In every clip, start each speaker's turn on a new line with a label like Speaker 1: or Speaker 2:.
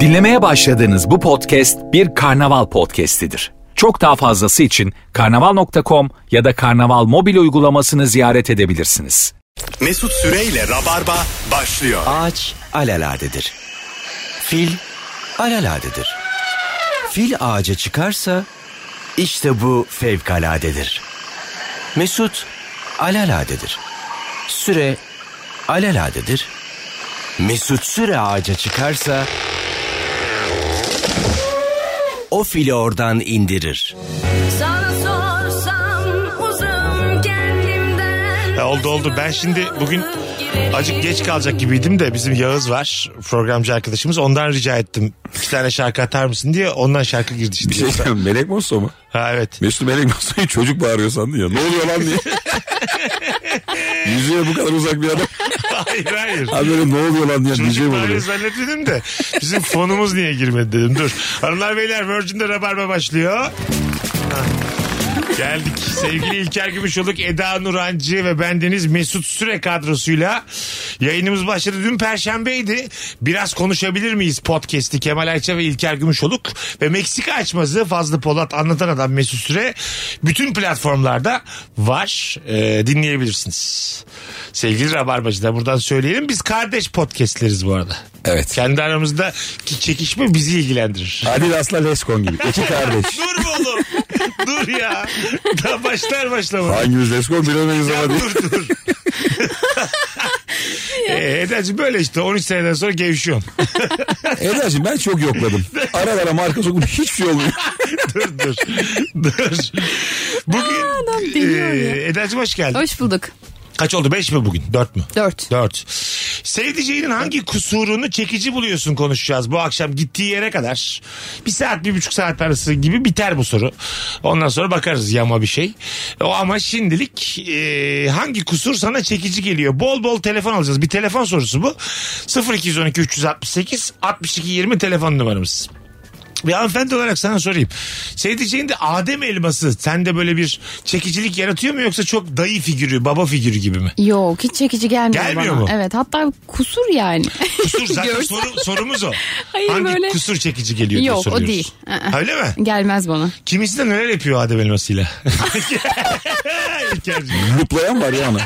Speaker 1: Dinlemeye başladığınız bu podcast bir karnaval podcastidir. Çok daha fazlası için karnaval.com ya da karnaval mobil uygulamasını ziyaret edebilirsiniz.
Speaker 2: Mesut Süreyle Rabarba başlıyor.
Speaker 3: Ağaç alaladedir. Fil alaladedir. Fil ağaca çıkarsa işte bu fevkaladedir. Mesut alaladedir. Süre alaladedir. Mesut Süre ağaca çıkarsa o fili oradan indirir.
Speaker 4: Sana sorsam uzun kendimden.
Speaker 5: Ya oldu oldu. Ben şimdi bugün acık geç kalacak gibiydim de bizim Yağız var programcı arkadaşımız. Ondan rica ettim. İki tane şarkı atar mısın diye ondan şarkı girdi
Speaker 6: Bir şey
Speaker 5: işte.
Speaker 6: diyeceğim, Melek Mosso mu?
Speaker 5: ha evet.
Speaker 6: Mesut Melek Mosso'yu çocuk bağırıyor sandın ya. Ne oluyor lan diye. Yüzüğe bu kadar uzak bir adam.
Speaker 5: Hayır hayır.
Speaker 6: Abi böyle ne oluyor lan diye DJ mi
Speaker 5: Çocuk bağırıyor
Speaker 6: oluyor?
Speaker 5: zannetmedim de bizim fonumuz niye girmedi dedim dur. Hanımlar beyler Virgin'de Rabarba başlıyor. Ha. Geldik. Sevgili İlker Gümüşoluk, Eda Nurancı ve bendeniz Mesut Süre kadrosuyla yayınımız başladı. Dün Perşembeydi. Biraz konuşabilir miyiz podcast'i Kemal Ayça ve İlker Gümüşoluk ve Meksika açmazı Fazlı Polat anlatan adam Mesut Süre bütün platformlarda var. Ee, dinleyebilirsiniz. Sevgili Rabarbacı da buradan söyleyelim. Biz kardeş podcastleriz bu arada.
Speaker 6: Evet.
Speaker 5: Kendi aramızdaki çekişme bizi ilgilendirir.
Speaker 6: Adidas'la Leskon gibi. İki kardeş.
Speaker 5: Dur be oğlum. dur ya. Daha başlar başlamaz.
Speaker 6: Hangimiz Leskon bilemeyiz ama diye.
Speaker 5: dur dur. Ee, Eda'cığım böyle işte 13 seneden sonra gevşiyorsun.
Speaker 6: Eda'cığım ben çok yokladım. Ara ara marka sokup hiçbir şey olmuyor.
Speaker 5: dur dur. Dur. Bugün
Speaker 7: adam deliyor
Speaker 5: e, Eda'cığım hoş geldin.
Speaker 7: Hoş bulduk.
Speaker 5: Kaç oldu 5 mi bugün? 4 mü?
Speaker 7: Dört.
Speaker 5: 4. Sevdiceğinin hangi kusurunu çekici buluyorsun konuşacağız bu akşam gittiği yere kadar. Bir saat bir buçuk saat arası gibi biter bu soru. Ondan sonra bakarız yama bir şey. O ama şimdilik e, hangi kusur sana çekici geliyor? Bol bol telefon alacağız. Bir telefon sorusu bu. 0212 368 62 20 telefon numaramız. Bir hanımefendi olarak sana sorayım. Sevdiceğin de Adem elması sende böyle bir çekicilik yaratıyor mu yoksa çok dayı figürü, baba figürü gibi mi?
Speaker 7: Yok hiç çekici gelmiyor,
Speaker 5: Gelmiyor
Speaker 7: bana.
Speaker 5: mu?
Speaker 7: Evet hatta kusur yani.
Speaker 5: Kusur zaten
Speaker 7: Görsel.
Speaker 5: soru, sorumuz o.
Speaker 7: Hayır,
Speaker 5: Hangi
Speaker 7: böyle-
Speaker 5: kusur çekici geliyor diye
Speaker 7: Yok, o
Speaker 5: soruyoruz.
Speaker 7: değil. Aa.
Speaker 5: Öyle mi?
Speaker 7: Gelmez bana.
Speaker 5: Kimisi de neler yapıyor Adem elmasıyla. İlkerciğim.
Speaker 6: Luplayan var ya ana.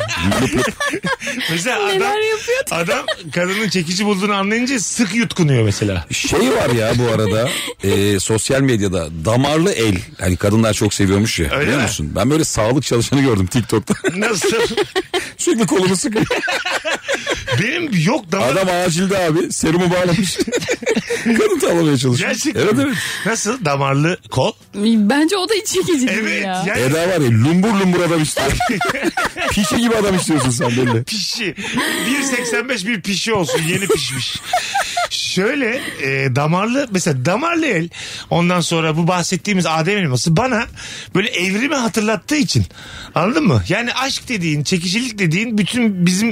Speaker 6: Lup lup.
Speaker 5: mesela adam,
Speaker 7: Neler yapıyor?
Speaker 5: adam kadının çekici bulduğunu anlayınca sık yutkunuyor mesela.
Speaker 6: Şey var ya bu arada e, sosyal medyada damarlı el. Hani kadınlar çok seviyormuş ya.
Speaker 5: Öyle
Speaker 6: biliyor
Speaker 5: mi?
Speaker 6: musun? Ben böyle sağlık çalışanı gördüm TikTok'ta.
Speaker 5: Nasıl?
Speaker 6: Sürekli kolunu sıkıyor.
Speaker 5: Benim yok damar.
Speaker 6: Adam acilde abi serumu bağlamış. Kanıt alamaya çalışıyor.
Speaker 5: Gerçekten.
Speaker 6: Evet
Speaker 5: mi?
Speaker 6: evet.
Speaker 5: Nasıl damarlı kol?
Speaker 7: Bence o da hiç çekici değil
Speaker 5: Evet.
Speaker 7: ya.
Speaker 5: Yani
Speaker 6: Eda var ya lumbur lumbur adam istiyor. Pişi gibi adam istiyorsun sen belli.
Speaker 5: pişi. 1.85 bir pişi olsun yeni pişmiş. Şöyle e, damarlı mesela damarlı el ondan sonra bu bahsettiğimiz Adem elması bana böyle evrimi hatırlattığı için anladın mı? Yani aşk dediğin çekicilik dediğin bütün bizim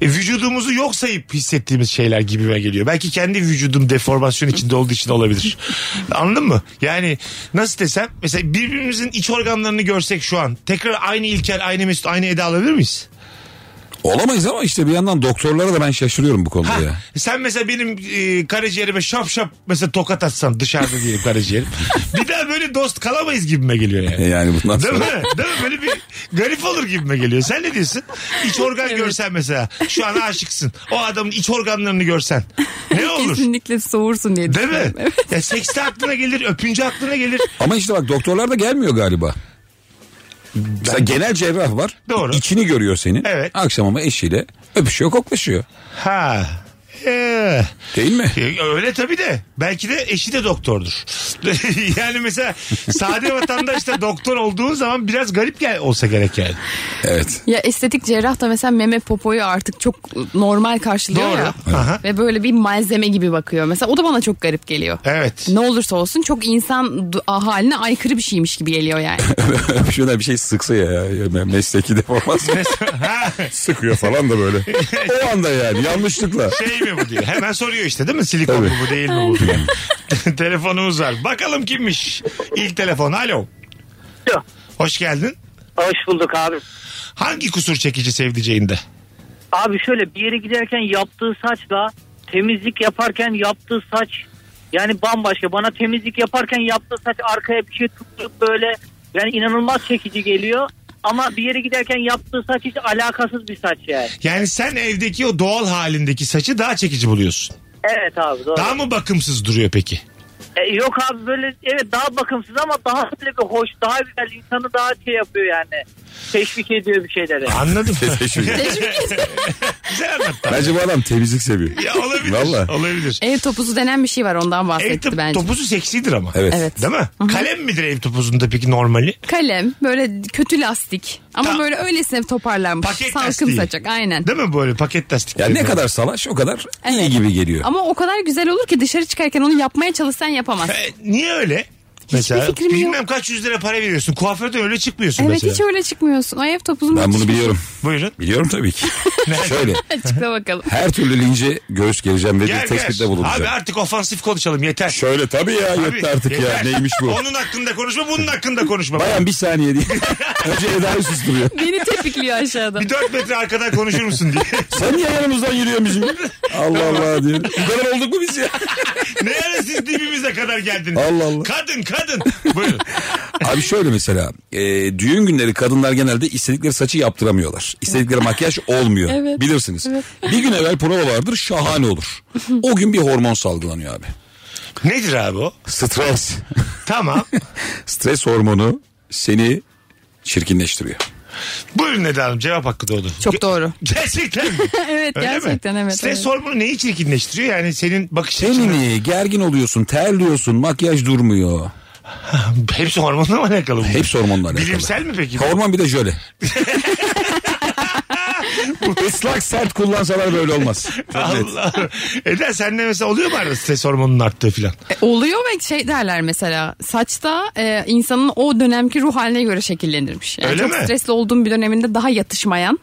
Speaker 5: e, vücudumuzu yok sayıp hissettiğimiz şeyler gibime geliyor. Belki kendi vücudum deformasyon içinde olduğu için olabilir. anladın mı? Yani nasıl desem mesela birbirimizin iç organlarını görsek şu an tekrar aynı İlker aynı Mesut aynı Eda alabilir miyiz?
Speaker 6: Olamayız ama işte bir yandan doktorlara da ben şaşırıyorum bu konuda
Speaker 5: Ha,
Speaker 6: ya.
Speaker 5: sen mesela benim e, karaciğerime şap şap mesela tokat atsan dışarıda diyelim karaciğerim. bir daha böyle dost kalamayız gibime geliyor
Speaker 6: E
Speaker 5: yani.
Speaker 6: Yani bundan
Speaker 5: Değil
Speaker 6: sonra.
Speaker 5: mi? Değil mi? Böyle bir garip olur gibime geliyor. Sen ne diyorsun? İç organ görsen mesela. Şu an aşıksın. O adamın iç organlarını görsen. Ne olur?
Speaker 7: Kesinlikle soğursun diye
Speaker 5: Değil mi?
Speaker 7: düşünüyorum. Evet.
Speaker 5: Ya seks de aklına gelir, öpünce aklına gelir.
Speaker 6: Ama işte bak doktorlar da gelmiyor galiba. Mesela genel cerrah var.
Speaker 5: Doğru.
Speaker 6: İçini görüyor senin.
Speaker 5: Evet.
Speaker 6: Akşam ama eşiyle öpüşüyor koklaşıyor.
Speaker 5: Ha. Ee.
Speaker 6: Değil mi?
Speaker 5: E, Öyle tabii de. Belki de eşi de doktordur. yani mesela sade vatandaş da doktor olduğun zaman biraz garip gel olsa gerek yani.
Speaker 6: Evet.
Speaker 7: Ya estetik cerrah da mesela meme popoyu artık çok normal karşılıyor
Speaker 5: Doğru.
Speaker 7: ya.
Speaker 5: Aha.
Speaker 7: Ve böyle bir malzeme gibi bakıyor. Mesela o da bana çok garip geliyor.
Speaker 5: Evet.
Speaker 7: Ne olursa olsun çok insan du- haline aykırı bir şeymiş gibi geliyor yani.
Speaker 6: Öpüşüyorlar bir şey sıksa ya. ya me- Mesleki deformasyon.
Speaker 5: Ha,
Speaker 6: Sıkıyor falan da böyle. o anda yani yanlışlıkla.
Speaker 5: şey mi bu diyor. Hemen soruyor işte değil mi? Silikon
Speaker 6: Tabii.
Speaker 5: mu bu değil mi bu diye. Telefonumuz var. Bakalım kimmiş? İlk telefon. Alo.
Speaker 8: Alo.
Speaker 5: Hoş geldin.
Speaker 8: Hoş bulduk abi.
Speaker 5: Hangi kusur çekici sevdiceğinde?
Speaker 8: Abi şöyle bir yere giderken yaptığı saçla temizlik yaparken yaptığı saç yani bambaşka. Bana temizlik yaparken yaptığı saç arkaya bir şey tutup böyle yani inanılmaz çekici geliyor. Ama bir yere giderken yaptığı saç hiç alakasız bir saç yani.
Speaker 5: Yani sen evdeki o doğal halindeki saçı daha çekici buluyorsun.
Speaker 8: Evet abi doğru.
Speaker 5: Daha mı bakımsız duruyor peki?
Speaker 8: E, yok abi böyle evet daha bakımsız ama daha böyle bir hoş daha güzel insanı daha şey yapıyor yani. Teşvik ediyor bir şeylere.
Speaker 5: Anladım.
Speaker 6: Teşvik ederim.
Speaker 5: Güzel anlattın.
Speaker 6: Bence bu adam temizlik seviyor.
Speaker 5: Ya olabilir.
Speaker 6: Valla.
Speaker 5: Olabilir.
Speaker 7: Ev topuzu denen bir şey var ondan
Speaker 5: Ev
Speaker 7: bahsetti
Speaker 5: top-
Speaker 7: bence.
Speaker 5: topuzu seksidir ama.
Speaker 6: Evet.
Speaker 7: Evet.
Speaker 5: Değil mi? Kalem midir ev topuzunda peki normali?
Speaker 7: Kalem böyle kötü lastik ama
Speaker 5: Ta-
Speaker 7: böyle öylesine toparlanmış.
Speaker 5: Paket
Speaker 7: Salkım
Speaker 5: lastiği.
Speaker 7: saçak aynen.
Speaker 5: Değil mi böyle paket lastik?
Speaker 6: Ya ne kadar salaş o kadar iyi gibi geliyor.
Speaker 7: Ama o kadar güzel olur ki dışarı çıkarken onu yapmaya çalışsan yapamazsın.
Speaker 5: E, niye öyle? Mesela
Speaker 7: fikrim yok.
Speaker 5: bilmem kaç yüz lira para veriyorsun. Kuaförden öyle çıkmıyorsun
Speaker 7: Evet
Speaker 5: mesela.
Speaker 7: hiç öyle çıkmıyorsun. O ev topuzun
Speaker 6: Ben bunu
Speaker 7: müthiş-
Speaker 6: biliyorum.
Speaker 5: Buyurun.
Speaker 6: Biliyorum tabii ki. Şöyle
Speaker 7: Açıkla bakalım.
Speaker 6: her türlü lince göğüs geleceğim ve bir tespitte
Speaker 5: Abi
Speaker 6: bulunacağım.
Speaker 5: artık ofansif konuşalım yeter.
Speaker 6: Şöyle tabii ya
Speaker 5: Abi,
Speaker 6: yetti artık ya
Speaker 5: yeter.
Speaker 6: neymiş bu.
Speaker 5: Onun hakkında konuşma bunun hakkında konuşma.
Speaker 6: Bayan bir saniye diye. Önce Eda'yı susturuyor.
Speaker 7: Beni tepikliyor aşağıda.
Speaker 5: Bir dört metre arkadan konuşur musun diye.
Speaker 6: Sen niye yanımızdan yürüyorsun bizim? Allah Allah diyor. Bu kadar olduk mu biz ya?
Speaker 5: ne ara siz dibimize kadar geldiniz.
Speaker 6: Allah Allah.
Speaker 5: Kadın kadın. Buyurun.
Speaker 6: Abi şöyle mesela e, düğün günleri kadınlar genelde istedikleri saçı yaptıramıyorlar. İstedikleri makyaj olmuyor.
Speaker 7: Evet.
Speaker 6: Bilirsiniz. Bir gün evvel prova vardır şahane olur. O gün bir hormon salgılanıyor abi.
Speaker 5: Nedir abi o?
Speaker 6: Stres.
Speaker 5: Tamam.
Speaker 6: Stres hormonu seni çirkinleştiriyor.
Speaker 5: Buyurun Eda Hanım cevap hakkı doğdu.
Speaker 7: Çok doğru.
Speaker 5: Gerçekten mi?
Speaker 7: Evet
Speaker 5: Öyle mi?
Speaker 7: gerçekten evet.
Speaker 5: Stres
Speaker 7: evet.
Speaker 5: hormonu neyi çirkinleştiriyor? Yani senin bakış açını.
Speaker 6: Tenini gergin oluyorsun, terliyorsun, makyaj durmuyor.
Speaker 5: Hepsi hormonla mı alakalı? bunlar?
Speaker 6: Hepsi hormonla alakalı.
Speaker 5: Bilimsel mi peki?
Speaker 6: Hormon bir de jöle. Islak sert kullansalar böyle olmaz.
Speaker 5: Allah. Eda sende mesela oluyor mu arada stres hormonunun arttığı filan?
Speaker 7: E, Oluyor ve şey derler mesela saçta e, insanın o dönemki ruh haline göre şekillenirmiş. Yani
Speaker 5: Öyle
Speaker 7: çok
Speaker 5: mi?
Speaker 7: stresli olduğum bir döneminde daha yatışmayan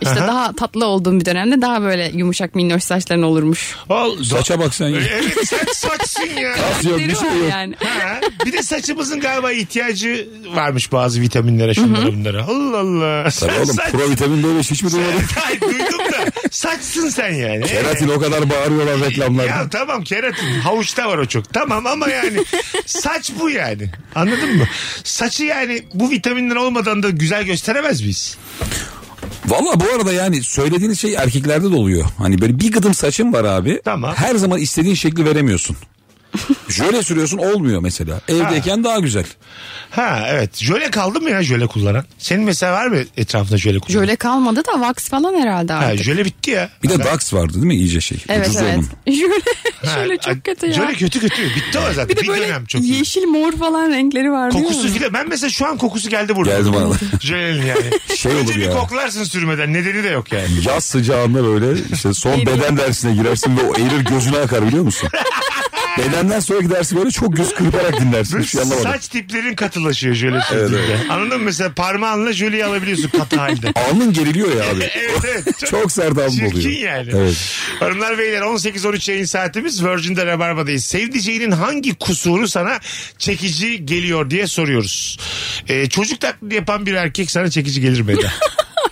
Speaker 7: işte
Speaker 5: Aha.
Speaker 7: daha tatlı olduğum bir dönemde daha böyle yumuşak minnoş saçların olurmuş.
Speaker 5: Ol,
Speaker 6: Saça bak sen ya.
Speaker 5: Evet sen saçsın ya.
Speaker 6: Az yok, bir
Speaker 7: Deri
Speaker 6: şey
Speaker 7: var
Speaker 6: yok.
Speaker 7: yani.
Speaker 5: Ha, bir de saçımızın galiba ihtiyacı varmış bazı vitaminlere şunlara bunlara. Allah Allah.
Speaker 6: Tabii oğlum
Speaker 5: saç-
Speaker 6: provitamin böyle hiç mi duymadın?
Speaker 5: Ay, duydum da saçsın sen yani.
Speaker 6: Keratin o kadar bağırıyorlar
Speaker 5: Ya
Speaker 6: reklamlarda.
Speaker 5: tamam keratin havuçta var o çok. Tamam ama yani saç bu yani. Anladın mı? Saçı yani bu vitaminler olmadan da güzel gösteremez miyiz?
Speaker 6: Valla bu arada yani söylediğiniz şey erkeklerde de oluyor. Hani böyle bir gıdım saçın var abi.
Speaker 5: Tamam.
Speaker 6: Her zaman istediğin şekli veremiyorsun. Jöle sürüyorsun olmuyor mesela. Evdeyken daha güzel.
Speaker 5: Ha evet. Jöle kaldı mı ya jöle kullanan? Senin mesela var mı etrafında jöle kullanan?
Speaker 7: Jöle kalmadı da wax falan herhalde
Speaker 5: Ha,
Speaker 7: artık.
Speaker 5: jöle bitti ya.
Speaker 6: Bir de Dax vardı değil mi iyice şey.
Speaker 7: evet
Speaker 6: Ucuz
Speaker 7: evet.
Speaker 6: onun.
Speaker 7: Jöle,
Speaker 5: Ha,
Speaker 7: jöle
Speaker 5: ay,
Speaker 7: çok kötü ya.
Speaker 5: Jöle kötü kötü. Bitti o zaten.
Speaker 7: bir
Speaker 5: Bir,
Speaker 7: de böyle
Speaker 5: dönem çok iyi.
Speaker 7: yeşil mor falan renkleri var değil
Speaker 5: Kokusu
Speaker 7: mi?
Speaker 5: filan. Ben mesela şu an kokusu geldi burada.
Speaker 6: Geldi bana da.
Speaker 5: Jölelin yani.
Speaker 6: Şey
Speaker 5: Önce
Speaker 6: olur
Speaker 5: bir
Speaker 6: ya.
Speaker 5: koklarsın sürmeden. Nedeni de yok yani.
Speaker 6: Yaz sıcağında böyle işte son beden dersine girersin ve o eğilir gözüne akar biliyor musun? Bedenden sonraki dersi böyle çok göz kırparak dinlersin. Hiçbir şey anlamadım.
Speaker 5: Saç tiplerin katılaşıyor jöle sürdüğünde. Anladın mı? Mesela parmağınla jöleyi alabiliyorsun katı halde.
Speaker 6: Alnın geriliyor ya abi.
Speaker 5: evet evet.
Speaker 6: Çok sert alnım
Speaker 5: Çirkin
Speaker 6: oluyor.
Speaker 5: yani.
Speaker 6: Evet.
Speaker 5: Hanımlar beyler 18-13 yayın saatimiz Virgin'de Rabarba'dayız. Sevdiceğinin hangi kusuru sana çekici geliyor diye soruyoruz. Ee, çocuk taklidi yapan bir erkek sana çekici gelir mi Eda?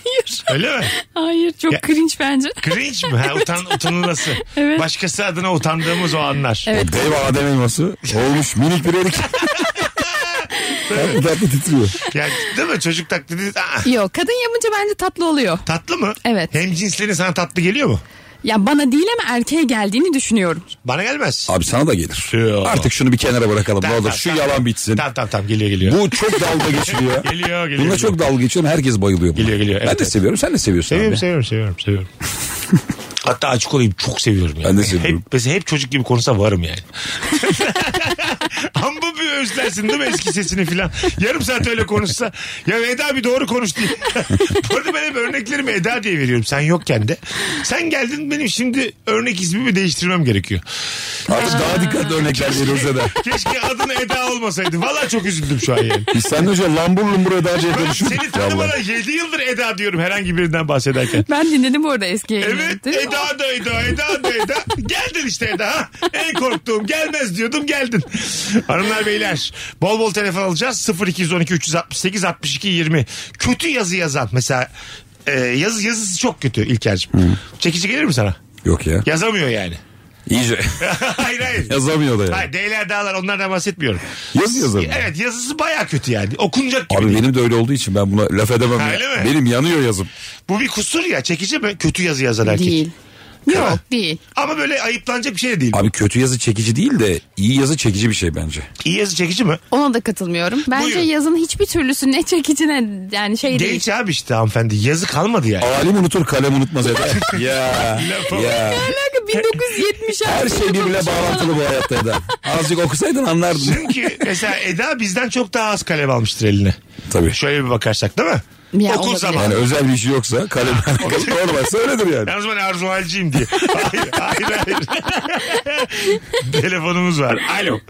Speaker 7: Hayır.
Speaker 5: Öyle mi?
Speaker 7: Hayır çok
Speaker 5: Ya-
Speaker 7: cringe bence.
Speaker 5: Cringe mi? Ha, utan, utanılası.
Speaker 7: Evet.
Speaker 5: Başkası adına utandığımız o anlar.
Speaker 6: O dev Adem elması olmuş minik bir erik. tatlı tatlı titriyor.
Speaker 5: Yani, değil mi? Çocuk taklidi Aa,
Speaker 7: Yok kadın yapınca bence tatlı oluyor.
Speaker 5: tatlı mı?
Speaker 7: Evet.
Speaker 5: Hem cinslerin sana tatlı geliyor mu?
Speaker 7: Ya bana değil ama erkeğe geldiğini düşünüyorum.
Speaker 5: Bana gelmez.
Speaker 6: Abi sana da gelir.
Speaker 5: Yo.
Speaker 6: Artık şunu bir kenara bırakalım ne olur. Şu yalan bitsin.
Speaker 5: Tamam tamam tamam geliyor geliyor.
Speaker 6: Bu çok dalga geçiliyor.
Speaker 5: Geliyor, geliyor,
Speaker 6: Bunda çok dalga geçiyorum. Herkes bayılıyor. buna.
Speaker 5: Geliyor, geliyor.
Speaker 6: Ben
Speaker 5: Evet,
Speaker 6: de
Speaker 5: evet.
Speaker 6: seviyorum. Sen de seviyorsun
Speaker 5: Seviyorum,
Speaker 6: abi.
Speaker 5: seviyorum, seviyorum, seviyorum. Hatta açık olayım çok seviyorum yani.
Speaker 6: Ben de seviyorum.
Speaker 5: Hep, mesela hep çocuk gibi konuşsa varım yani. Amma bir özlersin değil mi eski sesini filan. Yarım saat öyle konuşsa. Ya Eda bir doğru konuş diye. Bu arada ben hep örneklerimi Eda diye veriyorum. Sen yokken de. Sen geldin benim şimdi örnek ismimi değiştirmem gerekiyor.
Speaker 6: Artık daha dikkatli örnekler veriyoruz da.
Speaker 5: Keşke adın Eda olmasaydı. Valla çok üzüldüm şu an yani.
Speaker 6: Biz seninle önce lambur lumbur edacıya konuşuyorduk.
Speaker 5: Seni tanımana 7 yıldır Eda diyorum herhangi birinden bahsederken.
Speaker 7: Ben dinledim bu arada eski
Speaker 5: Evet
Speaker 7: yayınları.
Speaker 5: Eda da Eda Eda da Eda. Geldin işte Eda. ha. En korktuğum gelmez diyordum geldin. Hanımlar beyler bol bol telefon alacağız. 0212 368 62 20. Kötü yazı yazan mesela e, yazı yazısı çok kötü İlker'cim. Çekici gelir mi sana?
Speaker 6: Yok ya.
Speaker 5: Yazamıyor yani.
Speaker 6: İyice
Speaker 5: hayır hayır.
Speaker 6: yazamıyor da ya.
Speaker 5: Hayır D'ler dağlar onlardan bahsetmiyorum.
Speaker 6: Yazı yazamıyor.
Speaker 5: Evet yazısı baya kötü yani. Okunacak gibi.
Speaker 6: Abi
Speaker 5: değil.
Speaker 6: benim de öyle olduğu için ben buna laf edemem.
Speaker 5: Ha,
Speaker 6: ya.
Speaker 5: öyle mi?
Speaker 6: Benim yanıyor yazım.
Speaker 5: Bu bir kusur ya çekici mi? Kötü yazı yazan erkek.
Speaker 7: Değil.
Speaker 5: Değil mi?
Speaker 7: Yok değil.
Speaker 5: Ama böyle ayıplanacak bir şey de değil.
Speaker 6: Abi kötü yazı çekici değil de iyi yazı çekici bir şey bence.
Speaker 5: İyi yazı çekici mi?
Speaker 7: Ona da katılmıyorum. Bence
Speaker 5: Buyurun.
Speaker 7: yazın hiçbir türlüsü ne çekici ne yani şey değil.
Speaker 5: Genç abi işte hanımefendi. Yazı kalmadı yani.
Speaker 6: Alim unutur kalem unutmaz Eda. ya.
Speaker 5: Lafı.
Speaker 6: ya.
Speaker 7: Alaka 1970
Speaker 6: Her şey birbirine bağlantılı bu hayatta Eda. Azıcık okusaydın anlardın.
Speaker 5: Çünkü mesela Eda bizden çok daha az kalem almıştır eline.
Speaker 6: Tabii.
Speaker 5: Şöyle bir bakarsak değil mi?
Speaker 7: Ya,
Speaker 5: Okul
Speaker 7: olabilir.
Speaker 5: zamanı.
Speaker 6: Yani özel bir işi yoksa kalem olmazsa öyledir yani.
Speaker 5: Yalnız ben Arzu Halciyim diye. Hayır hayır hayır. Telefonumuz var. Alo.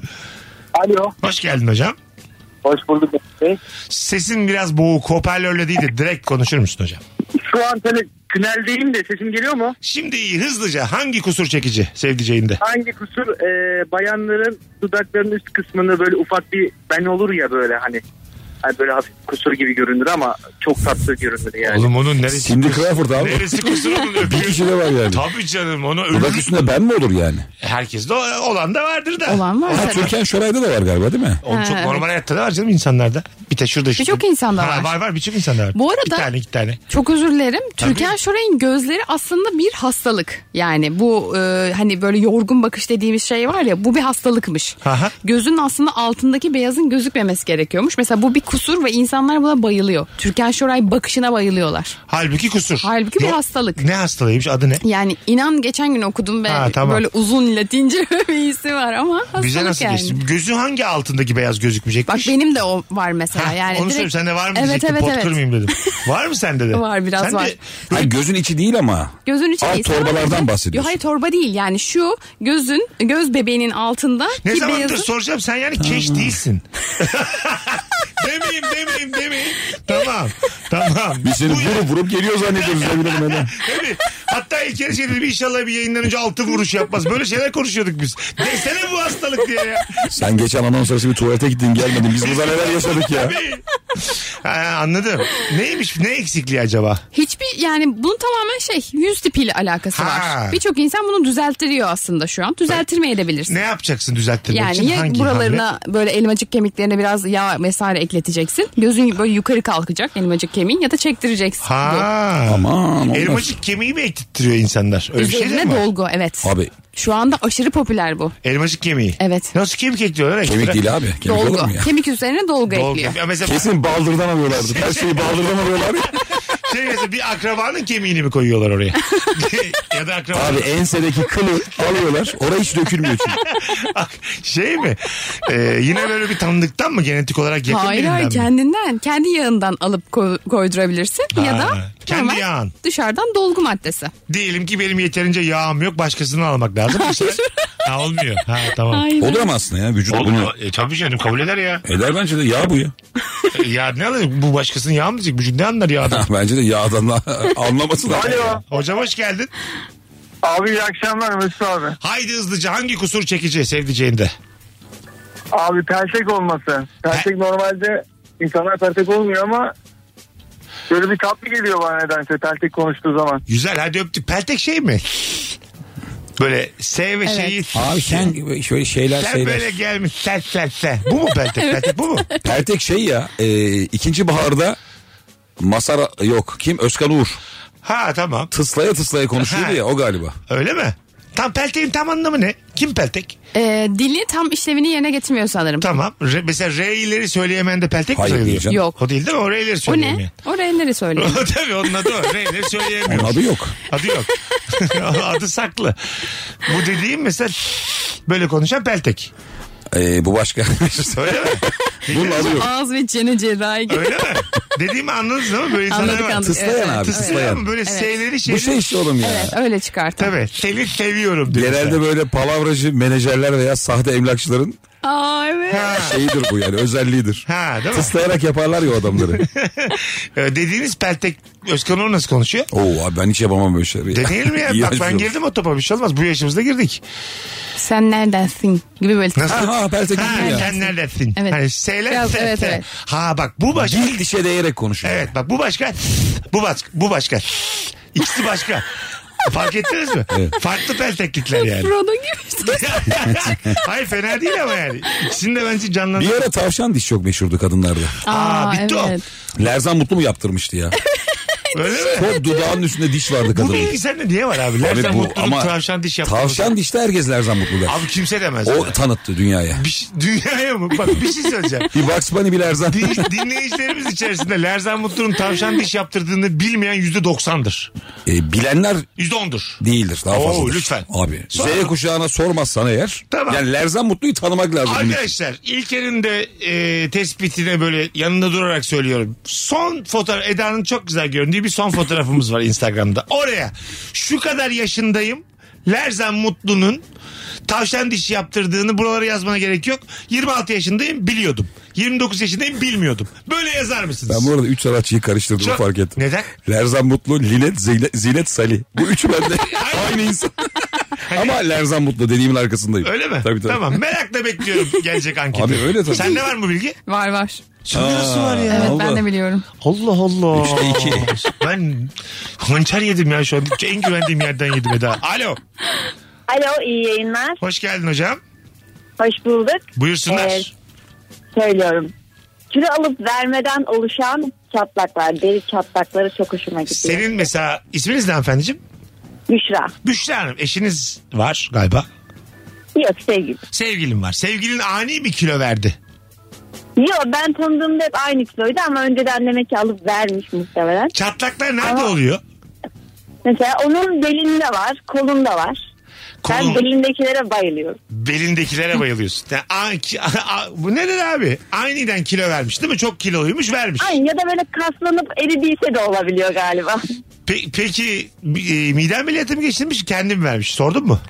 Speaker 8: Alo.
Speaker 5: Hoş geldin hocam.
Speaker 8: Hoş bulduk. E,
Speaker 5: Sesin biraz boğuk. Hoparlörle değil de direkt konuşur musun hocam?
Speaker 8: Şu an tele tüneldeyim de sesim geliyor mu?
Speaker 5: Şimdi iyi hızlıca hangi kusur çekici sevdiceğinde?
Speaker 8: Hangi kusur e, bayanların dudaklarının üst kısmını böyle ufak bir ben olur ya böyle hani. Hani böyle hafif kusur gibi görünür ama çok tatlı görünür yani.
Speaker 5: Oğlum onun neresi?
Speaker 6: Cindy Crawford abi.
Speaker 5: Neresi kusur onun
Speaker 6: Bir
Speaker 5: öpüyorsun?
Speaker 6: kişi de var yani.
Speaker 5: Tabii canım onu
Speaker 6: Dudak
Speaker 5: öpüyorsun.
Speaker 6: üstünde ben mi olur yani?
Speaker 5: Herkes de olan da vardır da.
Speaker 7: Olan var
Speaker 6: Ha,
Speaker 7: tabii.
Speaker 6: Türkan Şoray'da da var galiba değil mi?
Speaker 5: Oğlum çok
Speaker 7: Ha,
Speaker 5: normal hayatta da var canım insanlarda. Bir de şurada şu.
Speaker 7: Birçok insanda var.
Speaker 5: Var var birçok insanda var.
Speaker 7: Bu arada-
Speaker 5: Bir tane iki tane.
Speaker 7: Çok özür dilerim. Türkan Şoray'ın gözleri aslında bir hastalık. Yani bu e, hani böyle yorgun bakış dediğimiz şey var ya bu bir hastalıkmış.
Speaker 5: Aha.
Speaker 7: Gözün aslında altındaki beyazın gözükmemesi gerekiyormuş. Mesela bu bir kusur ve insanlar buna bayılıyor. Türkan Şoray bakışına bayılıyorlar.
Speaker 5: Halbuki kusur.
Speaker 7: Halbuki bir
Speaker 5: Yok.
Speaker 7: hastalık.
Speaker 5: Ne hastalığıymış adı ne?
Speaker 7: Yani inan geçen gün okudum ve
Speaker 5: Ha, tamam.
Speaker 7: böyle uzun latince bir iyisi var ama hastalık
Speaker 5: Bize nasıl
Speaker 7: yani.
Speaker 5: geçti? Gözü hangi altındaki beyaz gözükmeyecekmiş?
Speaker 7: Bak benim de o var mesela.
Speaker 5: Ha,
Speaker 7: yani
Speaker 5: onu
Speaker 7: direkt-
Speaker 5: söyleyeyim sende var mı
Speaker 7: Evet
Speaker 5: diyecektim
Speaker 7: evet
Speaker 5: pot
Speaker 7: evet.
Speaker 5: kırmayayım dedim. var mı sende de?
Speaker 7: Var, biraz
Speaker 5: Sen
Speaker 7: var.
Speaker 5: De,
Speaker 6: Ha, gözün içi değil ama.
Speaker 7: Gözün içi
Speaker 6: Alt
Speaker 7: değil. Sana
Speaker 6: torbalardan
Speaker 7: bakacak-
Speaker 6: bahsediyorsun.
Speaker 7: Yo, hayır torba değil yani şu gözün göz bebeğinin altında
Speaker 5: ne
Speaker 7: ki
Speaker 5: zamandır
Speaker 7: beyazı. Hmm.
Speaker 5: soracağım sen yani keş değilsin. demeyeyim demeyeyim demeyeyim. Tamam tamam.
Speaker 6: Biz seni vurup vurup geliyor zannediyoruz. ne bileyim Eda.
Speaker 5: Değil mi? Hatta ilk kere şey dedim inşallah bir yayından önce altı vuruş yapmaz. Böyle şeyler konuşuyorduk biz. Desene bu hastalık diye ya.
Speaker 6: Sen geçen anons arası bir tuvalete gittin gelmedin. Biz burada neler yaşadık ya.
Speaker 5: Tabii. Ha, anladım. Neymiş ne eksikliği acaba?
Speaker 7: Hiçbir yani bunun tamamen şey yüz tipiyle alakası
Speaker 5: Ha.
Speaker 7: var. Birçok insan bunu düzelttiriyor aslında şu an. Düzelttirmeye de bilirsin.
Speaker 5: Ne yapacaksın düzelttirmek için?
Speaker 7: Yani ya
Speaker 5: Hangi
Speaker 7: buralarına
Speaker 5: hamle?
Speaker 7: böyle elmacık kemiklerine biraz yağ vesaire ekleteceksin. Gözün böyle yukarı kalkacak elmacık kemiğin ya da çektireceksin.
Speaker 5: Ha.
Speaker 6: Aman olmaz.
Speaker 5: Elmacık kemiği mi ektirtiyor insanlar? Öyle bir şey değil
Speaker 7: Üzerine
Speaker 5: mi?
Speaker 7: dolgu evet.
Speaker 6: Abi
Speaker 7: Şu anda aşırı popüler bu.
Speaker 5: Elmacık kemiği.
Speaker 7: Evet.
Speaker 5: Nasıl kemik ekliyorlar?
Speaker 6: kemik değil abi. Kemik olur
Speaker 7: dolgu.
Speaker 6: mu ya?
Speaker 7: Kemik üzerine dolgu, ekliyor.
Speaker 5: Ya mesela,
Speaker 6: Kesin baldırdan alıyorlardı. Her şeyi baldırdan alıyorlardı.
Speaker 5: şey mesela bir akrabanın kemiğini mi koyuyorlar oraya? ya da akrabanın
Speaker 6: Abi ensedeki kılı alıyorlar. Oraya hiç dökülmüyor çünkü.
Speaker 5: Ak- şey mi? Ee, yine böyle bir tanıdıktan mı genetik olarak yakın
Speaker 7: Hayır
Speaker 5: birinden
Speaker 7: hayır
Speaker 5: mi?
Speaker 7: kendinden kendi yağından alıp ko- koydurabilirsin ya da
Speaker 5: kendi
Speaker 7: normal
Speaker 5: yağın.
Speaker 7: dışarıdan dolgu maddesi.
Speaker 5: Diyelim ki benim yeterince yağım yok başkasından almak lazım. Bu sefer- ha, olmuyor. Ha, tamam.
Speaker 7: Hayır.
Speaker 6: Olur ama aslında ya vücut bunu.
Speaker 5: Olmuyor. E, tabii canım kabul eder ya.
Speaker 6: Eder bence de yağ bu ya.
Speaker 5: E, ya ne alacak? Bu başkasının yağı mı diyecek? Vücut ne anlar yağdan?
Speaker 6: bence de yağdan da- anlaması da.
Speaker 8: Alo.
Speaker 5: Hocam hoş geldin.
Speaker 8: Abi iyi akşamlar Mesut abi.
Speaker 5: Haydi hızlıca hangi kusur çekici sevdiceğinde?
Speaker 8: Abi persek olması. Persek normalde insanlar persek olmuyor ama böyle bir tatlı geliyor bana nedense persek konuştuğu zaman.
Speaker 5: Güzel hadi öptük. Peltek şey mi? Böyle S ve
Speaker 7: Evet.
Speaker 5: şeyi...
Speaker 6: Abi sen şöyle şeyler
Speaker 5: Sen böyle gelmiş sen sen sen. Bu mu peltek? peltek bu mu?
Speaker 6: Pertek şey ya e, ikinci baharda Masara yok. Kim? Özkan Uğur.
Speaker 5: Ha tamam.
Speaker 6: Tıslaya tıslaya konuşuyordu ya o galiba.
Speaker 5: Öyle mi? Tam pelteğin tam anlamı ne? Kim peltek?
Speaker 7: Ee, dili tam işlevini yerine getirmiyor sanırım.
Speaker 5: Tamam. Re- mesela R'leri söyleyemeyen de peltek
Speaker 6: Hayır değil
Speaker 5: mi sayılıyor?
Speaker 6: canım.
Speaker 7: Yok.
Speaker 5: O değil değil mi? O R'leri
Speaker 7: O
Speaker 5: söyleyemeyen.
Speaker 7: ne? O reyleri söylüyor.
Speaker 5: O Tabii onun adı o. R'leri
Speaker 6: Onun
Speaker 5: söyleyemiyor.
Speaker 6: adı yok.
Speaker 5: Adı yok. adı saklı. Bu dediğim mesela böyle konuşan peltek.
Speaker 6: E, bu başka.
Speaker 5: Öyle mi?
Speaker 6: Bunun adı yok.
Speaker 7: Ağız ve çene cerrahi.
Speaker 5: Öyle mi? Dediğimi anladınız değil mi? Böyle insanlar
Speaker 7: Anladık,
Speaker 5: var.
Speaker 7: anladık.
Speaker 6: Tıslayan
Speaker 7: Evet,
Speaker 6: abi.
Speaker 7: evet.
Speaker 5: Tıslayan
Speaker 6: Tıslayan.
Speaker 5: mı? Böyle
Speaker 7: Evet.
Speaker 5: S'leri şeyleri.
Speaker 6: Bu şey işte oğlum ya.
Speaker 7: Evet, öyle çıkartın.
Speaker 5: Tabii. Seni seviyorum diyor.
Speaker 6: Genelde
Speaker 5: mesela.
Speaker 6: böyle palavracı menajerler veya sahte emlakçıların
Speaker 7: Aa evet.
Speaker 5: Ha.
Speaker 6: şeyidir bu yani özelliğidir.
Speaker 5: Ha değil mi?
Speaker 6: Tıslayarak yaparlar ya o adamları.
Speaker 5: Ee, Dediğiniz peltek Özkan Uğur nasıl konuşuyor?
Speaker 6: Oo abi ben hiç yapamam böyle şeyleri.
Speaker 5: Değil mi ya?
Speaker 6: İğrenç
Speaker 5: Bak
Speaker 6: bir
Speaker 5: ben
Speaker 6: şey.
Speaker 5: girdim o topa bir şey olmaz. Bu yaşımızda girdik.
Speaker 7: Sen neredensin? Gibi böyle.
Speaker 5: Nasıl?
Speaker 6: Ha, ha Pertek
Speaker 5: Ha,
Speaker 6: değil ya.
Speaker 5: sen neredesin?
Speaker 7: Evet.
Speaker 5: Hani şeyler
Speaker 7: Biraz,
Speaker 5: sen-
Speaker 7: evet,
Speaker 5: sen.
Speaker 7: evet.
Speaker 5: Ha bak bu başka.
Speaker 6: Dil dişe değerek konuşuyor.
Speaker 5: Evet bak bu başka. Bu başka. Bu başka. İkisi başka. Fark ettiniz mi? Farklı pelteklikler yani.
Speaker 7: Frodo gibi.
Speaker 5: Hayır fena değil ama yani. İkisini de bence
Speaker 6: Bir
Speaker 5: canlandır.
Speaker 6: ara tavşan diş çok meşhurdu kadınlarda.
Speaker 5: Aa, bitti o.
Speaker 6: Lerzan Mutlu mu yaptırmıştı ya?
Speaker 5: Öyle mi?
Speaker 6: Çok dudağının üstünde diş vardı
Speaker 5: Bu
Speaker 6: kadının.
Speaker 5: bilgi sende niye var abi? Lersen
Speaker 6: bu-
Speaker 5: mutluluk
Speaker 6: ama
Speaker 5: tavşan diş yaptı.
Speaker 6: Tavşan dişte herkes Lerzan Mutlu der.
Speaker 5: Abi kimse demez.
Speaker 6: O
Speaker 5: ona.
Speaker 6: tanıttı dünyaya.
Speaker 5: Bir şey- dünyaya mı? Bak bir şey söyleyeceğim.
Speaker 6: Bir Bugs Bunny bir Lerzan.
Speaker 5: Din- dinleyicilerimiz içerisinde Lerzan Mutlu'nun tavşan diş yaptırdığını bilmeyen yüzde doksandır.
Speaker 6: E, bilenler
Speaker 5: Yüzde ondur.
Speaker 6: değildir daha
Speaker 5: Oo,
Speaker 6: fazladır.
Speaker 5: lütfen.
Speaker 6: Abi
Speaker 5: Sonra-
Speaker 6: Z kuşağına sormazsan eğer.
Speaker 5: Tamam.
Speaker 6: Yani Lerzan Mutlu'yu tanımak lazım.
Speaker 5: Arkadaşlar İlker'in de e, tespitine böyle yanında durarak söylüyorum. Son fotoğraf Eda'nın çok güzel göründüğü bir son fotoğrafımız var Instagram'da. Oraya şu kadar yaşındayım. Lerzan Mutlu'nun tavşan dişi yaptırdığını buralara yazmana gerek yok. 26 yaşındayım biliyordum. 29 yaşındayım bilmiyordum. Böyle yazar mısınız?
Speaker 6: Ben bu arada 3 sanatçıyı karıştırdım
Speaker 5: Çok-
Speaker 6: fark ettim.
Speaker 5: Neden?
Speaker 6: Lerzan Mutlu, Linet, Zeyle- Zinet Salih. Bu üçü bende aynı insan. Ama Lerzan Mutlu dediğimin arkasındayım.
Speaker 5: Hani- Öyle mi?
Speaker 6: Tabii tabii.
Speaker 5: Tamam merakla bekliyorum gelecek anketi.
Speaker 6: Abi öyle tabii.
Speaker 5: Sende var mı bilgi?
Speaker 7: Var var.
Speaker 5: Sende var ya.
Speaker 7: Evet
Speaker 6: oldu?
Speaker 7: ben de biliyorum.
Speaker 5: Allah Allah.
Speaker 6: Üçte iki.
Speaker 5: Ben hançer yedim ya şu an. En güvendiğim yerden yedim Eda. Alo.
Speaker 9: Alo iyi yayınlar.
Speaker 5: Hoş geldin hocam.
Speaker 9: Hoş bulduk.
Speaker 5: Buyursunlar.
Speaker 9: Evet. Söylüyorum. Kilo alıp vermeden oluşan çatlaklar, deri çatlakları çok hoşuma gidiyor.
Speaker 5: Senin mesela isminiz ne hanımefendiciğim?
Speaker 9: Büşra.
Speaker 5: Büşra Hanım. Eşiniz var galiba.
Speaker 9: Yok sevgilim.
Speaker 5: Sevgilin var. Sevgilin ani bir kilo verdi.
Speaker 9: Yok ben tanıdığımda hep aynı kiloydu ama önceden demek ki alıp vermiş muhtemelen.
Speaker 5: Çatlaklar nerede
Speaker 9: Ama-
Speaker 5: oluyor?
Speaker 9: Mesela onun belinde var, kolunda var.
Speaker 5: Kolun,
Speaker 9: Ben belindekilere bayılıyorum.
Speaker 5: belindekilere bayılıyorsun. Yani, a- ki- a- a- bu nedir abi? Aniden kilo vermiş değil mi? Çok kiloluymuş vermiş.
Speaker 9: Aynı ya da böyle kaslanıp eridiyse de olabiliyor galiba.
Speaker 5: Pe- peki e, midem bileti mi geçirmiş kendim vermiş sordun mu?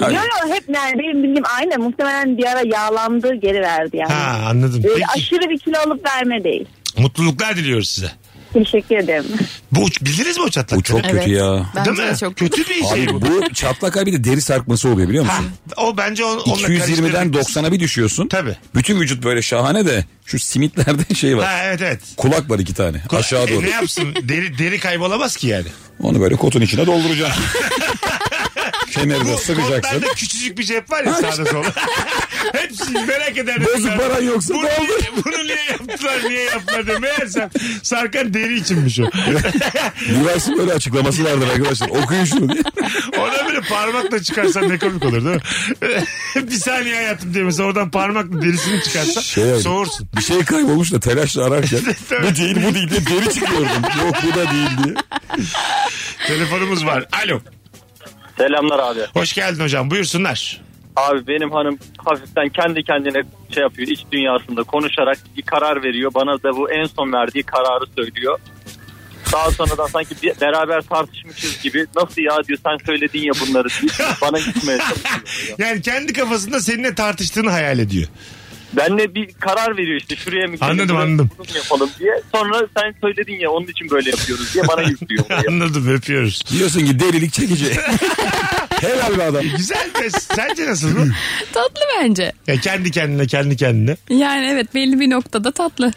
Speaker 9: Yok yok hep yani benim bildiğim aynı. Muhtemelen bir ara yağlandı geri verdi yani.
Speaker 5: Ha anladım.
Speaker 9: Böyle
Speaker 5: Peki,
Speaker 9: aşırı bir kilo alıp verme değil.
Speaker 5: mutluluklar diliyoruz size.
Speaker 9: Teşekkür ederim.
Speaker 5: Bu bildiniz mi o çatlakları?
Speaker 6: Bu çok
Speaker 7: Evet.
Speaker 6: kötü ya.
Speaker 7: Bence
Speaker 5: Değil
Speaker 7: de
Speaker 5: mi?
Speaker 7: çok.
Speaker 5: Kötü bir şey bu.
Speaker 6: Abi bu çatlak abi de deri sarkması oluyor biliyor
Speaker 5: Ha,
Speaker 6: musun?
Speaker 5: o bence on, onunla
Speaker 6: 220'den
Speaker 5: karıştırdık.
Speaker 6: 90'a bir düşüyorsun.
Speaker 5: Tabii.
Speaker 6: Bütün vücut böyle şahane de şu simitlerde şey var.
Speaker 5: Ha evet evet.
Speaker 6: Kulak var iki tane aşağı
Speaker 5: E,
Speaker 6: doğru.
Speaker 5: ne yapsın? Deri, deri kaybolamaz ki yani.
Speaker 6: Onu böyle kotun içine dolduracaksın. Kemeri de sıkacaksın.
Speaker 5: Kontlarda küçücük bir cep var ya sağda solda. Hepsini merak ederdim.
Speaker 6: Bozuk paran yoksa
Speaker 5: bunu,
Speaker 6: ne olur?
Speaker 5: niye- bunu niye yaptılar niye yaptılar diye. Meğersem Sarkan deri içinmiş o.
Speaker 6: Üniversite böyle açıklaması vardır arkadaşlar. Okuyun şunu diye.
Speaker 5: Ona böyle parmakla çıkarsan ne komik olur değil mi? bir saniye hayatım diye mesela oradan parmakla derisini çıkarsan
Speaker 6: Şey-
Speaker 5: soğursun.
Speaker 6: Bir şey kaybolmuş da telaşla ararken.
Speaker 5: Tabii.
Speaker 6: bu değil bu değil diye deri çıkıyordum. Yok bu da değil diye.
Speaker 5: Telefonumuz var. Alo.
Speaker 10: Selamlar abi.
Speaker 5: Hoş geldin hocam buyursunlar.
Speaker 10: Abi benim hanım hafiften kendi kendine şey yapıyor iç dünyasında konuşarak bir karar veriyor. Bana da bu en son verdiği kararı söylüyor. Daha sonradan sanki bir- beraber tartışmışız gibi nasıl ya diyor sen söyledin ya bunları diyor. Bana gitmeye çalışıyor. ya.
Speaker 5: Yani kendi kafasında seninle tartıştığını hayal ediyor.
Speaker 10: Benle bir karar veriyor işte şuraya mı gidelim,
Speaker 5: Anladım,
Speaker 10: buraya-
Speaker 5: anladım.
Speaker 10: bunu mu yapalım diye. Sonra sen söyledin ya onun için böyle yapıyoruz diye bana yüklüyor. bunu ya.
Speaker 5: Anladım öpüyoruz.
Speaker 6: Diyorsun ki delilik çekici. Helal be adam.
Speaker 5: Güzel de sence nasıl bu?
Speaker 7: Tatlı bence.
Speaker 5: Ya kendi kendine kendi kendine.
Speaker 7: Yani evet belli bir noktada tatlı.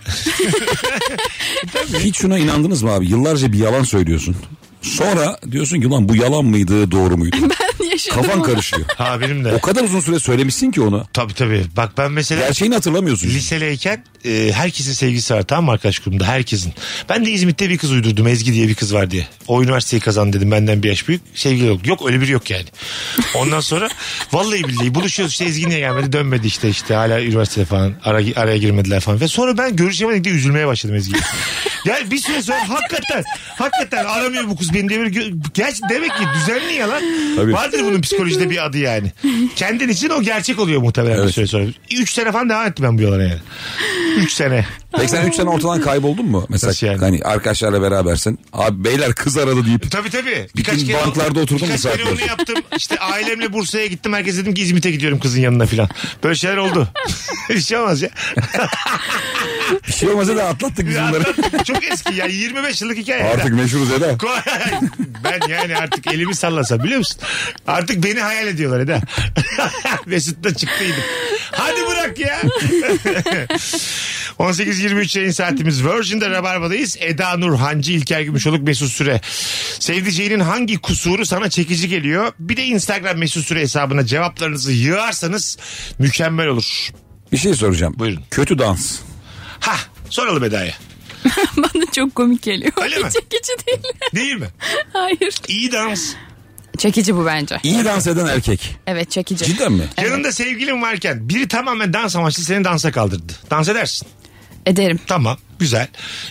Speaker 6: Hiç şuna inandınız mı abi? Yıllarca bir yalan söylüyorsun. Sonra diyorsun ki lan bu yalan mıydı doğru muydu?
Speaker 7: Yaşadım
Speaker 6: Kafan
Speaker 7: onu.
Speaker 6: karışıyor.
Speaker 5: Ha benim
Speaker 6: O
Speaker 5: de.
Speaker 6: kadar uzun süre söylemişsin ki onu.
Speaker 5: Tabii tabii. Bak ben mesela
Speaker 6: Gerçeğini hatırlamıyorsun.
Speaker 5: liseleyken e, herkesin sevgisi var tamam mı arkadaş grubunda herkesin. Ben de İzmit'te bir kız uydurdum Ezgi diye bir kız var diye. O üniversiteyi kazan dedim benden bir yaş büyük. Sevgili yok. Yok öyle biri yok yani. Ondan sonra vallahi billahi buluşuyoruz işte Ezgi niye gelmedi dönmedi işte işte hala üniversitede falan ara, araya girmediler falan. Ve sonra ben görüşemedik diye üzülmeye başladım Ezgi'ye. Yani bir süre sonra hakikaten hakikaten aramıyor bu kız beni diye bir gö- gerçi demek ki düzenli yalan.
Speaker 6: Tabii.
Speaker 5: Vardır bunun psikolojide bir adı yani. Kendin için o gerçek oluyor muhtemelen bir
Speaker 6: Evet.
Speaker 5: süre sonra. Üç sene falan devam ettim ben bu yalana yani. Üç sene.
Speaker 6: Peki sen 3 sene ortadan kayboldun mu? Mesela
Speaker 5: Nasıl yani?
Speaker 6: hani arkadaşlarla berabersin. Abi beyler kız aradı deyip
Speaker 5: Tabii tabii.
Speaker 6: Bütün banklarda oturdum
Speaker 5: Birkaç
Speaker 6: bu
Speaker 5: kere
Speaker 6: saatte.
Speaker 5: onu yaptım. İşte ailemle Bursa'ya gittim. Herkes dedim ki İzmit'e gidiyorum kızın yanına falan. Böyle şeyler oldu. Bir şey olmaz ya.
Speaker 6: bir şey olmasa da atlattık biz bunları.
Speaker 5: Çok eski ya. 25 yıllık hikaye.
Speaker 6: Artık meşhuruz Eda.
Speaker 5: Ko- ben yani artık elimi sallasam biliyor musun? Artık beni hayal ediyorlar Eda. Mesut da çıktıydım. Hadi bırak ya. 18.23 yayın saatimiz Virgin'de Rabarba'dayız. Eda Nur, Hancı, İlker Gümüşoluk, Mesut Süre. Sevdiceğinin hangi kusuru sana çekici geliyor? Bir de Instagram Mesut Süre hesabına cevaplarınızı yığarsanız mükemmel olur.
Speaker 6: Bir şey soracağım.
Speaker 5: Buyurun.
Speaker 6: Kötü dans.
Speaker 5: Ha soralım Eda'ya.
Speaker 7: Bana çok komik geliyor.
Speaker 5: Öyle mi?
Speaker 7: Çekici değil.
Speaker 5: Değil mi?
Speaker 7: Hayır.
Speaker 5: İyi dans.
Speaker 7: Çekici bu bence.
Speaker 6: İyi dans eden erkek.
Speaker 7: Evet çekici.
Speaker 6: Cidden mi?
Speaker 5: Yanında sevgilin varken biri tamamen dans amaçlı seni dansa kaldırdı. Dans edersin.
Speaker 7: Ederim.
Speaker 5: Tamam güzel.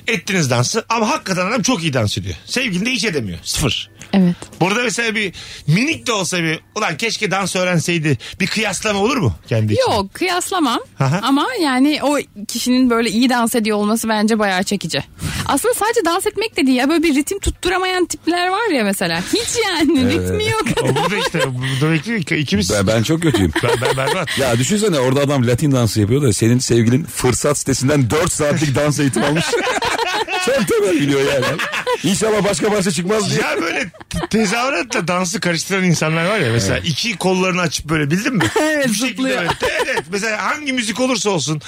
Speaker 5: Ettiniz dansı ama hakikaten adam çok iyi dans ediyor. Sevgilin de hiç edemiyor. Sıfır.
Speaker 7: Evet.
Speaker 5: Burada mesela bir minik de olsa bir ulan keşke dans öğrenseydi bir kıyaslama olur mu kendi için?
Speaker 7: Yok kıyaslamam
Speaker 5: Aha.
Speaker 7: ama yani o kişinin böyle iyi dans ediyor olması bence bayağı çekici. Aslında sadece dans etmek de değil ya böyle bir ritim tutturamayan tipler var ya mesela. Hiç yani ritmi yok.
Speaker 5: O burada işte burada bekliyor ki ikimiz.
Speaker 6: Ben,
Speaker 5: Ben,
Speaker 6: ben çok kötüyüm.
Speaker 5: ben, berbat.
Speaker 6: Ya düşünsene orada adam Latin dansı yapıyor da senin sevgilin fırsat sitesinden 4 saatlik dans eğitimi almış. Çok temel biliyor yani. İnşallah başka parça çıkmaz diye.
Speaker 5: Ya böyle te- tezahüratla dansı karıştıran insanlar var ya mesela iki kollarını açıp böyle bildin mi? evet
Speaker 7: zıplıyor.
Speaker 5: Evet, evet mesela hangi müzik olursa olsun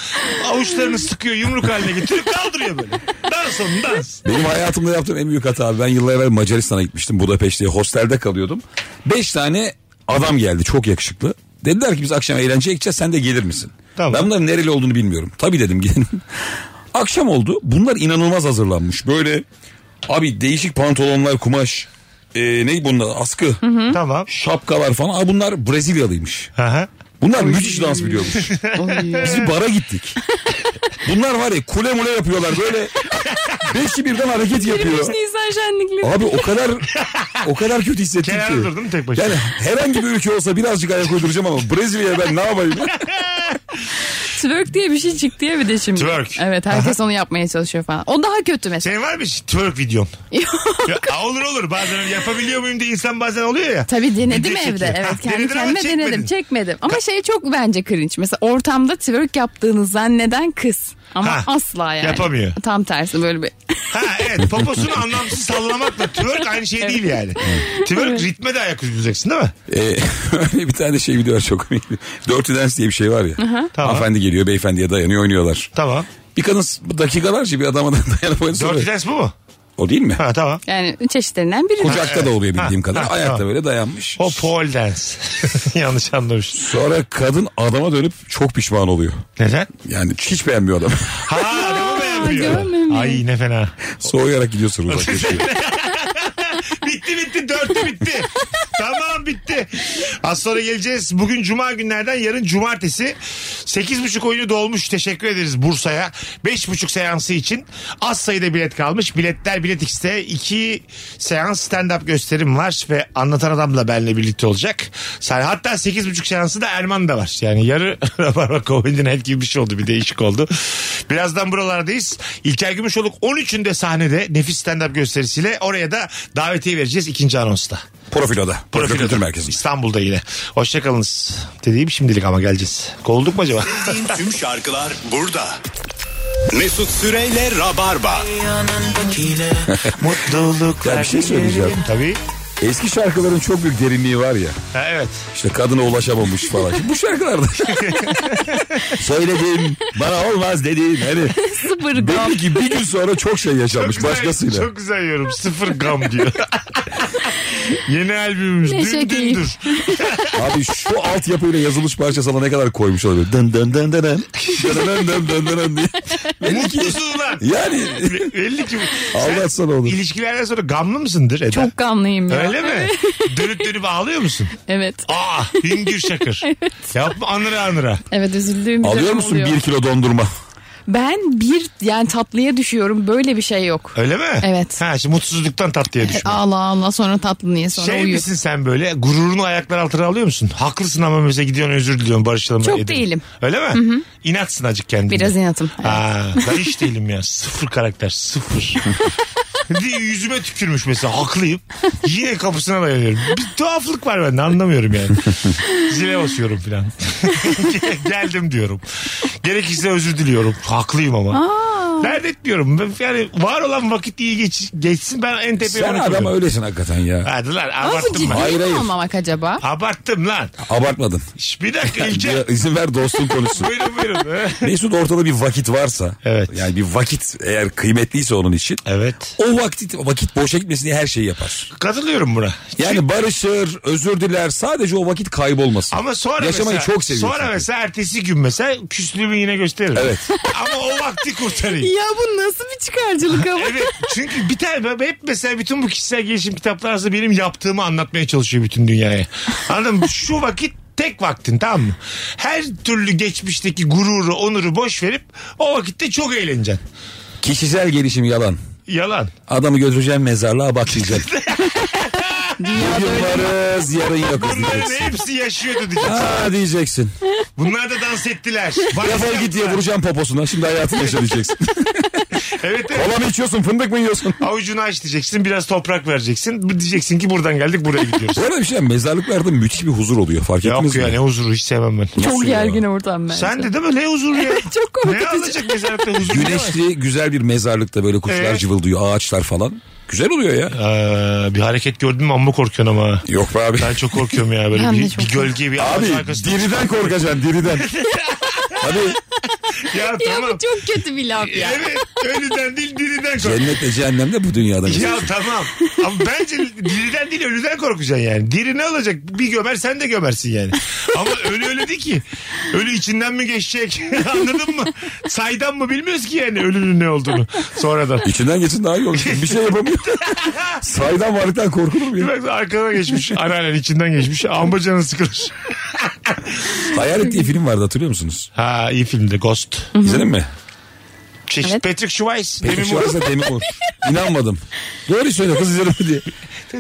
Speaker 5: avuçlarını sıkıyor yumruk haline getirip kaldırıyor böyle. Dans onun dans.
Speaker 6: Benim hayatımda yaptığım en büyük hata abi. Ben yıllar evvel Macaristan'a gitmiştim. Budapeşte hostelde kalıyordum. Beş tane adam geldi çok yakışıklı. Dediler ki biz akşam eğlenceye gideceğiz sen de gelir misin?
Speaker 5: Tamam.
Speaker 6: Ben bunların nereli olduğunu bilmiyorum. Tabii dedim gidelim. akşam oldu. Bunlar inanılmaz hazırlanmış. Böyle abi değişik pantolonlar kumaş. Ee, ne bunlar askı.
Speaker 5: Tamam.
Speaker 6: Şapkalar falan. Aa, bunlar Brezilyalıymış.
Speaker 5: Aha.
Speaker 6: Bunlar müthiş dans biliyormuş. Biz bir bara gittik. Bunlar var ya kule mule yapıyorlar böyle. Beşi birden hareket yapıyor.
Speaker 7: 23 Nisan şenlikleri.
Speaker 6: Abi o kadar o kadar kötü hissettim
Speaker 5: Kenarda
Speaker 6: ki.
Speaker 5: durdun tek başına.
Speaker 6: Yani herhangi bir ülke olsa birazcık ayak uyduracağım ama Brezilya'ya ben ne yapayım?
Speaker 7: Twerk diye bir şey çıktı ya bir de şimdi.
Speaker 5: Twerk.
Speaker 7: Evet herkes onu yapmaya çalışıyor falan. O daha kötü mesela.
Speaker 5: Senin var mı hiç twerk videon? Ya, aa, olur olur bazen öyle yapabiliyor muyum diye insan bazen oluyor ya.
Speaker 7: Tabii
Speaker 5: Video
Speaker 7: denedim
Speaker 5: çekiyor.
Speaker 7: evde. Evet
Speaker 5: Ha,
Speaker 7: kendi
Speaker 5: denedin ama
Speaker 7: kendime
Speaker 5: çekmedin.
Speaker 7: denedim. Çekmedim. Ama şey çok bence cringe. Mesela ortamda twerk yaptığını zanneden kız. Ama
Speaker 5: Ha,
Speaker 7: asla yani.
Speaker 5: yapamıyor.
Speaker 7: Tam tersi böyle bir.
Speaker 5: Ha evet poposunu anlamsız sallamakla twerk aynı şey değil yani. Twerk ritme de ayak uyduracaksın değil mi?
Speaker 6: Ee, öyle bir tane şey video var çok komik. Dirty Dance diye bir şey var ya.
Speaker 5: Tamam.
Speaker 6: Hanımefendi geliyor beyefendiye dayanıyor oynuyorlar.
Speaker 5: Tamam.
Speaker 6: Bir kadın dakikalarca bir adama dayanıp oynuyor.
Speaker 5: Dirty dance bu mu?
Speaker 6: O değil mi?
Speaker 5: Ha tamam.
Speaker 7: Yani çeşitlerinden biri.
Speaker 6: Kucakta da oluyor bildiğim
Speaker 5: Ha,
Speaker 6: kadar.
Speaker 5: ha,
Speaker 6: Ayakta
Speaker 5: tamam.
Speaker 6: böyle dayanmış.
Speaker 5: O pole dance. Yanlış anlamış.
Speaker 6: Sonra kadın adama dönüp çok pişman oluyor.
Speaker 5: Neden?
Speaker 6: Yani hiç beğenmiyor adamı.
Speaker 5: Ha adamı beğenmiyor.
Speaker 7: görmemiş.
Speaker 5: Ay ne fena.
Speaker 6: Soğuyarak gidiyorsun uzak. yaşıyor.
Speaker 5: bitti bitti dörtlü bitti. tamam bitti. Az sonra geleceğiz. Bugün cuma günlerden yarın cumartesi. 8.30 oyunu dolmuş. Teşekkür ederiz Bursa'ya. 5.30 seansı için az sayıda bilet kalmış. Biletler Bilet X'te 2 seans stand-up gösterim var ve anlatan adam da benimle birlikte olacak. Sen- Hatta 8.30 seansı da Erman da var. Yani yarı Rabarba Comedy Night gibi bir şey oldu. Bir değişik oldu. Birazdan buralardayız. İlker Gümüşoluk 13'ünde sahnede nefis stand-up gösterisiyle oraya da davetiye vereceğiz ikinci anonsta.
Speaker 6: Profilo'da. Profilo Kültür Merkezi'nde.
Speaker 5: İstanbul'da yine. Hoşçakalınız. Dediğim şimdilik ama geleceğiz. Kovulduk mu acaba?
Speaker 2: Tüm şarkılar burada. Mesut Süreyle Rabarba.
Speaker 5: Mutluluklar.
Speaker 6: Ya bir şey söyleyeceğim.
Speaker 5: Tabii.
Speaker 6: Eski şarkıların çok büyük derinliği var ya.
Speaker 5: Ha, evet.
Speaker 6: İşte kadına ulaşamamış falan. Bu şarkılarda. Söyledim bana olmaz dedim. Hani
Speaker 7: Sıfır gam.
Speaker 6: belli ki bir gün sonra çok şey yaşanmış
Speaker 5: Güzel,
Speaker 6: başkasıyla.
Speaker 5: Çok güzel yorum. Sıfır gam diyor. Yeni albümümüz.
Speaker 7: Ne
Speaker 5: Dün
Speaker 7: şekil.
Speaker 5: dündür.
Speaker 6: Abi şu altyapıyla yazılmış parçasına ne kadar koymuş olabilir. Dın dın dın dın dın. Dın dın dın dın dın dın diye. Belli ki
Speaker 5: Mutlusun lan.
Speaker 6: yani
Speaker 5: Belli ki. bu- Sen
Speaker 6: aldatsana onu.
Speaker 5: ilişkilerden sonra gamlı mısındır Eda?
Speaker 7: Çok gamlıyım ya.
Speaker 5: Öyle mi? dönüp dönüp ağlıyor musun?
Speaker 7: Evet.
Speaker 5: Aa hüngür şakır. Yapma anıra anıra.
Speaker 7: Evet üzüldüğüm bir
Speaker 6: Alıyor
Speaker 7: dönem
Speaker 6: musun
Speaker 7: oluyor.
Speaker 6: bir kilo dondurma?
Speaker 7: Ben bir yani tatlıya düşüyorum. Böyle bir şey yok.
Speaker 5: Öyle mi?
Speaker 7: Evet.
Speaker 5: Ha şimdi mutsuzluktan tatlıya düşme.
Speaker 7: Ağla ağla sonra tatlı niye sonra
Speaker 5: şey
Speaker 7: uyu.
Speaker 5: misin sen böyle gururunu ayaklar altına alıyor musun? Haklısın ama mesela gidiyorsun özür diliyorsun barışalım.
Speaker 7: Çok
Speaker 5: edelim.
Speaker 7: değilim.
Speaker 5: Öyle mi? İnatsın acık kendine.
Speaker 7: Biraz inatım. Evet.
Speaker 5: Aa, ben hiç değilim ya. Sıfır karakter. Sıfır. Bir de yüzüme tükürmüş mesela haklıyım. Yine kapısına dayanıyorum. Bir tuhaflık var bende anlamıyorum yani. Zile basıyorum falan. Geldim diyorum. Gerekirse özür diliyorum. Haklıyım ama. Dert etmiyorum. Ben- Yani var olan vakit iyi geç, geçsin. Ben en tepeye
Speaker 6: Sen
Speaker 5: onu
Speaker 6: adam
Speaker 5: koyuyorum.
Speaker 6: öylesin hakikaten ya.
Speaker 5: Hadi lan
Speaker 7: Nasıl
Speaker 5: abarttım
Speaker 7: ciddi
Speaker 5: ben.
Speaker 6: Hayır, hayır.
Speaker 7: olmamak acaba?
Speaker 5: Abarttım lan.
Speaker 6: Abartmadın.
Speaker 5: Şş, Bir dakika İlker.
Speaker 6: Bir izin ver dostun konuşsun.
Speaker 5: buyurun buyurun.
Speaker 6: Mesut ortada bir vakit varsa.
Speaker 5: Evet.
Speaker 6: Yani bir vakit eğer kıymetliyse onun için.
Speaker 5: evet.
Speaker 6: O vakit vakit boşa gitmesin diye her şeyi yapar.
Speaker 5: Katılıyorum buna.
Speaker 6: Yani barışır, özür diler. Sadece o vakit kaybolmasın.
Speaker 5: Ama sonra
Speaker 6: Yaşamayı
Speaker 5: mesela,
Speaker 6: çok seviyor.
Speaker 5: Sonra
Speaker 6: çünkü.
Speaker 5: mesela ertesi gün mesela küslüğümü yine gösteririm.
Speaker 6: Evet.
Speaker 5: Ama o vakti kurtarayım.
Speaker 7: Ya bu nasıl bir çıkarcılık ama?
Speaker 5: Evet çünkü bir tane ben hep mesela bütün bu kişisel gelişim kitapları arasında benim yaptığımı anlatmaya çalışıyor bütün dünyaya. Anladın mı? Şu vakit tek vaktin tamam mı? Her türlü geçmişteki gururu, onuru boş verip o vakitte çok eğleneceksin.
Speaker 6: Kişisel gelişim yalan.
Speaker 5: Yalan.
Speaker 6: Adamı götüreceğim mezarlığa baklayacaksın. Bugün varız yarın yokuz
Speaker 5: Bunların
Speaker 6: diyeceksin.
Speaker 5: hepsi yaşıyordu diyeceksin.
Speaker 6: Ha diyeceksin.
Speaker 5: Bunlar da dans ettiler.
Speaker 6: Defol git diye vuracağım poposuna. Şimdi hayatını yaşa diyeceksin.
Speaker 5: Evet evet.
Speaker 6: Kola mı içiyorsun fındık mı yiyorsun?
Speaker 5: Avucunu aç diyeceksin biraz toprak vereceksin. Diyeceksin ki buradan geldik buraya gidiyoruz.
Speaker 6: Bu arada bir şey diyeyim, mezarlıklarda müthiş bir huzur oluyor fark ettiniz
Speaker 5: Yok
Speaker 6: mi?
Speaker 5: ya ne huzuru hiç sevmem ben.
Speaker 7: Çok
Speaker 6: Nasıl ya?
Speaker 7: gergin ortam bence.
Speaker 5: Sen de değil mi? Ne huzuru ya?
Speaker 7: Çok
Speaker 5: ne
Speaker 7: korkutucu.
Speaker 5: alacak mezarlıkta huzur?
Speaker 6: Güneşli güzel bir mezarlıkta böyle kuşlar
Speaker 5: Ee?
Speaker 6: cıvıldıyor ağaçlar falan. Güzel oluyor ya.
Speaker 5: Ee, bir hareket gördün mü amma korkuyorsun ama.
Speaker 6: Yok be abi.
Speaker 5: Ben çok korkuyorum ya böyle
Speaker 7: Ben de
Speaker 5: bir,
Speaker 7: çok
Speaker 5: bir gölge bir ağaç
Speaker 6: Abi
Speaker 5: arkasında.
Speaker 6: diriden korkacaksın diriden. Hadi
Speaker 5: Ya
Speaker 7: Ya
Speaker 5: tamam.
Speaker 7: bu çok kötü bir laf ya.
Speaker 5: Evet ölüden değil diriden kork.
Speaker 6: cennetle cehennemde bu dünyada.
Speaker 5: Ya tamam. Ama bence diriden değil ölüden korkacaksın yani. Diri ne olacak? Bir gömer sen de gömersin yani. Ama ölü öyle değil ki. Ölü içinden mi geçecek? Anladın mı? Saydan mı bilmiyoruz ki yani ölünün ne olduğunu sonradan.
Speaker 6: İçinden geçin daha iyi olur. Bir şey yapamıyor. Saydan varlıktan korkulur mu
Speaker 5: Bir
Speaker 6: ya?
Speaker 5: bak arkadan geçmiş. Anneannen içinden geçmiş. Amma canı sıkılır.
Speaker 6: Hayal ettiği film vardı hatırlıyor musunuz?
Speaker 5: Ha iyi filmdi Ghost.
Speaker 6: İzledin mi?
Speaker 5: Şey,
Speaker 7: Evet.
Speaker 5: Patrick Schweiss.
Speaker 6: Benim
Speaker 5: Demi
Speaker 6: şu
Speaker 5: Moore.
Speaker 6: arasında Demi Moore. İnanmadım. Doğru söylüyor kız izledim diye.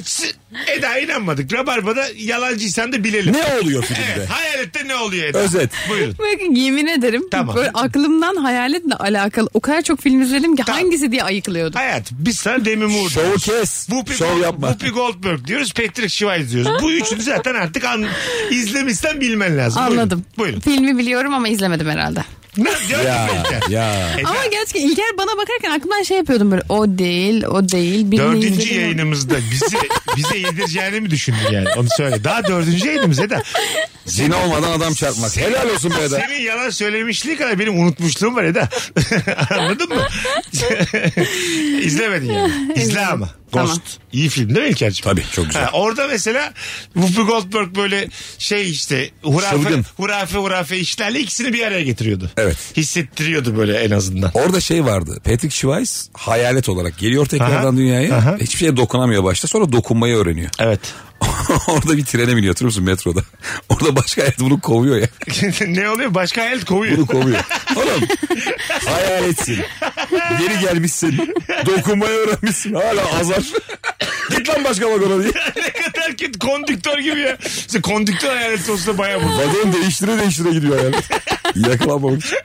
Speaker 5: S- Eda inanmadık. Rabarba'da yalancıysan da bilelim.
Speaker 6: Ne oluyor
Speaker 5: Evet,
Speaker 6: filmde?
Speaker 5: hayalette ne oluyor Eda?
Speaker 6: Özet.
Speaker 5: Buyurun.
Speaker 7: Bakın yemin ederim
Speaker 5: Tamam.
Speaker 7: böyle aklımdan hayaletle alakalı o kadar çok film izledim ki
Speaker 5: Tamam.
Speaker 7: hangisi diye ayıklıyordum.
Speaker 5: Hayat biz sana Demi Moore
Speaker 6: Şovu
Speaker 5: diyoruz.
Speaker 6: kes.
Speaker 5: Whoopi,
Speaker 6: Şov yapma.
Speaker 5: Whoopi Goldberg diyoruz. Patrick Schweiz diyoruz. Bu üçünü zaten artık an, izlemişsen bilmen lazım. Buyurun.
Speaker 7: Anladım.
Speaker 5: Buyurun.
Speaker 7: Filmi biliyorum ama izlemedim herhalde.
Speaker 5: Ne, gördün mü
Speaker 6: Ya
Speaker 5: İlker?
Speaker 6: ya.
Speaker 5: Eda,
Speaker 7: Ama gerçekten İlker bana bakarken aklımdan şey yapıyordum böyle o değil o değil. birini
Speaker 5: Dördüncü
Speaker 7: izledim.
Speaker 5: yayınımızda bizi bize yedireceğini mi düşündün yani? Onu söyle. Daha dördüncü yayınımız Eda.
Speaker 6: Zin olmadan adam çarpmak. Helal olsun be adam.
Speaker 5: Senin yalan söylemişliği kadar benim unutmuşluğum var Eda. Anladın mı? İzlemedin yani. İzle ama. Ghost.
Speaker 7: Tamam.
Speaker 5: İyi film değil mi İlker'cim?
Speaker 6: Tabii, çok güzel.
Speaker 5: orada mesela Whoopi Goldberg böyle şey işte hurafe,
Speaker 6: Çılgın.
Speaker 5: hurafe hurafe işlerle ikisini bir araya getiriyordu.
Speaker 6: Evet.
Speaker 5: Hissettiriyordu böyle en azından.
Speaker 6: Orada şey vardı. Patrick Schweiz hayalet olarak geliyor tekrardan
Speaker 5: Aha,
Speaker 6: dünyaya.
Speaker 5: aha.
Speaker 6: Hiçbir şeye dokunamıyor başta. Sonra dokunmayı öğreniyor.
Speaker 5: Evet.
Speaker 6: Orada bir trene biniyor hatırlıyor musun metroda? Orada başka hayalet bunu kovuyor ya.
Speaker 5: ne oluyor? Başka hayal kovuyor.
Speaker 6: Bunu kovuyor. Oğlum hayaletsin. Geri gelmişsin. Dokunmayı öğrenmişsin. Hala azar. Git lan başka vagona diye.
Speaker 5: ne kadar ki kondüktör gibi ya. İşte kondüktör hayaleti olsa da bayağı bu.
Speaker 6: Vagon değiştire değiştire gidiyor hayalet. Yakalanmamak için.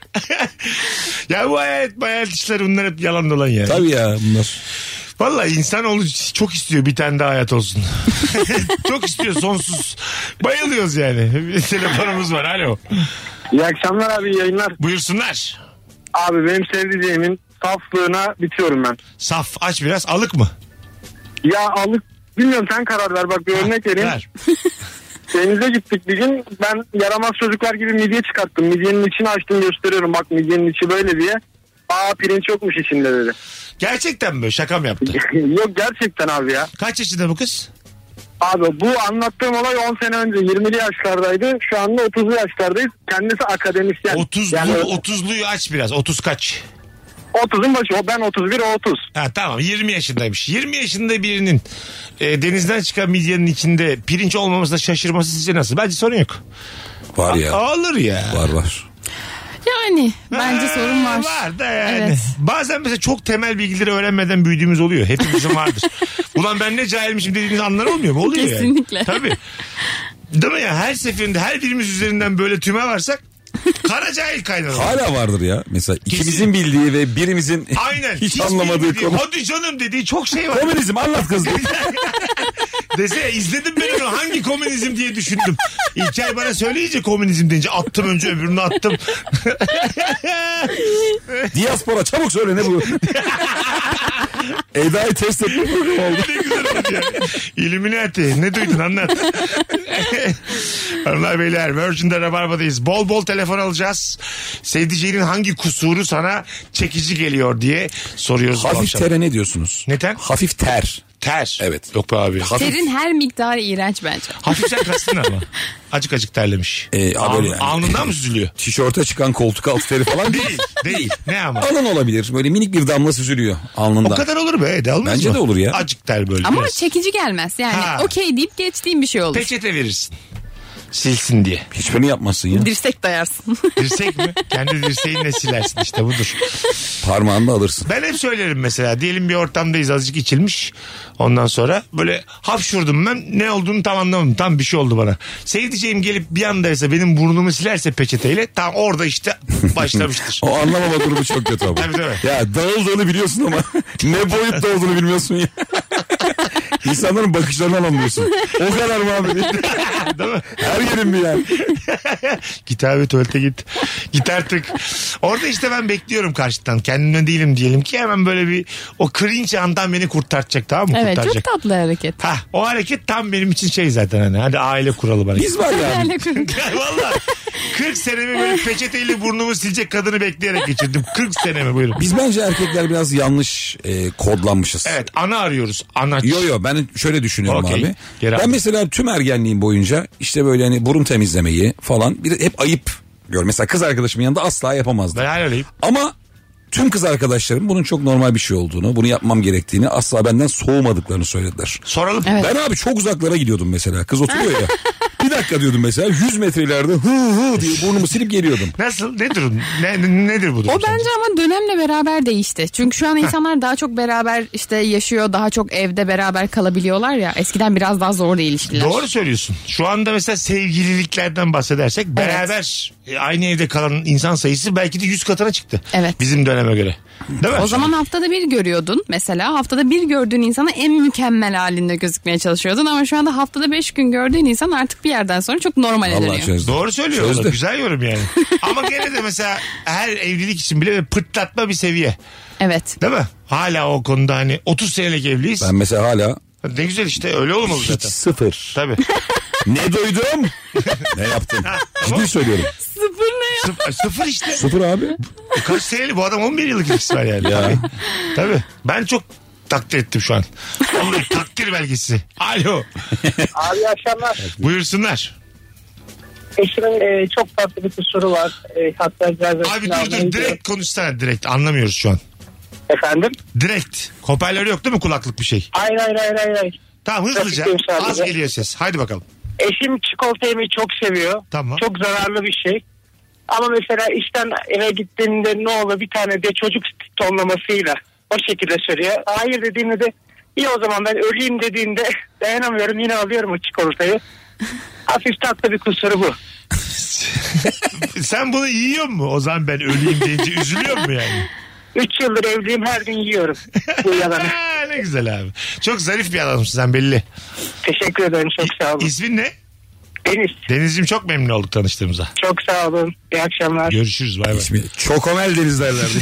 Speaker 5: Ya bu hayalet hayalet işler bunlar hep yalan dolan yani.
Speaker 6: Tabii ya bunlar.
Speaker 5: Valla insan onu çok istiyor bir tane daha hayat olsun. çok istiyor sonsuz. Bayılıyoruz yani. Bir telefonumuz var. Alo.
Speaker 10: İyi akşamlar abi yayınlar.
Speaker 5: Buyursunlar.
Speaker 10: Abi benim sevdiceğimin saflığına bitiyorum ben.
Speaker 5: Saf aç biraz. Alık mı?
Speaker 10: Ya alık bilmiyorum sen karar ver bak bir örnek vereyim.
Speaker 5: Ver.
Speaker 10: Denize gittik bir gün ben yaramaz çocuklar gibi midye çıkarttım. Midyenin içini açtım gösteriyorum bak midyenin içi böyle diye. Aa pirinç yokmuş içinde dedi.
Speaker 5: Gerçekten mi? Şaka mı yaptı?
Speaker 10: Yok gerçekten abi ya.
Speaker 5: Kaç yaşında bu kız?
Speaker 10: Abi bu anlattığım olay 10 sene önce 20'li yaşlardaydı. Şu anda 30'lu yaşlardayız. Kendisi akademisyen.
Speaker 5: 30'lu,
Speaker 10: Yani
Speaker 5: 30'luyu aç biraz. 30 kaç?
Speaker 10: 30'un başı o ben 31 o 30.
Speaker 5: Ha tamam 20 yaşındaymış. 20 yaşında birinin e, denizden çıkan midyenin içinde pirinç olmamasına şaşırması sizce nasıl? Bence sorun yok.
Speaker 6: Var ya.
Speaker 5: Olur ya.
Speaker 6: Var var.
Speaker 7: Yani bence
Speaker 5: Ha,
Speaker 7: sorun var.
Speaker 5: Var da yani.
Speaker 7: Evet.
Speaker 5: Bazen mesela çok temel bilgileri öğrenmeden büyüdüğümüz oluyor. Hepimizin vardır. Ulan ben ne cahilmişim dediğiniz anlar olmuyor mu? Oluyor yani.
Speaker 7: Kesinlikle.
Speaker 5: Tabii. Değil mi ya? Her seferinde her birimiz üzerinden böyle tüme varsak kara cahil kaynağı.
Speaker 6: Hala vardır ya. Mesela ikimizin bildiği ve birimizin
Speaker 5: Aynen.
Speaker 6: hiç anlamadığı
Speaker 5: bilmediği,
Speaker 6: konu.
Speaker 5: Hadi canım dediği çok şey var.
Speaker 6: Komünizm anlat kız. diye.
Speaker 5: Dese izledim ben onu hangi komünizm diye düşündüm. İlker bana söyleyince komünizm deyince attım önce öbürünü attım.
Speaker 6: Diaspora çabuk söyle ne bu? Eda'yı test etme programı oldu.
Speaker 5: ne güzel oldu ya. Illuminati. Ne duydun anlat. Hanımlar beyler Virgin'de Rabarba'dayız. Bol bol telefon alacağız. Sevdiceğinin hangi kusuru sana çekici geliyor diye soruyoruz. bu
Speaker 6: Hafif
Speaker 5: akşam.
Speaker 6: tere ne diyorsunuz?
Speaker 5: Neden?
Speaker 6: Hafif ter.
Speaker 5: Ter.
Speaker 6: Evet.
Speaker 5: Yok be abi. Hafif,
Speaker 7: Terin her miktarı iğrenç bence.
Speaker 5: hafif sen kastın ama. Acık acık terlemiş.
Speaker 6: Ee,
Speaker 5: Aln-
Speaker 6: böyle yani.
Speaker 5: Alnından mı süzülüyor?
Speaker 6: Tişörte çıkan koltuk altı teri falan değil.
Speaker 5: Değil. Değil. Ne ama?
Speaker 6: Alın olabilir. Böyle minik bir damla süzülüyor alnından.
Speaker 5: O kadar olur be. De olmaz
Speaker 6: Bence
Speaker 5: mı?
Speaker 6: de olur ya.
Speaker 5: Acık ter böyle.
Speaker 7: Ama
Speaker 5: biraz.
Speaker 7: çekici gelmez
Speaker 5: Ha.
Speaker 7: yani. Okey deyip geçtiğim bir şey olur.
Speaker 5: Peçete verirsin. Silsin diye.
Speaker 6: Hiçbirini yapmazsın ya.
Speaker 7: Dirsek dayarsın.
Speaker 5: Dirsek mi? Kendi dirseğinle silersin işte budur.
Speaker 6: Parmağında alırsın.
Speaker 5: Ben hep söylerim mesela diyelim bir ortamdayız azıcık içilmiş. Ondan sonra böyle hapşurdum ben ne olduğunu tam anlamadım. Tam bir şey oldu bana. Sevdiceğim gelip bir andaysa benim burnumu silerse peçeteyle tam orada işte başlamıştır.
Speaker 6: O anlamama durumu çok kötü ama.
Speaker 5: Tabii, tabii.
Speaker 6: Ya dağıldığını biliyorsun ama ne boyutta olduğunu bilmiyorsun ya. İnsanların bakışlarından anlıyorsun. O kadar mı abi?
Speaker 5: Değil mi?
Speaker 6: Her yerin bir yer.
Speaker 5: Git abi tuvalete git. Git artık. Orada işte ben bekliyorum karşıdan. Kendimden değilim diyelim ki hemen böyle bir o cringe andan beni kurtaracak tamam mı?
Speaker 7: evet çok
Speaker 5: Kurtaracak.
Speaker 7: tatlı hareket.
Speaker 5: Ha, o hareket tam benim için şey zaten hani. Hadi aile kuralı bana.
Speaker 6: Biz var yani.
Speaker 7: Yani kız-
Speaker 5: Valla 40 senemi böyle peçeteyle burnumu silecek kadını bekleyerek geçirdim. 40 senemi buyurun.
Speaker 6: Biz bence erkekler biraz yanlış e, kodlanmışız.
Speaker 5: Evet ana arıyoruz. Ana.
Speaker 6: Yo yo ben şöyle düşünüyorum
Speaker 5: Okey.
Speaker 6: abi.
Speaker 5: Geri
Speaker 6: ben
Speaker 5: aldım.
Speaker 6: mesela tüm ergenliğim boyunca işte böyle hani burun temizlemeyi falan bir de hep ayıp gör. Mesela kız arkadaşımın yanında asla yapamazdım.
Speaker 5: Ben hala öyleyim.
Speaker 6: Ama tüm kız arkadaşlarım bunun çok normal bir şey olduğunu, bunu yapmam gerektiğini asla benden soğumadıklarını söylediler.
Speaker 5: Soralım.
Speaker 7: Evet.
Speaker 6: Ben abi çok uzaklara gidiyordum mesela. Kız oturuyor ya. bir dakika diyordum mesela 100 metre ileride hı hı diye burnumu silip geliyordum.
Speaker 5: Nasıl? Ne durum? Ne, ne- nedir bu durum?
Speaker 7: O bence ama dönemle beraber değişti. Çünkü şu an insanlar daha çok beraber işte yaşıyor, daha çok evde beraber kalabiliyorlar ya. Eskiden biraz daha zordu ilişkiler.
Speaker 5: Doğru söylüyorsun. Şu anda mesela sevgililiklerden bahsedersek beraber e, aynı evde kalan insan sayısı belki de 100 katına çıktı.
Speaker 7: Evet.
Speaker 5: Bizim döneme göre. Değil mi?
Speaker 7: O zaman haftada bir görüyordun mesela. Haftada bir gördüğün insana en mükemmel halinde gözükmeye çalışıyordun. Ama şu anda haftada beş gün gördüğün insan artık bir yerden sonra çok normale
Speaker 6: Allah
Speaker 7: dönüyor.
Speaker 6: çözdü.
Speaker 5: Doğru söylüyor.
Speaker 6: Çözdü.
Speaker 5: Güzel yorum yani. Ama gene de mesela her evlilik için bile bir pırtlatma bir seviye.
Speaker 7: Evet.
Speaker 5: Değil mi? Hala o konuda hani 30 senelik evliyiz.
Speaker 6: Ben mesela hala
Speaker 5: Ne güzel işte öyle olmalı
Speaker 6: hiç
Speaker 5: zaten.
Speaker 6: sıfır.
Speaker 5: Tabii.
Speaker 6: ne duydum? ne yaptım? Ciddi söylüyorum.
Speaker 7: Sıfır ne ya?
Speaker 5: Sıf- e, sıfır işte.
Speaker 6: Sıfır abi.
Speaker 5: Kaç seneli bu adam 11 yıllık ilişkisi var yani. Tabii. Tabii. Ben çok takdir ettim şu an. Vallahi takdir belgesi. Alo.
Speaker 8: Abi akşamlar.
Speaker 5: Buyursunlar.
Speaker 8: Eşimin e, çok tatlı bir kusuru var. E, hatta biraz
Speaker 5: Abi
Speaker 8: öncesini
Speaker 5: dur
Speaker 8: almayı
Speaker 5: dur direkt konuşsana direkt. Anlamıyoruz şu an.
Speaker 8: Efendim?
Speaker 5: Direkt. Hoparlör yok değil mi kulaklık bir şey?
Speaker 8: Hayır hayır hayır hayır. hayır.
Speaker 5: Tamam hızlıca.
Speaker 8: Yok, yok,
Speaker 5: Az
Speaker 8: sadece.
Speaker 5: geliyor ses. Haydi bakalım.
Speaker 8: Eşim çikolata yemeyi çok seviyor.
Speaker 5: Tamam.
Speaker 8: Çok zararlı bir şey. Ama mesela işten eve gittiğinde ne olur bir tane de çocuk tonlamasıyla o şekilde söylüyor. Hayır dediğimde de iyi o zaman ben öleyim dediğinde dayanamıyorum yine alıyorum o çikolatayı. Hafif tatlı bir kusuru bu.
Speaker 5: Sen bunu yiyor mu? O zaman ben öleyim deyince üzülüyor mu yani?
Speaker 8: 3 yıldır evliyim her gün yiyorum bu yalanı.
Speaker 5: Ha, ne güzel abi. Çok zarif bir adamsın sen belli.
Speaker 8: Teşekkür ederim çok sağ olun.
Speaker 5: İsmin ne?
Speaker 8: Deniz
Speaker 5: Deniz'cim çok memnun olduk tanıştığımıza.
Speaker 8: çok sağ olun. İyi akşamlar.
Speaker 5: Görüşürüz bay bay.
Speaker 6: İsmi Çokomel Deniz derlerdi.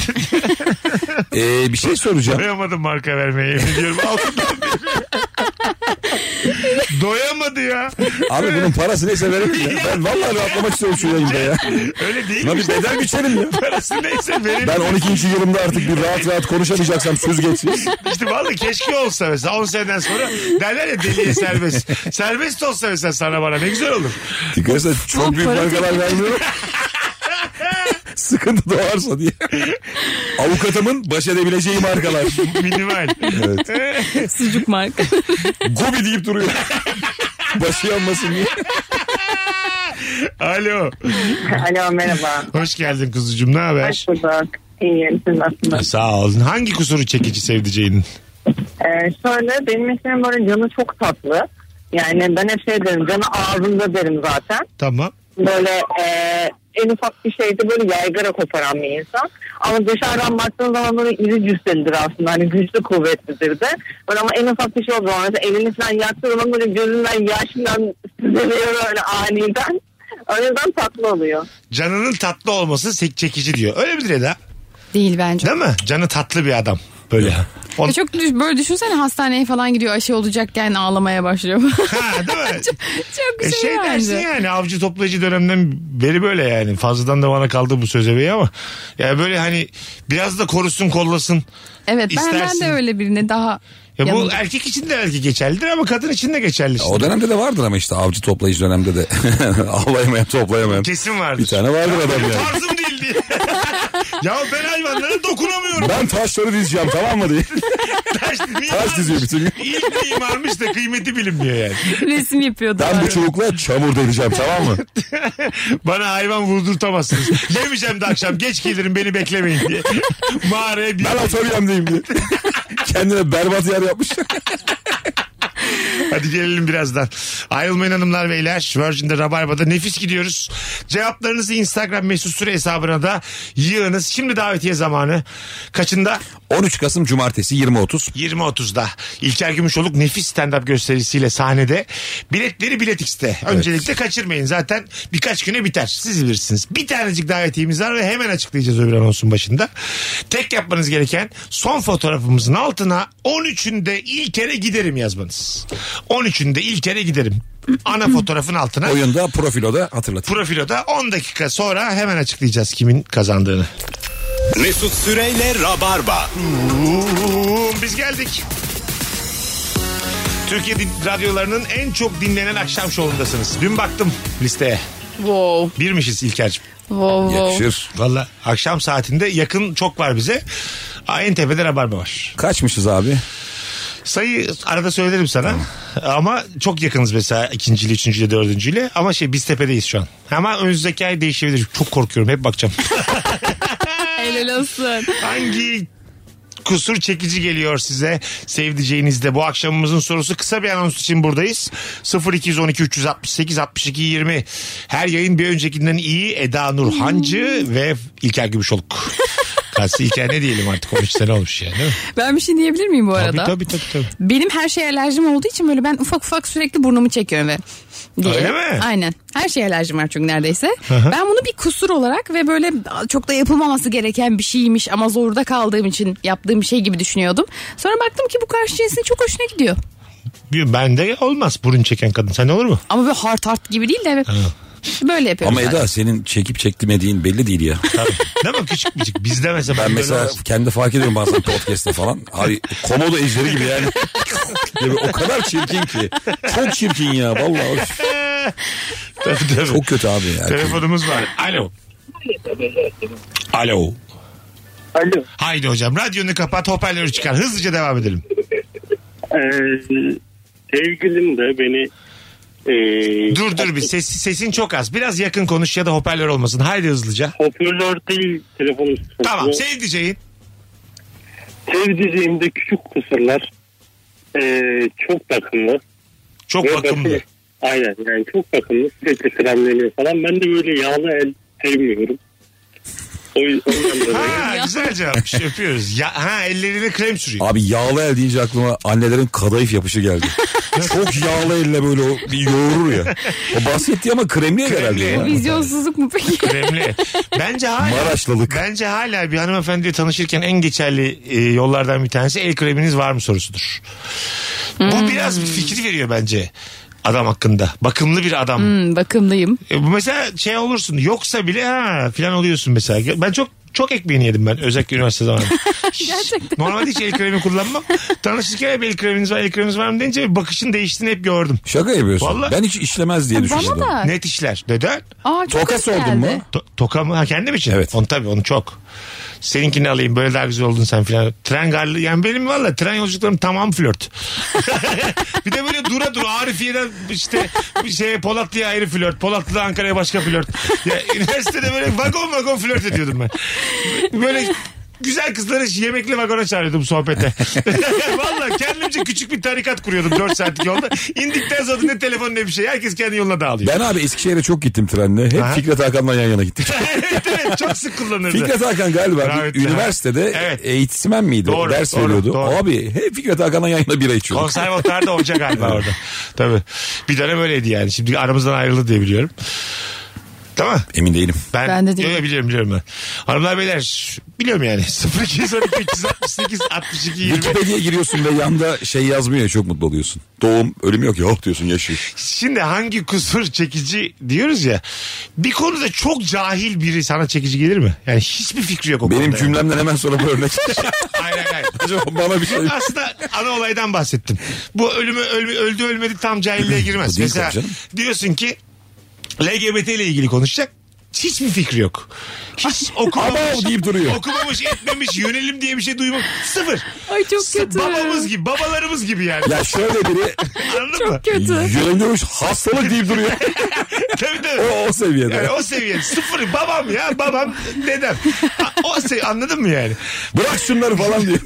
Speaker 6: ee, bir şey soracağım.
Speaker 5: Doyamadım marka vermeye yemin ediyorum. Altından beri. Doyamadı ya.
Speaker 6: Abi bunun parası neyse verelim ya. Ben vallahi rahatlamak istiyorum şu yayında ya.
Speaker 5: Öyle değil
Speaker 6: Lan
Speaker 5: mi?
Speaker 6: bir bedel biçelim ya.
Speaker 5: Parası neyse verelim.
Speaker 6: Ben 12. yılımda artık bir rahat rahat konuşamayacaksam söz geçsin.
Speaker 5: İşte vallahi keşke olsa mesela 10 seneden sonra derler ya deliye serbest. serbest olsa mesela sana bana ne güzel olur.
Speaker 6: Dikkat etsen çok büyük bankalar vermiyorum. Sıkıntı doğarsa diye. Avukatımın baş edebileceği markalar.
Speaker 5: Minimal.
Speaker 7: Sucuk marka.
Speaker 6: Gobi deyip duruyor. Başı yanmasın diye.
Speaker 5: Alo.
Speaker 9: Alo merhaba.
Speaker 5: Hoş geldin kuzucuğum ne haber?
Speaker 9: Hoş bulduk. İyiyim siz nasılsınız?
Speaker 5: Sağ olun. Hangi kusuru çekici sevdiceğinin?
Speaker 9: Ee, şöyle benim eşim böyle canı çok tatlı. Yani ben hep şey derim canı ağzında derim zaten.
Speaker 5: Tamam.
Speaker 9: Böyle e, en ufak bir şeyde böyle yaygara koparan bir insan. Ama dışarıdan baktığın zaman böyle iri cüsselidir aslında. Hani güçlü kuvvetlidir de. Böyle ama en ufak bir şey olduğu zaman mesela elini falan yaktığı zaman böyle gözünden yaşından süzülüyor öyle aniden. O yüzden tatlı oluyor.
Speaker 5: Canının tatlı olması sek çekici diyor. Öyle midir Eda?
Speaker 7: Değil bence.
Speaker 5: Değil mi? Canı tatlı bir adam. Böyle. On...
Speaker 7: E çok düş- böyle düşünsene hastaneye falan gidiyor aşı olacakken ağlamaya başlıyor.
Speaker 5: Ha, değil mi?
Speaker 7: çok
Speaker 5: E
Speaker 7: güzel
Speaker 5: şey dersin
Speaker 7: bence.
Speaker 5: yani avcı toplayıcı dönemden beri böyle yani. Fazladan da bana kaldı bu söz ebeği ama. Ya böyle hani biraz da korusun kollasın.
Speaker 7: Evet ben, ben
Speaker 5: İstersin.
Speaker 7: de öyle birine daha
Speaker 5: Ya bu
Speaker 7: yanıldım.
Speaker 5: erkek için de belki geçerlidir ama kadın için de geçerlidir.
Speaker 6: O dönemde de vardır ama işte avcı toplayıcı dönemde de avlayamayan toplayamayan.
Speaker 5: Kesin vardır.
Speaker 6: Bir tane vardır adam yani.
Speaker 5: Tarzım değil diye. ya ben hayvanlara dokunamıyorum.
Speaker 6: Ben taşları dizeceğim tamam mı diye.
Speaker 5: Taş, niye
Speaker 6: Taş diziyor bütün gün.
Speaker 5: İlk neyim varmış da kıymeti bilinmiyor yani.
Speaker 7: Resim yapıyordu.
Speaker 6: Ben bu çubukla çamur deleceğim tamam mı?
Speaker 5: Bana hayvan vurdurtamazsınız. Yemeyeceğim de akşam geç gelirim beni beklemeyin diye. Mağaraya bir...
Speaker 6: Ben atölyem diyeyim diye. Kendine berbat yer yapmış.
Speaker 5: Hadi gelelim birazdan. Ayrılmayın hanımlar beyler. Virgin'de Rabarba'da nefis gidiyoruz. Cevaplarınızı Instagram mesut süre hesabına da yığınız. Şimdi davetiye zamanı. Kaçında?
Speaker 6: 13 Kasım Cumartesi 20.30.
Speaker 5: 20.30'da. İlker Gümüşoluk nefis stand-up gösterisiyle sahnede. Biletleri Bilet X'te. Öncelikle kaçırmayın. Zaten birkaç güne biter. Siz bilirsiniz. Bir tanecik davetiyemiz var ve hemen açıklayacağız öbür anonsun başında. Tek yapmanız gereken son fotoğrafımızın altına 13'ünde İlker'e giderim yazmanız. 13'ünde İlker'e giderim. Ana fotoğrafın altına.
Speaker 6: Oyunda profiloda hatırlatayım.
Speaker 5: Profiloda 10 dakika sonra hemen açıklayacağız kimin kazandığını.
Speaker 2: Mesut Süreyle Rabarba.
Speaker 5: Uuu, Biz geldik. Türkiye din- radyolarının en çok dinlenen akşam şovundasınız. Dün baktım listeye.
Speaker 7: Wow.
Speaker 5: Birmişiz İlker'cim.
Speaker 7: Wow, wow.
Speaker 6: Yakışır.
Speaker 5: Valla akşam saatinde yakın çok var bize. Aa, En tepede rabarba var.
Speaker 6: Kaçmışız abi?
Speaker 5: Sayı arada söylerim sana. Ama çok yakınız mesela ikinciyle, üçüncüyle, dördüncüyle. Ama şey biz tepedeyiz şu an. Ama önümüzdeki ay değişebilir. Çok korkuyorum. Hep bakacağım.
Speaker 7: Helal olsun.
Speaker 5: Hangi kusur çekici geliyor size sevdiceğinizde? Bu akşamımızın sorusu kısa bir anons için buradayız. 0212 368 62 20. Her yayın bir öncekinden iyi. Eda Nur Hancı ve İlker Gümüşoluk. Kalsın İlker ne diyelim artık 13 sene olmuş yani değil mi?
Speaker 7: Ben bir şey diyebilir miyim bu
Speaker 5: Tabii
Speaker 7: arada?
Speaker 5: tabii tabii. tabii.
Speaker 7: Benim her şeye alerjim olduğu için böyle ben ufak ufak sürekli burnumu çekiyorum ve diye.
Speaker 5: Öyle mi?
Speaker 7: Aynen. Her şeye alerjim var çünkü neredeyse. Ben bunu bir kusur olarak ve böyle çok da yapılmaması gereken bir şeymiş ama zorda kaldığım için yaptığım bir şey gibi düşünüyordum. Sonra baktım ki bu karşı cinsin çok hoşuna gidiyor.
Speaker 5: Bir- Bende olmaz burun çeken kadın. Sen olur mu?
Speaker 7: Ama böyle hard hard gibi değil de böyle yapıyorum.
Speaker 6: Ama
Speaker 7: ben.
Speaker 6: Eda senin çekip çektirmediğin belli değil ya.
Speaker 5: Tabii. Değil mi? Küçük küçük. Bizde mesela.
Speaker 6: Ben
Speaker 5: böyle
Speaker 6: mesela
Speaker 5: olmaz.
Speaker 6: kendi fark ediyorum bazen podcast'te falan. Abi komodo ejderi gibi yani. Ya o kadar çirkin ki. Çok çirkin ya vallahi. Üf,
Speaker 5: Tabii, tabii.
Speaker 6: Çok kötü abi ya.
Speaker 5: Telefonumuz var. Alo. Alo.
Speaker 8: Alo.
Speaker 5: Haydi hocam radyonu kapat hoparlörü çıkar. Hızlıca devam edelim.
Speaker 10: Ee, sevgilim de beni e,
Speaker 5: Dur dur bir ses, sesin çok az. Biraz yakın konuş ya da hoparlör olmasın. Haydi hızlıca.
Speaker 10: hoparlör değil telefonum.
Speaker 5: Tamam sevdiceğin.
Speaker 10: Sevdiceğimde küçük kusurlar e, çok takımlı.
Speaker 5: Çok
Speaker 10: Ve
Speaker 5: bakımlı.
Speaker 10: bakım- Aynen yani çok bakımlı sürekli kremleniyor falan. Ben de böyle yağlı el sevmiyorum. O yüzden o yüzden dolayı.
Speaker 5: Ha güzel cevapmış öpüyoruz. Ya, ha ellerine krem sürüyor.
Speaker 6: Abi yağlı el deyince aklıma annelerin kadayıf yapışı geldi. Çok yağlı elle böyle o bir yoğurur ya. O bahsetti ama kremliye herhalde ya.
Speaker 7: Vizyonsuzluk mu peki?
Speaker 5: Kremli. Bence hala
Speaker 6: Maraşlılık.
Speaker 5: Bence hala bir hanımefendiyle tanışırken en geçerli e, yollardan bir tanesi el kreminiz var mı sorusudur. Bu biraz bir fikir veriyor bence adam hakkında. Bakımlı bir adam.
Speaker 7: Hmm, bakımlıyım.
Speaker 5: E, bu mesela şey olursun yoksa bile ha filan oluyorsun mesela. Ben çok çok ekmeğini yedim ben özellikle üniversite zamanında. Gerçekten. Normalde hiç el kremi kullanmam. Tanışırken hep el kreminiz var el kreminiz var mı deyince bir bakışın değiştiğini hep gördüm.
Speaker 6: Şaka yapıyorsun.
Speaker 5: Vallahi.
Speaker 6: Ben hiç işlemez diye düşündüm.
Speaker 7: Bana da.
Speaker 5: Net işler. Neden?
Speaker 7: Aa, çok
Speaker 6: Tokas
Speaker 7: hoş
Speaker 6: oldun mu?
Speaker 7: geldi.
Speaker 5: To- toka mı? Ha kendim için.
Speaker 6: Evet.
Speaker 5: Onu tabii onu çok. Seninkini alayım böyle daha güzel oldun sen filan. Tren garlı yani benim valla tren yolculuklarım tamam flört. bir de böyle dura dura Arifiye'den işte bir şey Polatlı'ya ayrı flört. Polatlı'da Ankara'ya başka flört. Ya, üniversitede böyle vagon vagon flört ediyordum ben. Böyle güzel kızları yemekli vagona çağırıyordum sohbete. Valla kendimce küçük bir tarikat kuruyordum 4 saatlik yolda. İndikten sonra ne telefon ne bir şey. Herkes kendi yoluna dağılıyor.
Speaker 6: Ben abi Eskişehir'e çok gittim trenle. Hep
Speaker 5: Aha.
Speaker 6: Fikret Hakan'la yan yana gittik.
Speaker 5: evet evet çok sık kullanırdı.
Speaker 6: Fikret Hakan galiba
Speaker 5: Rahmetli.
Speaker 6: bir üniversitede
Speaker 5: Evet.
Speaker 6: eğitismen miydi?
Speaker 5: Doğru,
Speaker 6: Ders
Speaker 5: doğru,
Speaker 6: veriyordu.
Speaker 5: doğru.
Speaker 6: Abi hep Fikret Hakan'la yan yana bira içiyorduk.
Speaker 5: Konservatuar da hoca galiba orada. Tabii. Bir dönem öyleydi yani. Şimdi aramızdan ayrıldı diye biliyorum. Tamam.
Speaker 6: Emin değilim.
Speaker 5: Ben,
Speaker 7: Ben de değilim.
Speaker 5: Yo, yo, biliyorum biliyorum ben. Hanımlar beyler biliyorum yani. 0212 368 62 20.
Speaker 6: Wikipedia'ya giriyorsun ve yanda şey yazmıyor ya çok mutlu oluyorsun. Doğum, ölüm yok yok diyorsun yaşıyor.
Speaker 5: Şimdi hangi kusur çekici diyoruz ya. Bir konuda çok cahil biri sana çekici gelir mi? Yani hiçbir fikri yok o
Speaker 6: Benim
Speaker 5: konuda.
Speaker 6: cümlemden hemen sonra bir örnek.
Speaker 5: Hayır hayır hayır.
Speaker 6: Acaba bana bir şey...
Speaker 5: Aslında ana olaydan bahsettim. Bu ölümü ölme, öldü ölmedi tam cahilliğe
Speaker 6: O
Speaker 5: girmez.
Speaker 6: değil
Speaker 5: Mesela
Speaker 6: tabii canım.
Speaker 5: diyorsun ki LGBT ile ilgili konuşacak. Hiç mi fikri yok? Hiç okumamış,
Speaker 6: Ama deyip duruyor.
Speaker 5: okumamış, etmemiş, yönelim diye bir şey duymamış. Sıfır.
Speaker 7: Ay çok
Speaker 5: S-
Speaker 7: kötü.
Speaker 5: Babamız gibi, babalarımız gibi yani.
Speaker 6: Ya şöyle biri
Speaker 5: Anladın mı?
Speaker 7: Çok kötü.
Speaker 6: yöneliyormuş hastalık deyip duruyor.
Speaker 5: Tabii
Speaker 6: O,
Speaker 5: tabii.
Speaker 6: o seviyede.
Speaker 5: Yani o seviye sıfır babam ya babam dedem. Ha, O sev- anladın mı yani?
Speaker 6: Bırak şunları falan diyor.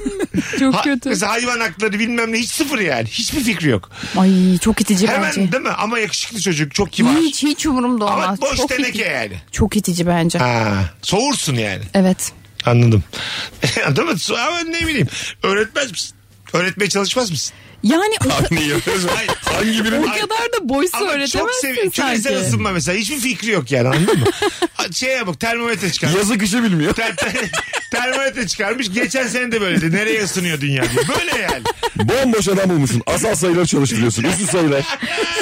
Speaker 7: Çok
Speaker 5: Ha-
Speaker 7: kötü.
Speaker 5: mesela hayvan hakları bilmem ne hiç sıfır yani. Hiçbir fikri yok.
Speaker 7: Ay çok itici
Speaker 5: Hemen
Speaker 7: bence.
Speaker 5: değil mi? Ama yakışıklı çocuk çok kibar.
Speaker 7: Hiç hiç umurumda olmaz.
Speaker 5: Ama boş
Speaker 7: çok
Speaker 5: teneke
Speaker 7: itici.
Speaker 5: yani.
Speaker 7: Çok itici bence.
Speaker 5: Ha, soğursun yani.
Speaker 7: Evet.
Speaker 5: Anladım. Değil mi? So- Ama ne bileyim. Öğretmez misin? Öğretmeye çalışmaz mısın?
Speaker 7: Yani o,
Speaker 6: Abi niye yapıyorsun?
Speaker 5: Hayır.
Speaker 6: Hangi birini?
Speaker 7: o kadar da boysu
Speaker 5: Ama çok
Speaker 7: öğretemezsin
Speaker 5: seviyorum. Küresel
Speaker 7: sanki.
Speaker 5: ısınma mesela. Hiçbir fikri yok yani anladın mı? Ha, Şeye bak termometre çıkar.
Speaker 6: Yazı kışı bilmiyor.
Speaker 5: Ter- ter- termometre çıkarmış. Geçen sene de böyleydi. Nereye ısınıyor dünya diye. Böyle yani.
Speaker 6: Bomboş adam bulmuşsun. Asal sayılar çalıştırıyorsun. Üstü sayılar.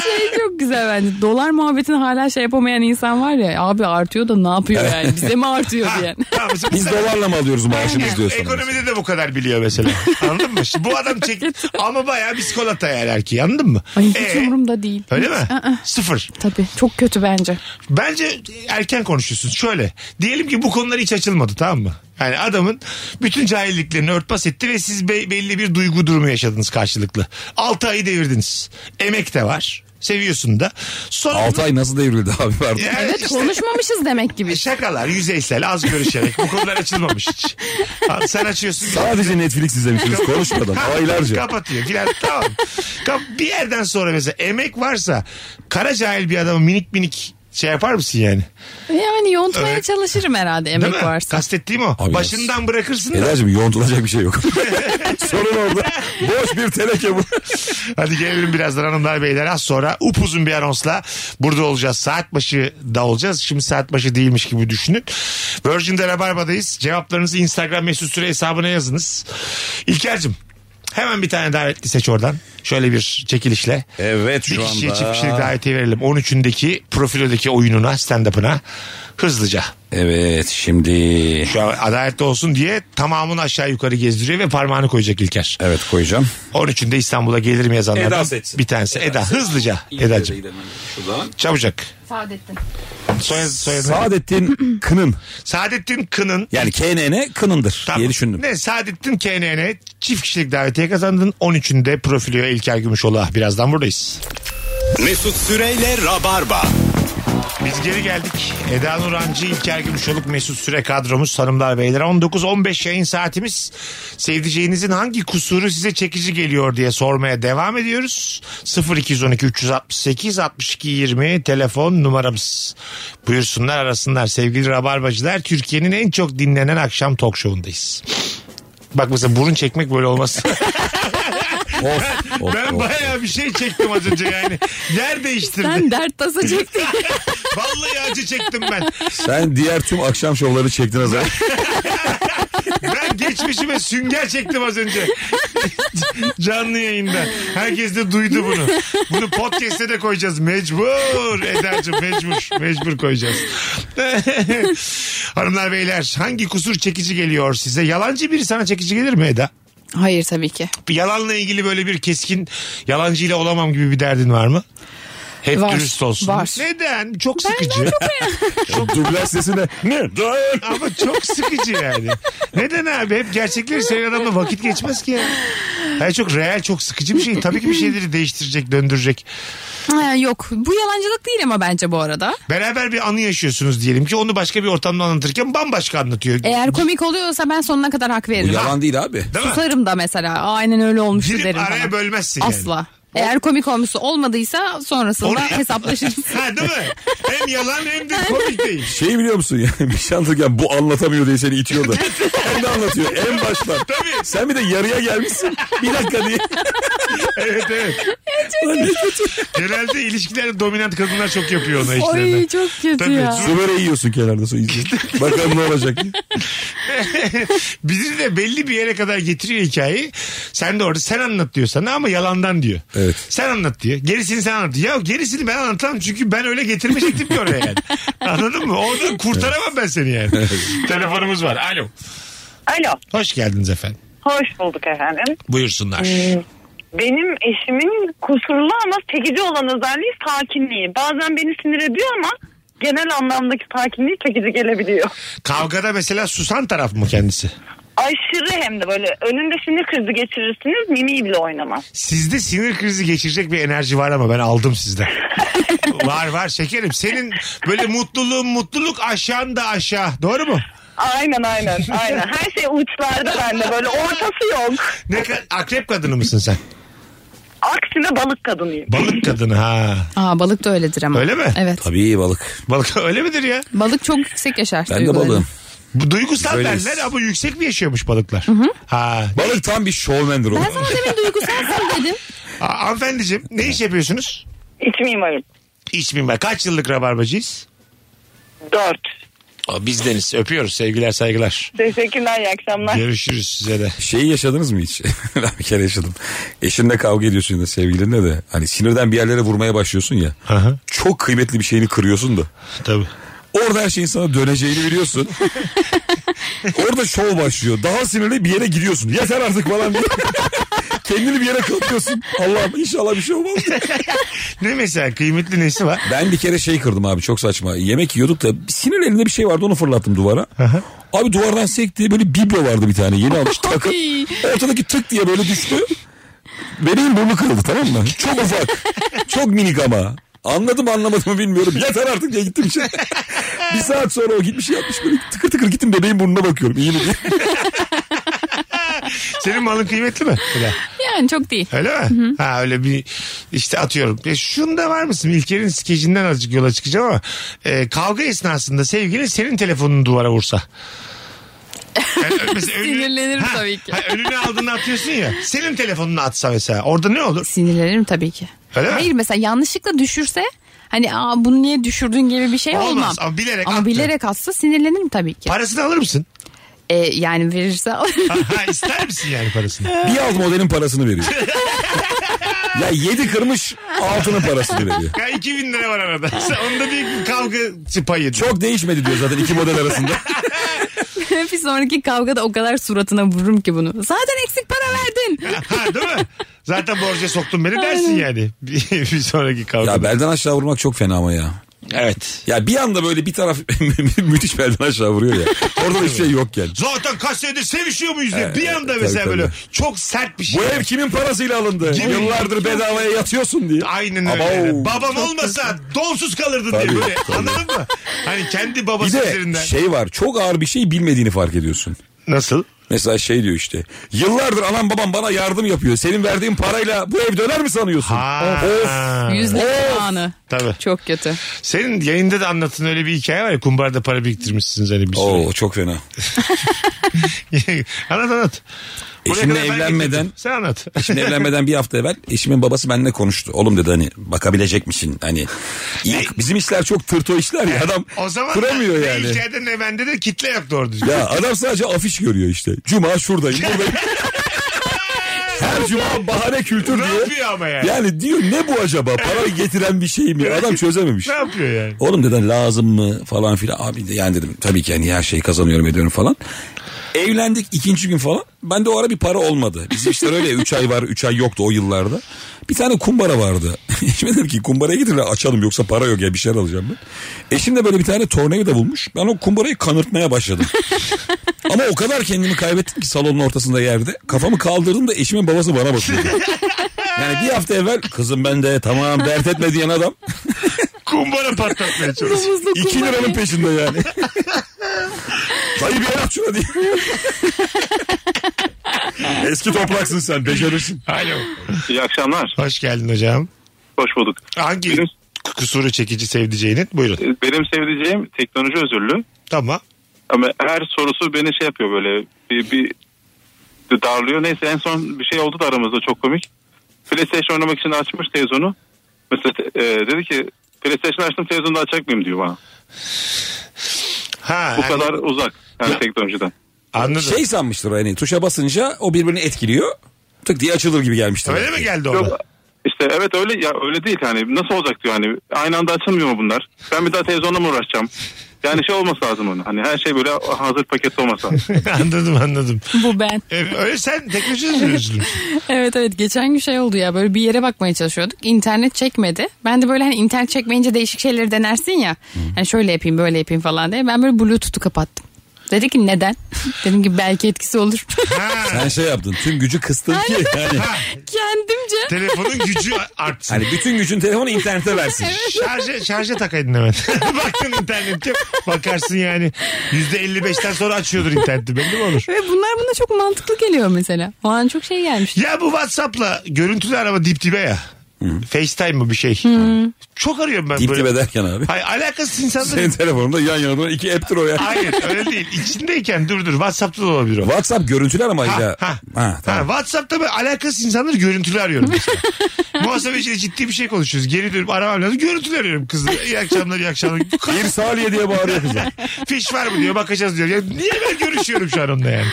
Speaker 7: Şey çok güzel bence. Dolar muhabbetini hala şey yapamayan insan var ya. Abi artıyor da ne yapıyor yani? Bize mi artıyor diyen.
Speaker 5: Tamam, mesela-
Speaker 6: Biz dolarla mı alıyoruz maaşımız
Speaker 5: Yani
Speaker 6: diyor sana.
Speaker 5: Ekonomide de bu kadar biliyor mesela. Anladın mı? Şimdi bu adam çek ama bayağı biskolata yani erkeği anladın mı?
Speaker 7: Ay hiç
Speaker 5: Ee,
Speaker 7: umurumda değil.
Speaker 5: Öyle mi?
Speaker 7: Hiç. Aa,
Speaker 5: Sıfır.
Speaker 7: Tabii çok kötü bence.
Speaker 5: Bence erken konuşuyorsun. Şöyle. Diyelim ki bu konular hiç açılmadı tamam mı? Yani adamın bütün cahilliklerini örtbas etti ve siz be- belli bir duygu durumu yaşadınız karşılıklı. 6 ayı devirdiniz. Emek de var. Seviyorsun da. Sonra
Speaker 6: 6 ay nasıl devrildi abi pardon.
Speaker 5: Yani
Speaker 7: Evet
Speaker 5: işte-
Speaker 7: konuşmamışız demek gibi.
Speaker 5: Şakalar yüzeysel az görüşerek bu konular açılmamış hiç. Ha, Sen açıyorsun.
Speaker 6: Sadece Netflix izlemişsiniz konuşmadan
Speaker 5: Kap-
Speaker 6: aylarca.
Speaker 5: Kapatıyor filan tamam. Kap, bir yerden sonra mesela emek varsa kara cahil bir adamı minik minik şey yapar mısın yani?
Speaker 7: Yani yontmaya
Speaker 5: Evet.
Speaker 7: çalışırım herhalde
Speaker 5: Değil
Speaker 7: emek
Speaker 5: mi?
Speaker 7: varsa.
Speaker 5: Kastettiğim o.
Speaker 6: Abi
Speaker 5: Başından bırakırsın da.
Speaker 6: Eda'cığım yontulacak bir şey yok. Sorun orada. Boş bir teneke bu.
Speaker 5: Hadi gelelim birazdan hanımlar beyler. Az sonra upuzun bir anonsla burada olacağız. Saat başı da olacağız. Şimdi saat başı değilmiş gibi düşünün. Virgin'de Rabarba'dayız. Cevaplarınızı Instagram mesut süre hesabına yazınız. İlker'cim hemen bir tane davetli seç oradan. Şöyle bir çekilişle.
Speaker 3: Evet
Speaker 5: Bir
Speaker 3: şu
Speaker 5: kişiye
Speaker 3: anda.
Speaker 5: çift kişilik davetiye verelim. 13'ündeki profilodaki oyununa, stand-up'ına hızlıca.
Speaker 6: Evet şimdi.
Speaker 5: Şu an adaletli olsun diye tamamını aşağı yukarı gezdiriyor ve parmağını koyacak İlker.
Speaker 6: Evet koyacağım.
Speaker 5: 13'ünde İstanbul'a gelir mi yazanlardan
Speaker 6: Eda seçsin.
Speaker 5: bir tanesi. Eda, hızlıca Eda'cığım. Çabucak.
Speaker 7: Saadettin.
Speaker 5: Soyad, soyad.
Speaker 6: Saadettin Kının.
Speaker 5: Saadettin Kın'ın
Speaker 6: Yani KNN Kınındır
Speaker 5: Tamam.
Speaker 6: diye düşündüm.
Speaker 5: Ne Saadettin KNN çift kişilik davetiye kazandın. 13'ünde profilyo İlker Gümüşoğlu. Ah, Birazdan buradayız.
Speaker 2: Mesut Süreyle Rabarba.
Speaker 5: Biz geri geldik. Eda Nurancı, İlker Gümüşoluk, Mesut Süre kadromuz hanımlar beyler. 19-15 yayın saatimiz. Sevdiceğinizin hangi kusuru size çekici geliyor diye sormaya devam ediyoruz. 0212 368 62 20 telefon numaramız. Buyursunlar arasınlar sevgili Rabarbacılar. Türkiye'nin en çok dinlenen akşam talk show'undayız. Bak mesela burun çekmek böyle olmaz.
Speaker 6: Of, of,
Speaker 5: ben
Speaker 6: of.
Speaker 5: bayağı bir şey çektim az önce yani. Yer değiştirdim.
Speaker 7: Ben dert tasa çektim.
Speaker 5: Vallahi acı çektim ben.
Speaker 6: Sen diğer tüm akşam şovları çektin az önce.
Speaker 5: Ben geçmişime sünger çektim az önce. Canlı yayında. Herkes de duydu bunu. Bunu podcast'e de koyacağız. Mecbur Eda'cığım mecbur. Mecbur koyacağız. Hanımlar beyler hangi kusur çekici geliyor size? Yalancı biri sana çekici gelir mi Eda?
Speaker 7: Hayır tabii ki.
Speaker 5: Bir Yalanla ilgili böyle bir keskin yalancıyla olamam gibi bir derdin var mı? Hep
Speaker 7: Var,
Speaker 5: dürüst olsun.
Speaker 7: var.
Speaker 5: Neden? Çok sıkıcı.
Speaker 6: Dublaj sesine. Ne?
Speaker 5: Ama çok sıkıcı yani. Neden abi? Hep gerçekleri seven adamla vakit geçmez ki ya. Yani çok real çok sıkıcı bir şey. Tabii ki bir şeyleri değiştirecek, döndürecek.
Speaker 7: Ha, yok bu yalancılık değil ama bence bu arada.
Speaker 5: Beraber bir anı yaşıyorsunuz diyelim ki onu başka bir ortamda anlatırken bambaşka anlatıyor.
Speaker 7: Eğer komik oluyorsa ben sonuna kadar hak
Speaker 6: Bu
Speaker 7: veririm.
Speaker 6: yalan değil abi.
Speaker 5: Değil mi?
Speaker 7: Susarım da mesela Aa, aynen öyle olmuş
Speaker 5: Girip
Speaker 7: derim
Speaker 5: araya
Speaker 7: falan.
Speaker 5: bölmezsin yani.
Speaker 7: Asla. Eğer komik olmuşsa olmadıysa sonrasında
Speaker 5: Oraya-
Speaker 7: hesaplaşırız.
Speaker 5: Ha değil mi? Hem yalan hem de komik değil.
Speaker 6: Şeyi biliyor musun yani bir şey anlatırken bu anlatamıyor diye seni itiyor da. Hem de anlatıyor en baştan.
Speaker 5: Tabii.
Speaker 6: Sen bir de yarıya gelmişsin. Bir dakika diye.
Speaker 5: Evet evet. Genelde ilişkilerde dominant kadınlar çok yapıyor ona işlerini.
Speaker 7: Oy çok kötü
Speaker 5: Tabii,
Speaker 7: ya.
Speaker 5: zor-
Speaker 6: Su böreği yiyorsun kenarda su izliyorsun. Bakalım ne olacak.
Speaker 5: Bizi de belli bir yere kadar getiriyor hikayeyi. Sen de orada sen anlat diyor sana ama yalandan diyor.
Speaker 6: Evet.
Speaker 5: Sen anlat diyor. Gerisini sen anlat diyor. Ya gerisini ben anlatamam çünkü ben öyle getirmeyecektim ki oraya yani. Anladın mı? Oradan kurtaramam ben seni yani. Telefonumuz var. Alo.
Speaker 9: Alo.
Speaker 5: Hoş geldiniz efendim.
Speaker 9: Hoş bulduk efendim.
Speaker 5: Buyursunlar.
Speaker 9: Benim eşimin kusurlu ama çekici olan özelliği sakinliği. Bazen beni sinir ediyor ama genel anlamdaki sakinliği çekici gelebiliyor.
Speaker 5: Kavgada mesela susan taraf mı kendisi?
Speaker 9: Aşırı hem de böyle önünde sinir krizi geçirirsiniz mimiği bile oynamaz.
Speaker 5: Sizde sinir krizi geçirecek bir enerji var ama ben aldım sizden. var var şekerim. Senin böyle mutluluğun mutluluk aşağın da aşağı. Doğru mu?
Speaker 9: Aynen aynen aynen. Her şey uçlarda bende böyle ortası yok.
Speaker 5: Ne ka- akrep kadını mısın sen?
Speaker 9: Aksine balık kadınıyım.
Speaker 5: Balık kadını ha.
Speaker 7: Aa, balık da öyledir ama.
Speaker 5: Öyle mi?
Speaker 7: Evet.
Speaker 6: Tabii balık.
Speaker 5: Balık öyle midir ya?
Speaker 7: Balık çok yüksek yaşar.
Speaker 6: Ben de
Speaker 7: duygularını.
Speaker 6: balığım.
Speaker 5: Bu duygusal
Speaker 6: Böyleyiz.
Speaker 5: derler ama yüksek mi yaşıyormuş balıklar? Ha.
Speaker 6: Balık tam bir şovmendir o.
Speaker 7: Ben sana demin duygusalsın dedim.
Speaker 5: A- hanımefendiciğim ne iş yapıyorsunuz?
Speaker 9: İç mimarım.
Speaker 5: İç mimar. Kaç yıllık rabarbacıyız?
Speaker 9: Dört.
Speaker 5: Aa, biz deniz. Öpüyoruz. Sevgiler saygılar.
Speaker 9: Teşekkürler iyi akşamlar.
Speaker 5: Görüşürüz size de.
Speaker 6: Şeyi yaşadınız mı hiç? ben bir kere yaşadım. Eşinle kavga ediyorsun da sevgilinle de. Hani sinirden bir yerlere vurmaya başlıyorsun ya.
Speaker 5: Hı hı.
Speaker 6: Çok kıymetli bir şeyini kırıyorsun da.
Speaker 5: Tabii.
Speaker 6: Orada her şeyin sana döneceğini biliyorsun. Orada şov başlıyor. Daha sinirli bir yere gidiyorsun. Yeter artık falan diye. Kendini bir yere kapıyorsun. Allah'ım inşallah bir şey olmaz.
Speaker 5: Ne mesela kıymetli nesi var?
Speaker 6: Ben bir kere şey kırdım abi çok saçma. Yemek yiyorduk da bir sinir elinde bir şey vardı onu fırlattım duvara. abi duvardan sekti böyle biblo vardı bir tane yeni almış takı. Ortadaki tık diye böyle düştü. Bebeğin burnu kırıldı tamam mı? Çok ufak. çok minik ama. Anladım anlamadım mı bilmiyorum. Yeter artık diye gittim şimdi. bir saat sonra o gitmiş yapmış böyle tıkır tıkır gittim bebeğin burnuna bakıyorum. İyi mi diye.
Speaker 5: Senin malın kıymetli mi? Bilal?
Speaker 7: Yani çok değil.
Speaker 5: Öyle mi? Ha öyle bir işte atıyorum. Ya şunda var mısın? İlker'in skecinden azıcık yola çıkacağım ama e, kavga esnasında sevgilin senin telefonunu duvara vursa. Yani ö- mesela
Speaker 7: Sinirlenirim tabii ki.
Speaker 5: Ha, önüne aldığını atıyorsun ya. Senin telefonunu atsa mesela orada ne olur?
Speaker 7: Sinirlenirim tabii ki.
Speaker 5: Öyle mi?
Speaker 7: Hayır mesela yanlışlıkla düşürse hani aa bunu niye düşürdün gibi bir şey
Speaker 5: Olmaz,
Speaker 7: olmam.
Speaker 5: ama bilerek
Speaker 7: Ama
Speaker 5: attı.
Speaker 7: bilerek atsa sinirlenirim tabii ki.
Speaker 5: Parasını alır mısın?
Speaker 7: E, yani verirse alırım.
Speaker 5: Ha, ha, ister misin yani parasını?
Speaker 6: Bir alt modelin parasını veriyor. ya yedi kırmış altının parasını veriyor.
Speaker 5: Ya 2000 lira var arada. Sen- Onda büyük bir kavga payı.
Speaker 6: Çok değişmedi diyor zaten iki model arasında.
Speaker 7: bir sonraki kavgada o kadar suratına vururum ki bunu. Zaten eksik para verdin.
Speaker 5: Ha değil mi? Zaten borca soktun beni dersin yani. Bir, bir sonraki kavga.
Speaker 6: Ya belden aşağı vurmak çok fena ama ya.
Speaker 5: Evet.
Speaker 6: Ya bir anda böyle bir taraf müthiş belden aşağı vuruyor ya. Orada da hiçbir şey yok yani.
Speaker 5: Zaten kaç senedir sevişiyor muyuz diye.
Speaker 6: Evet,
Speaker 5: bir anda
Speaker 6: Ee, tabii,
Speaker 5: mesela
Speaker 6: tabii.
Speaker 5: böyle çok sert bir şey.
Speaker 6: Bu ev kimin parasıyla alındı?
Speaker 5: Kimin?
Speaker 6: Yıllardır bedavaya yatıyorsun diye.
Speaker 5: Aynen öyle.
Speaker 6: Abo.
Speaker 5: Babam olmasa donsuz kalırdın diye
Speaker 6: Tabii,
Speaker 5: böyle.
Speaker 6: tabii.
Speaker 5: Anladın mı? Hani kendi
Speaker 6: Bir
Speaker 5: babası
Speaker 6: de
Speaker 5: üzerinden.
Speaker 6: şey var çok ağır bir şey bilmediğini fark ediyorsun.
Speaker 5: Nasıl?
Speaker 6: Mesela şey diyor işte yıllardır anam babam bana yardım yapıyor. Senin verdiğin parayla bu ev döner mi sanıyorsun?
Speaker 5: Ha.
Speaker 6: Of.
Speaker 7: Yüzle anı.
Speaker 5: Tabii.
Speaker 7: Çok kötü.
Speaker 5: Senin yayında da anlattığın öyle bir hikaye var ya kumbarda para biriktirmişsiniz hani bir
Speaker 6: Oo çok fena.
Speaker 5: süre. anlat anlat. Buraya
Speaker 6: Eşimle
Speaker 5: kadar ben
Speaker 6: evlenmeden-
Speaker 5: getirdim. Sen anlat.
Speaker 6: Şimdi evlenmeden bir hafta evvel eşimin babası benimle konuştu. Oğlum dedi hani bakabilecek misin? Hani iyi- bizim işler çok tırto işler ya adam
Speaker 5: o zaman
Speaker 6: kuramıyor
Speaker 5: ne
Speaker 6: yani.
Speaker 5: İlker'de ne bende de kitle yok doğru düzgün.
Speaker 6: Ya adam sadece afiş görüyor işte. Cuma şuradayım buradayım. Her cuma bahane kültür
Speaker 5: Ne
Speaker 6: diye.
Speaker 5: yapıyor ama yani?
Speaker 6: Yani diyor ne bu acaba? Para getiren bir şey mi? Adam çözememiş.
Speaker 5: Ne yapıyor yani?
Speaker 6: Oğlum dedi lazım mı falan filan. Abi de yani dedim tabii ki yani her şeyi kazanıyorum ediyorum falan. Evlendik ikinci gün falan. Ben de o ara bir para olmadı. Bizim işte öyle 3 ay var 3 ay yoktu o yıllarda. Bir tane kumbara vardı. Eşime dedim ki kumbaraya gidin lan, açalım yoksa para yok ya bir şeyler alacağım ben. Eşim de böyle bir tane tornavida bulmuş. Ben o kumbarayı kanırtmaya başladım. Ama o kadar kendimi kaybettim ki salonun ortasında yerde. Kafamı kaldırdım da eşimin babası bana bakıyordu. Yani bir hafta evvel kızım ben de tamam dert etme diyen adam
Speaker 5: Kumbara patlatmaya çalışıyor.
Speaker 7: Domuzlu
Speaker 6: 2
Speaker 7: kumbarayı.
Speaker 6: liranın peşinde yani. Dayı bir el at şuna diye. Eski topraksın sen becerirsin.
Speaker 5: Alo.
Speaker 10: İyi akşamlar.
Speaker 5: Hoş geldin hocam.
Speaker 10: Hoş bulduk.
Speaker 5: Hangi
Speaker 10: Benim-
Speaker 5: kusuru çekici sevdiceğinin? Buyurun.
Speaker 10: Benim sevdiceğim teknoloji özürlü.
Speaker 5: Tamam.
Speaker 10: Ama her sorusu beni şey yapıyor böyle bir, bir bir darlıyor. Neyse en son bir şey oldu da aramızda çok komik. PlayStation oynamak için açmış televizyonu. Mesela te- e, dedi ki PlayStation açtım televizyonu da açacak mıyım diyor bana.
Speaker 5: Ha,
Speaker 10: Bu
Speaker 5: yani
Speaker 10: kadar uzak yani teknolojiden.
Speaker 5: Anladım.
Speaker 6: Şey sanmıştır hani tuşa basınca o birbirini etkiliyor. Tık diye açılır gibi gelmiştir.
Speaker 5: Öyle mi geldi ona?
Speaker 10: Yok. İşte evet öyle ya öyle değil yani nasıl olacak diyor hani aynı anda açılmıyor mu bunlar? Ben bir daha televizyonla mı uğraşacağım? Yani şey olması lazım onun. Hani her şey böyle hazır pakette olması lazım.
Speaker 5: anladım anladım.
Speaker 7: Bu ben.
Speaker 5: Ee, öyle sen teknoloji üzülürsün.
Speaker 7: Evet evet geçen gün şey oldu ya böyle bir yere bakmaya çalışıyorduk. İnternet çekmedi. Ben de böyle hani internet çekmeyince değişik şeyleri denersin ya. Hani şöyle yapayım böyle yapayım falan diye. Ben böyle bluetooth'u kapattım. Dedi ki neden? Dedim ki belki etkisi olur.
Speaker 6: Sen şey yaptın tüm gücü kıstın ki yani.
Speaker 7: Kendimce.
Speaker 5: Telefonun gücü artsın.
Speaker 6: Hani bütün gücün telefonu internete versin.
Speaker 5: Şarja, şarja takaydın hemen. Baktın internet yok. Bakarsın yani. %55'ten sonra açıyordur interneti. Belli mi olur?
Speaker 7: Ve bunlar bana çok mantıklı geliyor mesela. O an çok şey gelmiş.
Speaker 5: Ya bu Whatsapp'la görüntülü arama dip dibe ya. FaceTime mı bir şey. Çok arıyorum ben
Speaker 6: Dip
Speaker 5: böyle.
Speaker 6: dibe derken abi.
Speaker 5: Hayır alakasız
Speaker 6: Senin
Speaker 5: insanların.
Speaker 6: telefonunda yan yana duran iki app'tir o ya.
Speaker 5: Hayır öyle değil. İçindeyken dur dur. Whatsapp'ta da olabilir o.
Speaker 6: WhatsApp görüntüler ama
Speaker 5: Ha,
Speaker 6: ya.
Speaker 5: ha.
Speaker 6: Ha,
Speaker 5: Ha,
Speaker 6: tamam.
Speaker 5: Whatsapp'ta ben alakasız insanları görüntülü arıyorum. mesela. Muhasebeciyle ciddi bir şey konuşuyoruz. Geri dönüp aramam lazım. Görüntülü arıyorum kızı. İyi akşamlar iyi akşamlar.
Speaker 6: Bir saliye diye bağırıyor kızlar.
Speaker 5: Fiş var mı diyor bakacağız diyor. Ya niye ben görüşüyorum şu an onunla yani.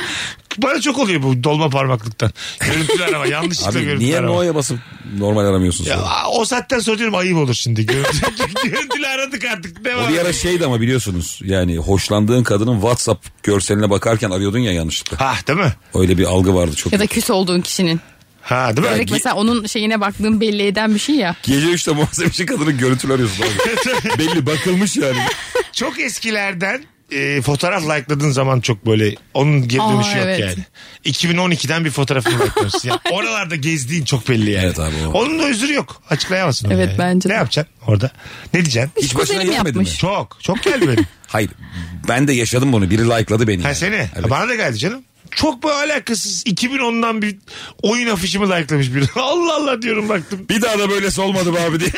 Speaker 5: Bana çok oluyor bu dolma parmaklıktan. Görüntülü arama yanlışlıkla
Speaker 6: Abi
Speaker 5: görüntülü
Speaker 6: niye
Speaker 5: arama.
Speaker 6: no'ya basıp normal aramıyorsun
Speaker 5: Ya,
Speaker 6: sonra?
Speaker 5: aa, o saatten sonra diyorum ayıp olur şimdi. Görüntülü, görüntülü aradık artık. Ne
Speaker 6: O
Speaker 5: var?
Speaker 6: bir ara şeydi ama biliyorsunuz yani hoşlandığın kadının WhatsApp görseline bakarken arıyordun ya yanlışlıkla.
Speaker 5: Ha değil mi?
Speaker 6: Öyle bir algı vardı çok.
Speaker 7: Ya da küs olduğun kişinin.
Speaker 5: Ha değil mi?
Speaker 7: Direkt mesela onun şeyine baktığın belli eden bir şey ya.
Speaker 6: Gece 3'te muhasebeci kadının görüntüleri arıyorsun abi. Belli bakılmış yani.
Speaker 5: Çok eskilerden e, fotoğraf like'ladığın zaman çok böyle onun geri
Speaker 7: Aa,
Speaker 5: dönüşü yok
Speaker 7: evet.
Speaker 5: yani. 2012'den bir fotoğrafını like'larsın. Ya oralarda gezdiğin çok belli yani.
Speaker 6: Evet abi, o.
Speaker 5: Onun da özrü yok. Açıklayamazsın. onu
Speaker 7: Evet,
Speaker 5: yani.
Speaker 7: bence
Speaker 5: Ne
Speaker 7: de.
Speaker 5: yapacaksın orada? Ne diyeceksin?
Speaker 6: Hiç başına
Speaker 7: Kuzenim
Speaker 6: gelmedi mi?
Speaker 7: yapmış.
Speaker 5: Çok. Çok geldi benim.
Speaker 6: Hayır. Ben de yaşadım bunu. Biri like'ladı beni.
Speaker 5: Ha
Speaker 6: yani.
Speaker 5: seni.
Speaker 6: Evet.
Speaker 5: Bana da geldi canım. Çok böyle alakasız. 2010'dan bir oyun afişimi like'lamış biri. Allah Allah diyorum baktım.
Speaker 6: Bir daha da böylesi olmadı be abi diye.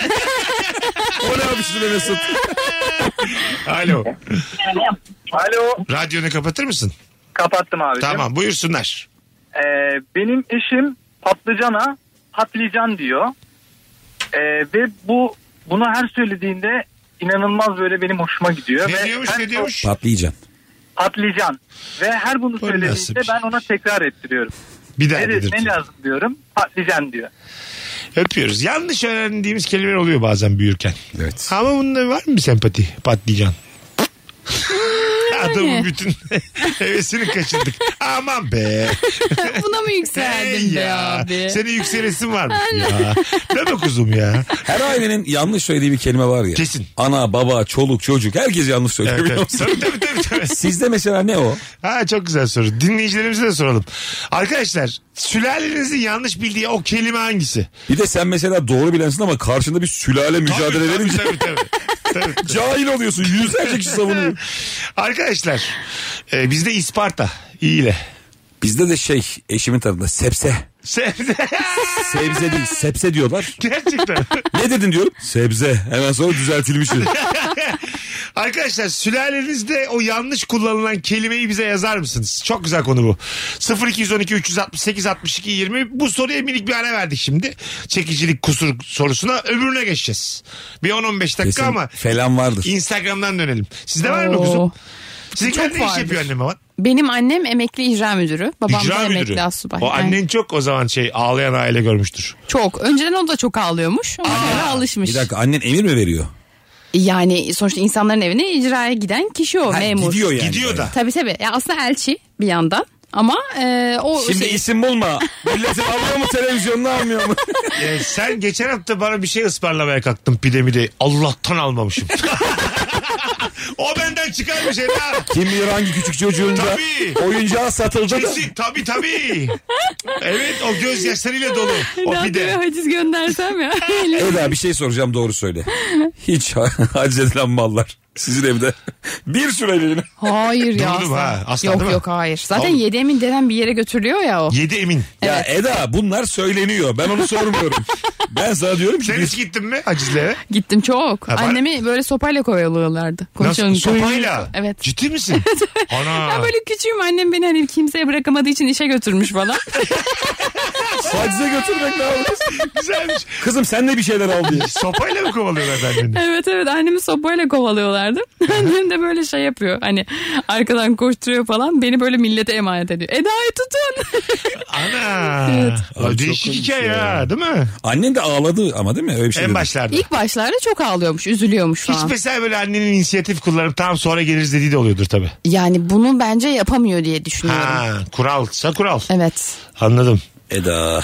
Speaker 6: o ne yapmıştı be Mesut?
Speaker 5: Alo.
Speaker 10: Alo
Speaker 5: Radyonu kapatır mısın?
Speaker 10: kapattım abi.
Speaker 5: Tamam buyursunlar.
Speaker 10: Ee, benim eşim patlıcana patlıcan diyor. Ee, ve bu bunu her söylediğinde inanılmaz böyle benim hoşuma gidiyor.
Speaker 5: Ne
Speaker 10: ve
Speaker 5: diyormuş
Speaker 10: her-
Speaker 5: ne diyormuş?
Speaker 6: Patlayacağım.
Speaker 10: Patlıcan. Ve her bunu
Speaker 5: Bu nasıl
Speaker 10: söylediğinde
Speaker 5: bir şey?
Speaker 10: ben ona tekrar ettiriyorum.
Speaker 5: Bir daha
Speaker 10: Ne, de- ne
Speaker 5: dedirtiyor.
Speaker 10: lazım diyorum. Patlıcan diyor.
Speaker 5: Öpüyoruz. Yanlış öğrendiğimiz kelimeler oluyor bazen büyürken.
Speaker 6: Evet.
Speaker 5: Ama bunda var mı bir sempati? Patlıcan. Adamın bütün hevesini kaçırdık. Aman be.
Speaker 7: Buna mı
Speaker 5: Hey
Speaker 7: yükseldin be
Speaker 5: ya.
Speaker 7: abi?
Speaker 5: Seni yükselesin var mı? ya. Ne be kuzum ya?
Speaker 6: Her ailenin yanlış söylediği bir kelime var ya.
Speaker 5: Kesin.
Speaker 6: Ana, baba, çoluk, çocuk. Herkes yanlış söylüyor.
Speaker 5: Evet,
Speaker 6: biliyor
Speaker 5: evet.
Speaker 6: musun?
Speaker 5: Tabii, tabii, tabii, tabii.
Speaker 6: Sizde mesela ne o?
Speaker 5: Ha çok güzel soru. Dinleyicilerimize de soralım. Arkadaşlar sülalenizin yanlış bildiği o kelime hangisi?
Speaker 6: Bir de sen mesela doğru bilensin ama karşında bir sülale mücadele
Speaker 5: Tabii,
Speaker 6: verince
Speaker 5: Tabii tabii. tabii. tabii.
Speaker 6: cahil oluyorsun. Yüzlerce kişi savunuyor.
Speaker 5: Arkadaşlar e, bizde Isparta iyiyle.
Speaker 6: Bizde de şey eşimin tarafında sepse.
Speaker 5: Sebze.
Speaker 6: Sebze değil sepse diyorlar.
Speaker 5: Gerçekten.
Speaker 6: Ne dedin diyorum? Sebze. Hemen sonra düzeltilmiş.
Speaker 5: Arkadaşlar sülalenizde o yanlış kullanılan kelimeyi bize yazar mısınız? Çok güzel konu bu. 0212 368 62 20 bu soruya minik bir ara verdik şimdi. Çekicilik kusur sorusuna öbürüne geçeceğiz. Bir 10-15 dakika
Speaker 6: Kesin
Speaker 5: ama
Speaker 6: falan vardır.
Speaker 5: Instagram'dan dönelim. Sizde var mı
Speaker 7: Oo.
Speaker 5: kuzum? Sizin
Speaker 7: Çok
Speaker 5: ne iş
Speaker 7: vardır.
Speaker 5: yapıyor annem baban?
Speaker 7: Benim annem emekli icra müdürü. Babam
Speaker 5: İcra
Speaker 7: da
Speaker 5: müdürü.
Speaker 7: emekli asubay.
Speaker 5: O
Speaker 7: Aynen.
Speaker 5: annen çok o zaman şey ağlayan aile görmüştür.
Speaker 7: Çok. Önceden o da çok ağlıyormuş ama sonra alışmış.
Speaker 6: Bir dakika annen emir mi veriyor?
Speaker 7: Yani sonuçta insanların evine icraya giden kişi o
Speaker 6: Ha,
Speaker 7: memur.
Speaker 6: Gidiyor yani.
Speaker 5: Gidiyor da.
Speaker 7: Tabii tabii. Ya aslında elçi bir yandan ama e, o
Speaker 6: Şimdi
Speaker 7: şey-
Speaker 6: isim bulma. Milletin alıyor mu televizyonunu almıyor mu?
Speaker 5: Ee, sen geçen hafta bana bir şey ısmarlamaya kalktın pidemi de Allah'tan almamışım. o benden çıkarmış Eda.
Speaker 6: Kim bilir hangi küçük çocuğun da
Speaker 5: Tabii.
Speaker 6: oyuncağı satılacak.
Speaker 5: Kesin tabii tabii. Evet o gözyaşlarıyla dolu o
Speaker 7: Radyoya
Speaker 5: pide.
Speaker 7: haciz göndersem ya. Elli-
Speaker 6: Eda bir şey soracağım doğru söyle. Hiç haciz edilen mallar sizin evde. Bir süreliğine.
Speaker 7: hayır ya.
Speaker 5: Durdum
Speaker 7: asla.
Speaker 5: ha, asla değil
Speaker 7: yok
Speaker 5: mi?
Speaker 7: yok hayır. Zaten
Speaker 5: Oğlum.
Speaker 7: yedemin denen bir yere götürülüyor ya o.
Speaker 5: Yedi emin.
Speaker 6: Ya Eda bunlar söyleniyor. Ben onu sormuyorum. ben sana diyorum ki
Speaker 5: Sen hiç gittin mi acizlere?
Speaker 7: Gittim çok.
Speaker 5: Ha, var-
Speaker 7: Annemi böyle sopayla kovalıyorlardı.
Speaker 5: Nasıl?
Speaker 7: Konuşalım.
Speaker 5: Sopayla.
Speaker 7: Evet.
Speaker 5: Ciddi misin? Ana.
Speaker 7: Ben böyle küçüğüm annem beni hani kimseye bırakamadığı için işe götürmüş falan.
Speaker 6: hacize götürmek ne olur?
Speaker 5: Güzelmiş.
Speaker 6: Kızım sen de bir şeyler al diye.
Speaker 5: Sopayla mı kovalıyorlar benden?
Speaker 7: evet evet annemi sopayla kovalıyorlardı. Annem de böyle şey yapıyor hani arkadan koşturuyor falan beni böyle millete emanet ediyor. Eda'yı tutun.
Speaker 5: Ana.
Speaker 7: Evet.
Speaker 5: Aa,
Speaker 6: Ay,
Speaker 5: Değişik
Speaker 6: çok
Speaker 5: hikaye
Speaker 6: komik ya.
Speaker 5: ya. değil mi?
Speaker 6: Annen de ağladı ama değil mi? Öyle bir şey
Speaker 5: En
Speaker 6: dedi.
Speaker 5: başlarda.
Speaker 7: İlk başlarda çok ağlıyormuş üzülüyormuş
Speaker 5: Hiç
Speaker 7: falan.
Speaker 5: mesela böyle annenin inisiyatif kullanıp tam sonra geliriz dediği de oluyordur tabii.
Speaker 7: Yani bunu bence yapamıyor diye düşünüyorum.
Speaker 5: Ha, kuralsa kural.
Speaker 7: Evet.
Speaker 5: Anladım.
Speaker 6: Eda.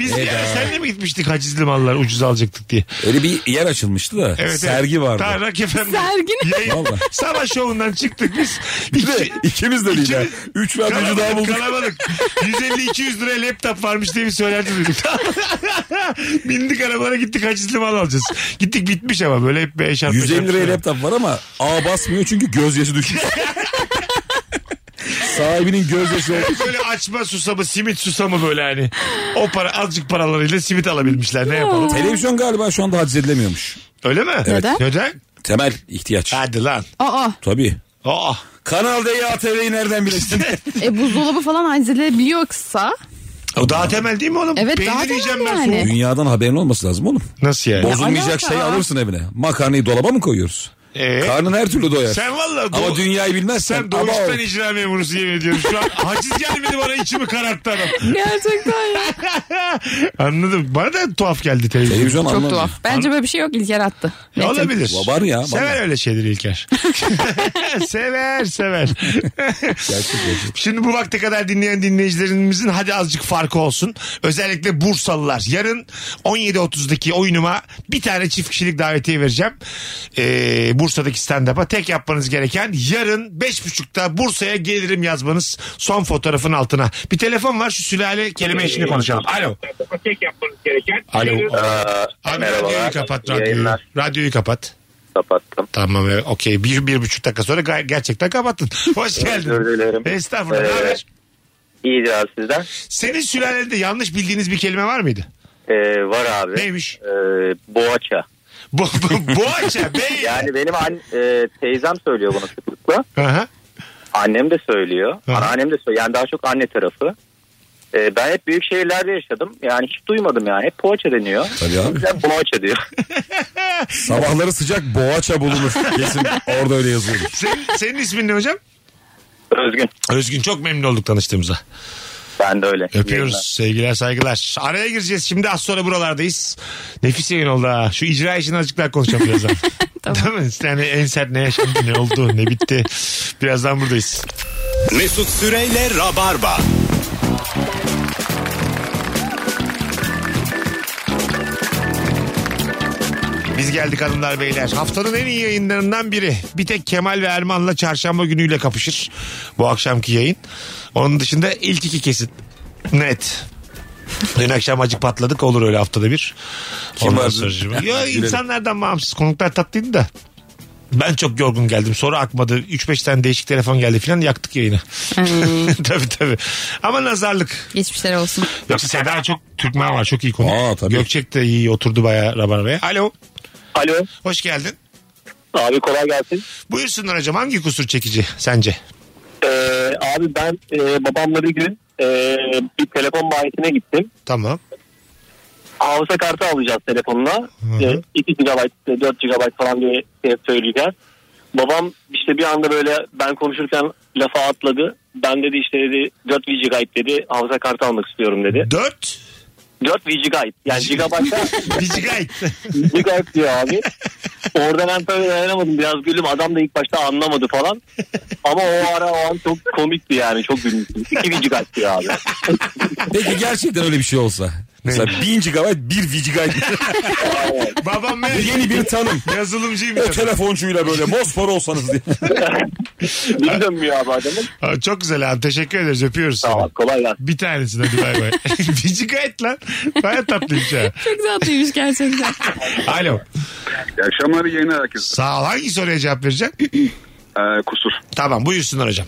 Speaker 5: Biz ya, senle mi gitmiştik hacizli mallar ucuz alacaktık diye.
Speaker 6: Öyle bir yer açılmıştı da. sergi vardı.
Speaker 5: Daha Rock FM'de.
Speaker 7: Sergi ne?
Speaker 5: Yayın-
Speaker 6: Vallahi.
Speaker 5: Sabah şovundan çıktık biz.
Speaker 6: Bir de ikimiz de değil.
Speaker 5: İkimiz-
Speaker 6: ya. Üç radyocu daha
Speaker 5: Kalabalık,
Speaker 6: bulduk.
Speaker 5: kalabalık. 150-200 liraya laptop varmış diye bir söylenti duyduk. Bindik arabana gittik hacizli mal alacağız. Gittik bitmiş ama böyle hep bir eşarp.
Speaker 6: 150
Speaker 5: eşarp.
Speaker 6: liraya laptop var ama A basmıyor çünkü gözyaşı düşmüş. Sahibinin gözyaşı olmuş.
Speaker 5: Böyle açma susamı simit susamı böyle hani. O para azıcık paralarıyla simit alabilmişler ne yapalım.
Speaker 6: Televizyon galiba şu anda haciz edilemiyormuş.
Speaker 5: Öyle mi?
Speaker 7: Neden?
Speaker 5: Neden?
Speaker 6: Temel ihtiyaç.
Speaker 5: Hadi lan. Oh.
Speaker 7: Aa
Speaker 6: Tabii.
Speaker 5: Aa.
Speaker 6: Kanal D ATV'yi nereden bilesin?
Speaker 7: e, buzdolabı falan acizilebiliyorsa
Speaker 5: O daha temel değil mi oğlum?
Speaker 7: Evet,
Speaker 5: Peynir
Speaker 7: daha temel
Speaker 5: yiyeceğim ben
Speaker 7: yani.
Speaker 5: soğuk.
Speaker 6: Dünyadan haberin olması lazım oğlum.
Speaker 5: Nasıl yani?
Speaker 6: Bozulmayacak
Speaker 7: alaka?
Speaker 6: şey alırsın evine. Makarnayı dolaba mı koyuyoruz?
Speaker 5: Ee?
Speaker 6: Karnın her türlü doyar.
Speaker 5: Sen valla
Speaker 6: Ama dünyayı bilmezsen
Speaker 5: sen
Speaker 6: aba
Speaker 5: doğuştan
Speaker 6: ol.
Speaker 5: icra memurusun yemin ediyorum. Şu an haciz gelmedi bana içimi kararttı adam.
Speaker 7: gerçekten ya.
Speaker 5: Anladım. Bana da tuhaf geldi televizyon.
Speaker 6: Televizyon
Speaker 7: Çok
Speaker 6: anlamıyor.
Speaker 7: tuhaf. Bence böyle bir şey yok İlker attı.
Speaker 5: Ya
Speaker 7: Metin.
Speaker 5: Olabilir.
Speaker 6: Var ya,
Speaker 5: Sever
Speaker 6: vallahi.
Speaker 5: öyle şeyleri İlker. sever sever.
Speaker 6: Gerçek gerçek.
Speaker 5: Şimdi bu vakte kadar dinleyen dinleyicilerimizin hadi azıcık farkı olsun. Özellikle Bursalılar. Yarın 17.30'daki oyunuma bir tane çift kişilik davetiye vereceğim. Ee, Bursa'daki stand-up'a. Tek yapmanız gereken yarın 5.30'da Bursa'ya gelirim yazmanız son fotoğrafın altına. Bir telefon var şu sülale kelime işini konuşalım. Alo. Alo. Abi radyoyu kapat radyoyu.
Speaker 10: Ee, Yayınlar.
Speaker 5: Radyoyu kapat.
Speaker 10: Kapattım.
Speaker 5: Tamam evet, okey. Bir, bir buçuk dakika sonra gay- gerçekten kapattın. Hoş geldin.
Speaker 10: Özür dilerim.
Speaker 5: Estağfurullah. Ne
Speaker 10: Ee,
Speaker 5: haber?
Speaker 10: İyidir abi sizden.
Speaker 5: Senin sülalende yanlış bildiğiniz bir kelime var mıydı?
Speaker 10: Ee, var abi.
Speaker 5: Neymiş?
Speaker 10: Ee, boğaça.
Speaker 5: Bu, bu, boğaça bey.
Speaker 10: Yani benim an, e, teyzem söylüyor bunu sıklıkla.
Speaker 5: Aha.
Speaker 10: Annem de söylüyor.
Speaker 5: Hı hı.
Speaker 10: Anneannem de söylüyor. Yani daha çok anne tarafı. Ee, ben hep büyük şehirlerde yaşadım. Yani hiç duymadım yani. Hep poğaça deniyor.
Speaker 6: Tabii abi.
Speaker 10: Bizden poğaça diyor.
Speaker 6: Sabahları sıcak boğaça bulunur. Kesin orada öyle yazıyor.
Speaker 5: Senin, senin ismin ne hocam?
Speaker 10: Özgün.
Speaker 5: Özgün çok memnun olduk tanıştığımıza.
Speaker 10: Ben de öyle.
Speaker 5: Öpüyoruz. Sevgiler saygılar. Araya gireceğiz şimdi az sonra buralardayız. Nefis yayın oldu ha. Şu icra işini azıcık daha konuşalım birazdan. Değil mi? Yani en sert ne yaşandı ne oldu ne bitti. Birazdan buradayız.
Speaker 2: Mesut Süreyle Rabarba.
Speaker 5: Biz geldik hanımlar beyler. Haftanın en iyi yayınlarından biri. Bir tek Kemal ve Erman'la çarşamba günüyle kapışır bu akşamki yayın. Onun dışında ilk iki kesit. Net. Dün akşam acık patladık olur öyle haftada bir.
Speaker 6: Kim
Speaker 5: Ondan
Speaker 6: vardı?
Speaker 5: sonracığım- Ya
Speaker 6: Gülerim.
Speaker 5: insanlardan bağımsız konuklar tatlıydı da. Ben çok yorgun geldim. Sonra akmadı. 3-5 tane değişik telefon geldi filan yaktık yayını. tabii tabii. Ama nazarlık.
Speaker 7: Geçmişler olsun.
Speaker 5: Yoksa Seda çok Türkmen var. Çok iyi konu.
Speaker 6: Aa, tabii.
Speaker 5: Gökçek de iyi oturdu bayağı rabarmaya. Alo.
Speaker 10: Alo.
Speaker 5: Hoş geldin.
Speaker 10: Abi kolay gelsin.
Speaker 5: Buyursunlar hocam hangi kusur çekici sence?
Speaker 10: Ee, abi ben e, babamla bir gün e, bir telefon bayisine gittim.
Speaker 5: Tamam.
Speaker 10: Hafıza kartı alacağız telefonla. Ee,
Speaker 5: Hı hı.
Speaker 10: 2 GB, 4 GB e, falan diye şey söyleyeceğiz. Babam işte bir anda böyle ben konuşurken lafa atladı. Ben dedi işte dedi 4 GB dedi hafıza kartı almak istiyorum dedi.
Speaker 5: 4
Speaker 10: 4 VGigayt. Yani gigabayta
Speaker 5: Bicigayt.
Speaker 10: VGigayt diyor abi. Orada ben tabii dayanamadım. Biraz güldüm. Adam da ilk başta anlamadı falan. Ama o ara o an çok komikti yani. Çok gülmüştüm. 2 VGigayt diyor abi.
Speaker 6: Peki gerçekten öyle bir şey olsa. Mesela 1000 GB 1 gigabayt.
Speaker 5: Babam ben
Speaker 6: Yeni bir tanım.
Speaker 5: yazılımcıyım.
Speaker 6: O telefoncuyla böyle mosfor olsanız diye.
Speaker 10: Dili dönmüyor abi adamın.
Speaker 5: Aa, Çok güzel abi. Teşekkür ederiz. Öpüyoruz seni.
Speaker 10: Tamam kolay gelsin.
Speaker 5: Bir tanesini hadi bay bay. Bicigayt lan. Baya tatlıymış ha.
Speaker 7: Çok tatlıymış gerçekten.
Speaker 5: Alo.
Speaker 11: İyi akşamlar yayın herkese.
Speaker 5: Sağ ol. Hangi soruya cevap vereceksin?
Speaker 11: Ee, kusur.
Speaker 5: tamam buyursunlar hocam.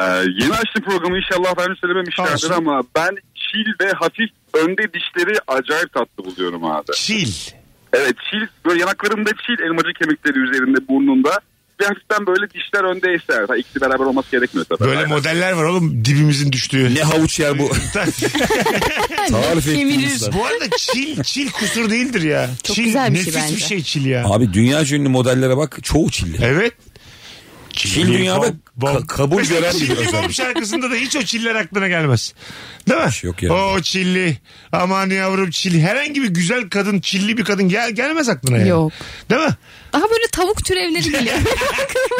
Speaker 11: Ee, yeni açtı programı inşallah ben söylememişlerdir
Speaker 5: Olsun.
Speaker 11: ama ben çil ve hafif önde dişleri acayip tatlı buluyorum abi.
Speaker 5: Çil.
Speaker 11: Evet çil böyle yanaklarımda çil elmacık kemikleri üzerinde burnumda ve hafiften böyle dişler önde eser. Ha, ikisi beraber olması gerekmiyor tabii.
Speaker 5: Böyle
Speaker 11: Aynen.
Speaker 5: modeller var oğlum dibimizin düştüğü.
Speaker 6: Ne havuç yer bu. Tarif
Speaker 7: Kemirir.
Speaker 6: ettiniz.
Speaker 5: Bu arada çil, çil kusur değildir ya.
Speaker 7: Çok
Speaker 5: çil,
Speaker 7: güzel bir şey
Speaker 5: nefis
Speaker 7: bence.
Speaker 5: bir şey çil ya.
Speaker 6: Abi dünya ünlü modellere bak çoğu Çilli.
Speaker 5: Evet.
Speaker 6: Çil dünyada ka- kabul gören bir
Speaker 5: Çilli Bomb
Speaker 6: özellik.
Speaker 5: şarkısında da hiç o çiller aklına gelmez. Değil mi?
Speaker 6: Yok ya.
Speaker 5: O çilli. Aman yavrum çilli. Herhangi bir güzel kadın, çilli bir kadın gel gelmez aklına yani.
Speaker 7: Yok.
Speaker 5: Değil mi?
Speaker 7: Daha böyle tavuk türevleri geliyor.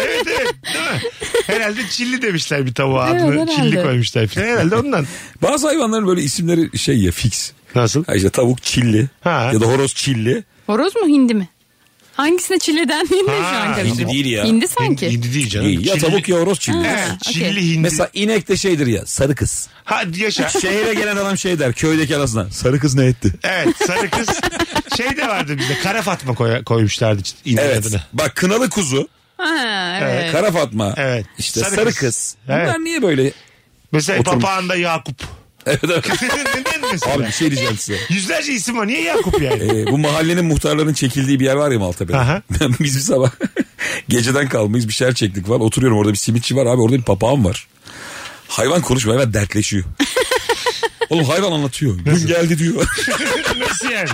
Speaker 5: Evet evet. Değil mi? Herhalde çilli demişler bir tavuğa
Speaker 7: Evet,
Speaker 5: adını.
Speaker 7: herhalde.
Speaker 5: Çilli koymuşlar falan. Herhalde ondan.
Speaker 6: Bazı hayvanların böyle isimleri şey ya fix.
Speaker 5: Nasıl?
Speaker 6: Ha işte tavuk Çilli
Speaker 5: Ha.
Speaker 6: ya da horoz Çilli.
Speaker 7: Horoz mu hindi mi? Hangisine çile dendiğinde şu
Speaker 5: Ha,
Speaker 7: an
Speaker 6: Hindi
Speaker 7: karıştı.
Speaker 6: değil ya.
Speaker 7: Hindi sanki.
Speaker 5: Hindi değil canım.
Speaker 6: Değil. Ya
Speaker 5: Çilli-
Speaker 6: tavuk ya horoz Çilli.
Speaker 5: Evet,
Speaker 7: Ha,
Speaker 5: çilli
Speaker 7: okey.
Speaker 5: hindi.
Speaker 6: Mesela inek de şeydir ya sarı kız.
Speaker 5: Hadi yaşa.
Speaker 6: Şehre gelen adam şey der köydeki anasına sarı kız ne etti?
Speaker 5: Evet sarı kız şey de vardı bizde kara Fatma koy- koymuşlardı iğne
Speaker 6: Evet.
Speaker 5: adını.
Speaker 6: Bak kınalı kuzu,
Speaker 7: Ha, evet.
Speaker 6: kara fatma,
Speaker 5: Evet.
Speaker 6: işte
Speaker 5: Sarı
Speaker 6: sarı,
Speaker 5: kız.
Speaker 6: kız.
Speaker 5: Evet.
Speaker 6: Bunlar niye böyle?
Speaker 5: Mesela
Speaker 6: Oturmuş.
Speaker 5: papağanda Yakup.
Speaker 6: Evet, evet.
Speaker 5: Neden mesela?
Speaker 6: Abi bir şey diyeceğim size.
Speaker 5: Yüzlerce isim var niye Yakup yani?
Speaker 6: Ee, bu mahallenin muhtarlarının çekildiği bir yer var ya
Speaker 5: Aha.
Speaker 6: Maltepe'de. Biz bir sabah geceden kalmayız bir şeyler çektik falan. Oturuyorum orada bir simitçi var abi orada bir papağan var. Hayvan konuşmuyor hayvan dertleşiyor. Oğlum hayvan anlatıyor. Dün geldi diyor.
Speaker 5: Nasıl yani?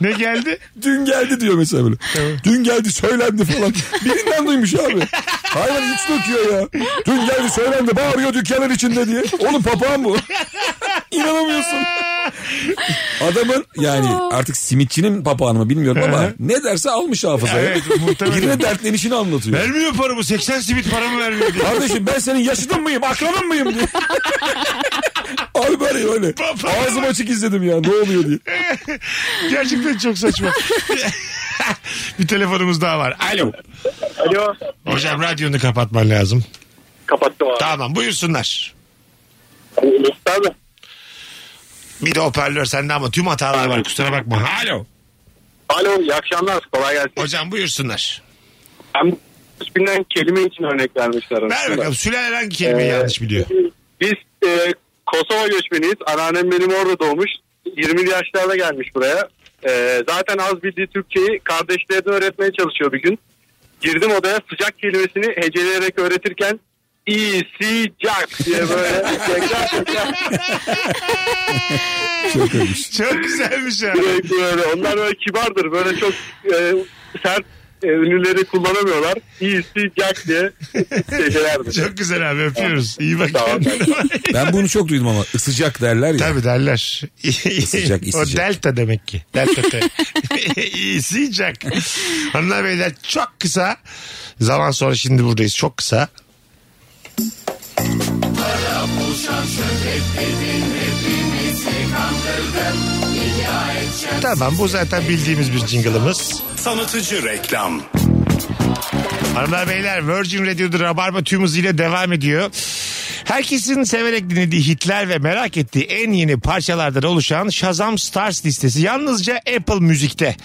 Speaker 5: Ne geldi?
Speaker 6: Dün geldi diyor mesela böyle. Dün geldi söylendi falan. Birinden duymuş abi. Hayvan iç döküyor ya. Dün geldi söylendi bağırıyor dükkanın içinde diye. Oğlum papağan bu. İnanamıyorsun. Adamın yani artık simitçinin papağanı mı bilmiyorum ama
Speaker 5: Hı.
Speaker 6: ne derse almış hafızaya.
Speaker 5: Evet, muhtemelen.
Speaker 6: Birine dertlenişini anlatıyor.
Speaker 5: Vermiyor paramı 80 simit paramı vermiyor diye.
Speaker 6: Kardeşim ben senin yaşıtın mıyım akranın mıyım diye. Abi böyle öyle.
Speaker 5: Papağan.
Speaker 6: Ağzım açık izledim ya ne oluyor diye.
Speaker 5: Gerçekten çok saçma. bir telefonumuz daha var. Alo.
Speaker 10: Alo.
Speaker 5: Hocam radyonu kapatman lazım.
Speaker 10: Kapattım abi.
Speaker 5: Tamam buyursunlar.
Speaker 10: Abi.
Speaker 5: Bir de hoparlör sende ama tüm hatalar var kusura bakma. Alo.
Speaker 10: Alo iyi akşamlar. Kolay gelsin.
Speaker 5: Hocam buyursunlar.
Speaker 10: Hem isminden kelime için örnek vermişler
Speaker 5: Ver bakalım Süleyman hangi kelimeyi
Speaker 10: Ee,
Speaker 5: yanlış biliyor?
Speaker 10: Biz e, Kosova göçmeniyiz. Anneannem benim orada doğmuş. 20'li yaşlarda gelmiş buraya. E, zaten az bildiği Türkçeyi kardeşlerine öğretmeye çalışıyor bir gün. Girdim odaya sıcak kelimesini heceleyerek öğretirken iyi sıcak diye böyle şey tekrar tekrar
Speaker 6: Çok övmüş.
Speaker 5: Çok güzelmiş ha.
Speaker 10: sürekli böyle. Onlar böyle kibardır. Böyle çok e, sert e, ünlüleri kullanamıyorlar. İyi sıcak diye hecelerdir.
Speaker 5: Çok güzel abi öpüyoruz. İyi bak
Speaker 10: Tamam.
Speaker 5: kendine.
Speaker 6: Ben bunu çok duydum ama ısıcak derler ya.
Speaker 5: Tabii derler.
Speaker 6: Sıcak, iyi
Speaker 5: o
Speaker 6: sıcak.
Speaker 5: delta demek ki. Delta T. İyi sıcak. Hanımlar beyler çok kısa. Zaman sonra şimdi buradayız. Çok kısa. Tamam bu zaten bildiğimiz bir jingle'ımız.
Speaker 2: Tanıtıcı reklam.
Speaker 5: Hanımlar beyler Virgin Radio'da Rabarba tüm hızıyla devam ediyor. Herkesin severek dinlediği hitler ve merak ettiği en yeni parçalardan oluşan Shazam Stars listesi yalnızca Apple Müzik'te.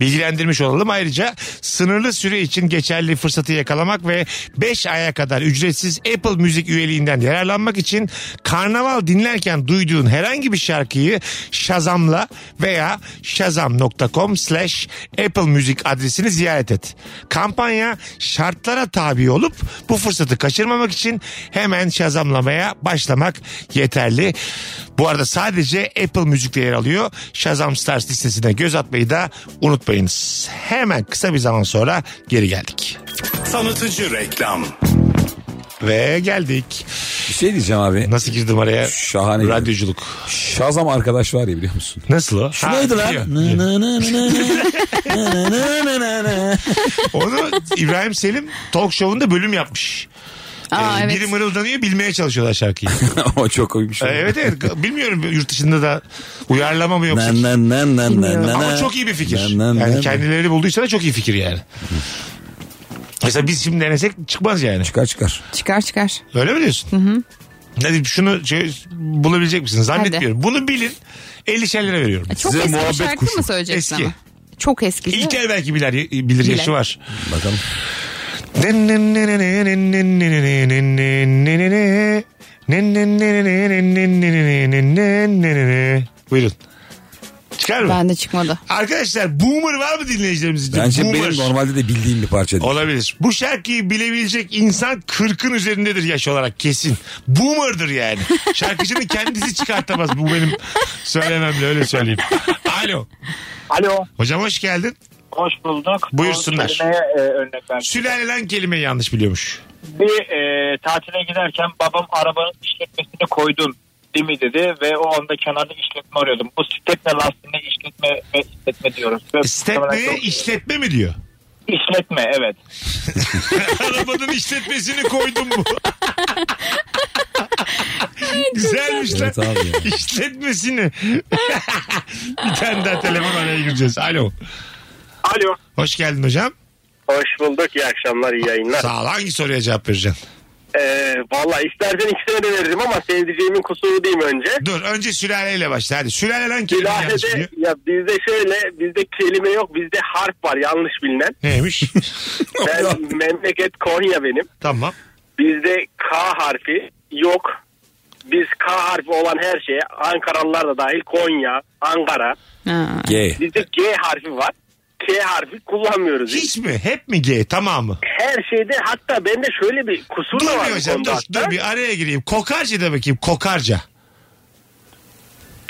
Speaker 5: Bilgilendirmiş olalım ayrıca sınırlı süre için geçerli fırsatı yakalamak ve 5 aya kadar ücretsiz Apple Müzik üyeliğinden yararlanmak için karnaval dinlerken duyduğun herhangi bir şarkıyı Shazam'la veya shazam.com slash Apple Müzik adresini ziyaret et. Kampanya şartlara tabi olup bu fırsatı kaçırmamak için hemen şazamlamaya başlamak yeterli. Bu arada sadece Apple Müzik'te yer alıyor. Shazam Stars listesine göz atmayı da unutmayınız. Hemen kısa bir zaman sonra geri geldik.
Speaker 2: Tanıtıcı reklam.
Speaker 5: Ve geldik.
Speaker 6: Bir şey diyeceğim abi.
Speaker 5: Nasıl girdim araya?
Speaker 6: Şahane. girdim.
Speaker 5: Radyoculuk.
Speaker 6: Şazam arkadaş var ya biliyor musun?
Speaker 5: Nasıl o?
Speaker 6: Şu
Speaker 5: Ha,
Speaker 6: neydi lan?
Speaker 5: biliyor.
Speaker 6: Nı nı nı nı nı nı nı nı nı.
Speaker 5: Onu İbrahim Selim talk show'unda bölüm yapmış.
Speaker 7: Aa,
Speaker 5: Ee,
Speaker 7: evet.
Speaker 5: Biri mırıldanıyor bilmeye çalışıyorlar şarkıyı.
Speaker 6: o çok koymuş.
Speaker 5: Ee, evet evet bilmiyorum yurt dışında da uyarlama mı yoksa.
Speaker 6: Nan nan nan nan nan.
Speaker 5: Ama çok iyi bir fikir.
Speaker 6: Nan nan
Speaker 5: Yani
Speaker 6: nan.
Speaker 5: kendileri bulduysa da çok iyi fikir yani. Mesela biz şimdi denesek çıkmaz yani.
Speaker 6: Çıkar çıkar.
Speaker 7: Çıkar çıkar.
Speaker 5: Öyle mi diyorsun? Hı hı. Hadi şunu şey, bulabilecek misiniz? Zannetmiyorum. Bunu bilin. 50 lira veriyorum.
Speaker 7: E, Çok
Speaker 6: Size
Speaker 7: eski bir
Speaker 6: muhabbet
Speaker 7: şarkı
Speaker 6: kuşu.
Speaker 7: mı söyleyeceksin
Speaker 5: Eski.
Speaker 7: ama? Çok eski.
Speaker 5: İlker belki bilir, bilir, yaşı var.
Speaker 6: Bakalım.
Speaker 5: Buyurun. Çıkar mı?
Speaker 7: Ben de çıkmadı.
Speaker 5: Arkadaşlar boomer var mı dinleyicilerimiz için?
Speaker 6: Bence
Speaker 5: boomer.
Speaker 6: benim normalde de bildiğim bir parça değil.
Speaker 5: Olabilir. Bu şarkıyı bilebilecek insan 40'ın üzerindedir yaş olarak kesin. Boomer'dır yani. Şarkıcının kendisi çıkartamaz. Bu benim söylememle öyle söyleyeyim. Alo.
Speaker 10: Alo.
Speaker 5: Hocam hoş geldin.
Speaker 10: Hoş bulduk.
Speaker 5: Buyursunlar.
Speaker 10: Bu kelimeye, e, örnek ver.
Speaker 5: Sülalelen kelimeyi yanlış biliyormuş.
Speaker 10: Bir e, tatile giderken babam arabanın işletmesini koydum değil mi dedi ve o anda kenarda işletme arıyordum. Bu stepne lastiğine işletme ve işletme diyoruz. Ve
Speaker 5: İstetmeye işletme mi diyor?
Speaker 10: işletme evet.
Speaker 5: Arabanın işletmesini koydum bu. Güzelmiş lan.
Speaker 6: Evet abi. ya.
Speaker 5: İşletmesini. Bir tane daha telefon araya gireceğiz. Alo.
Speaker 10: Alo.
Speaker 5: Hoş geldin hocam.
Speaker 10: Hoş bulduk. İyi akşamlar, iyi yayınlar.
Speaker 5: Sağ ol. Hangi soruya cevap vereceksin?
Speaker 10: Ee, Valla istersen ikisine de veririm ama sevdiceğimin kusuru diyeyim önce.
Speaker 5: Dur önce sülaleyle başla. Hadi sülalelen kelime yanlış
Speaker 10: Bilahede
Speaker 5: biliyor.
Speaker 10: ya bizde şöyle bizde kelime yok bizde harf var yanlış bilinen.
Speaker 5: Neymiş?
Speaker 10: Ben memleket Konya benim.
Speaker 5: tamam.
Speaker 10: Bizde K harfi yok. Biz K harfi olan her şeye Ankaralılar da dahil Konya, Ankara.
Speaker 7: Ha.
Speaker 6: G.
Speaker 10: Bizde G harfi var. K harfi kullanmıyoruz. Hiç
Speaker 5: Hiç mi? Hep mi G? Tamamı.
Speaker 10: her şeyde hatta bende şöyle bir kusur
Speaker 5: Dur
Speaker 10: da var
Speaker 5: bir
Speaker 10: bu
Speaker 5: hocam
Speaker 10: konuda
Speaker 5: dur,
Speaker 10: hatta.
Speaker 5: dur bir araya gireyim. Kokarca da bakayım. Kokarca.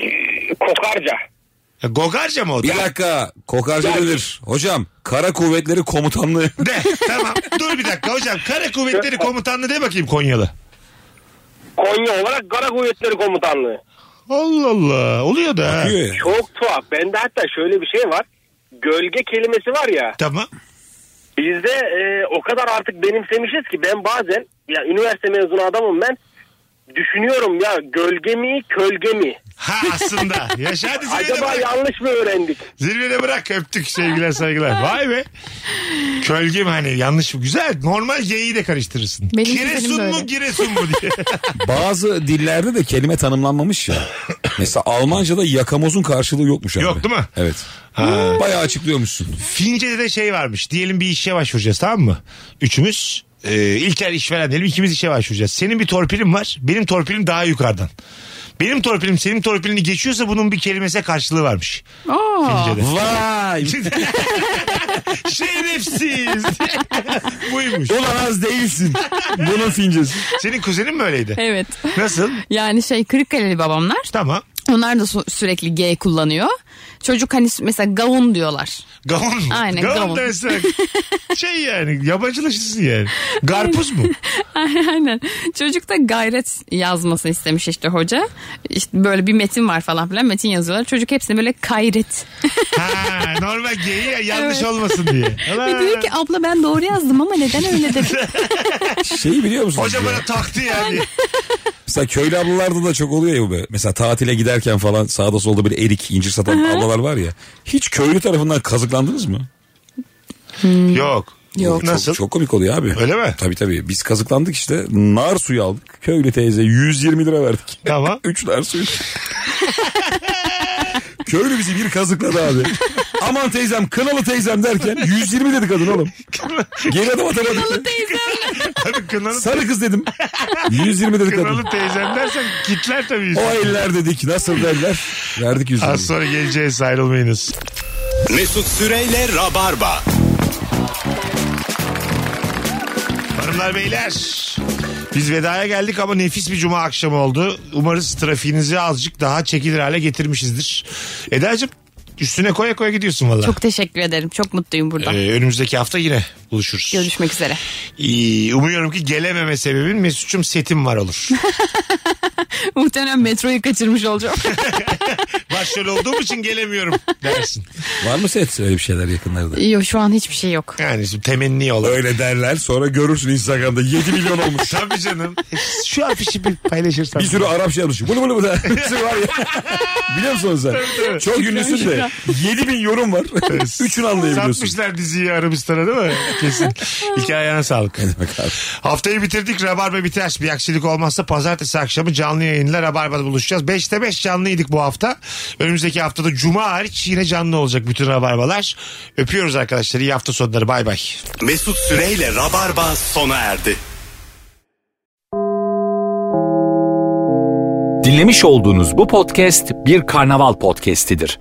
Speaker 10: Ee, Kokarca.
Speaker 5: Ya, Gogarca mı o da?
Speaker 6: Bir dakika. Kokarca nedir? Hocam Kara Kuvvetleri Komutanlığı.
Speaker 5: De tamam dur bir dakika hocam. Kara Kuvvetleri Komutanlığı de bakayım Konyalı.
Speaker 10: Konya olarak Kara Kuvvetleri Komutanlığı.
Speaker 5: Allah Allah oluyor da. ha.
Speaker 6: Diyor ya.
Speaker 10: Çok tuhaf. Bende hatta şöyle bir şey var. Gölge kelimesi var ya.
Speaker 5: Tamam.
Speaker 10: Bizde e, o kadar artık benimsemişiz ki ben bazen ya üniversite mezunu adamım ben düşünüyorum ya gölge mi kölge mi?
Speaker 5: Ha aslında. Yaşa hadi zirvede
Speaker 10: Acaba
Speaker 5: bırak.
Speaker 10: yanlış mı öğrendik?
Speaker 5: Zirvede bırak öptük sevgiler saygılar. Vay be. Kölge mi hani yanlış mı? Güzel. Normal G'yi de karıştırırsın.
Speaker 7: Benim
Speaker 5: Giresun
Speaker 7: güzelim de
Speaker 5: mu
Speaker 7: öyle.
Speaker 5: Giresun mu diye.
Speaker 6: Bazı dillerde de kelime tanımlanmamış ya. Mesela Almanca'da yakamozun karşılığı yokmuş abi.
Speaker 5: Yok değil mi?
Speaker 6: Evet. Bayağı açıklıyormuşsun.
Speaker 5: Fince'de de şey varmış. Diyelim bir işe başvuracağız tamam mı? Üçümüz. E, İlker işveren diyelim ikimiz işe başvuracağız. Senin bir torpilin var. Benim torpilim daha yukarıdan. Benim torpilim senin torpilini geçiyorsa bunun bir kelimesine karşılığı varmış.
Speaker 7: Oo.
Speaker 5: Fince'de.
Speaker 6: Vay.
Speaker 5: Şerefsiz. Buymuş.
Speaker 6: Ulan az değilsin. Bunun fincesi.
Speaker 5: Senin kuzenin mi öyleydi?
Speaker 7: Evet.
Speaker 5: Nasıl?
Speaker 7: Yani şey Kırıkkaleli babamlar.
Speaker 5: Tamam.
Speaker 7: Onlar da su- sürekli G kullanıyor. Çocuk hani s- mesela gavun diyorlar.
Speaker 5: Gavun mu?
Speaker 7: Aynen,
Speaker 5: Gavun.
Speaker 7: gavun.
Speaker 5: dersen şey yani yabancılaşırsın yani. Garpuz mu?
Speaker 7: Aynen. Çocuk da gayret yazmasını istemiş işte hoca. İşte böyle bir metin var falan filan metin yazıyorlar. Çocuk hepsini böyle gayret.
Speaker 5: Ha, normal geyi ya, yanlış
Speaker 7: Evet.
Speaker 5: olmasın diye.
Speaker 7: Ve diyor ki abla ben doğru yazdım ama neden öyle dedi.
Speaker 6: Şeyi biliyor musunuz?
Speaker 5: Hoca
Speaker 6: ya?
Speaker 5: bana taktı yani.
Speaker 6: Mesela köylü ablalarda da çok oluyor ya bu be. Mesela tatile giderken falan sağda solda böyle erik, incir satan ablalar var ya. Hiç köylü tarafından kazıklandınız mı?
Speaker 5: Yok.
Speaker 7: Yok.
Speaker 5: Nasıl?
Speaker 6: Çok, çok komik oluyor abi.
Speaker 5: Öyle mi?
Speaker 6: Tabii tabii. Biz kazıklandık işte. Nar suyu aldık. Köylü teyze 120 lira verdik.
Speaker 5: Tamam.
Speaker 6: Üç nar suyu. köylü bizi bir kazıkladı abi. Aman teyzem, kınalı teyzem derken 120 dedi kadın oğlum. Geri adım atamadık.
Speaker 5: Tabii kınalı,
Speaker 6: Sarı kız dedim. 120 dedi kadın.
Speaker 5: kınalı teyzem dersen kitler tabii.
Speaker 6: O
Speaker 5: yüzünü.
Speaker 6: eller dedik nasıl derler. Verdik 120.
Speaker 5: Az sonra geleceğiz ayrılmayınız.
Speaker 2: Mesut Süreyle Rabarba.
Speaker 5: Hanımlar beyler biz vedaya geldik ama nefis bir cuma akşamı oldu. Umarız trafiğinizi azıcık daha çekilir hale getirmişizdir. Eda'cığım üstüne koya koya gidiyorsun valla.
Speaker 7: Çok teşekkür ederim. Çok mutluyum burada.
Speaker 5: Ee, önümüzdeki hafta yine buluşuruz.
Speaker 7: Görüşmek üzere.
Speaker 5: İyi, umuyorum ki gelememe sebebin Mesut'cum setim var olur.
Speaker 7: Muhtemelen metroyu kaçırmış olacağım.
Speaker 5: Başrol olduğum için gelemiyorum dersin.
Speaker 6: Var mı set öyle bir şeyler yakınlarda?
Speaker 7: Yok şu an hiçbir şey yok.
Speaker 5: Yani şimdi temenni olur.
Speaker 6: Öyle derler sonra görürsün Instagram'da 7 milyon olmuş.
Speaker 5: Tabii canım. Şu afişi bir paylaşırsan.
Speaker 6: Bir sürü Arap şey almış. Bunu bunu bunu. Hepsi var ya. Biliyor musun sen? Çok ünlüsün de. 7 bin yorum var. Üçünü anlayabiliyorsun.
Speaker 5: Satmışlar diziyi Arabistan'a değil mi? Kesin. Hikayene sağlık. Haftayı bitirdik. Rabarba biter. Bir aksilik olmazsa pazartesi akşamı canlı yayınla Rabarba'da buluşacağız. 5'te 5 canlıydık bu hafta. Önümüzdeki haftada cuma hariç yine canlı olacak bütün Rabarbalar. Öpüyoruz arkadaşlar. İyi hafta sonları. Bay bay.
Speaker 2: Mesut Süreyle Rabarba sona erdi.
Speaker 1: Dinlemiş olduğunuz bu podcast bir karnaval podcastidir.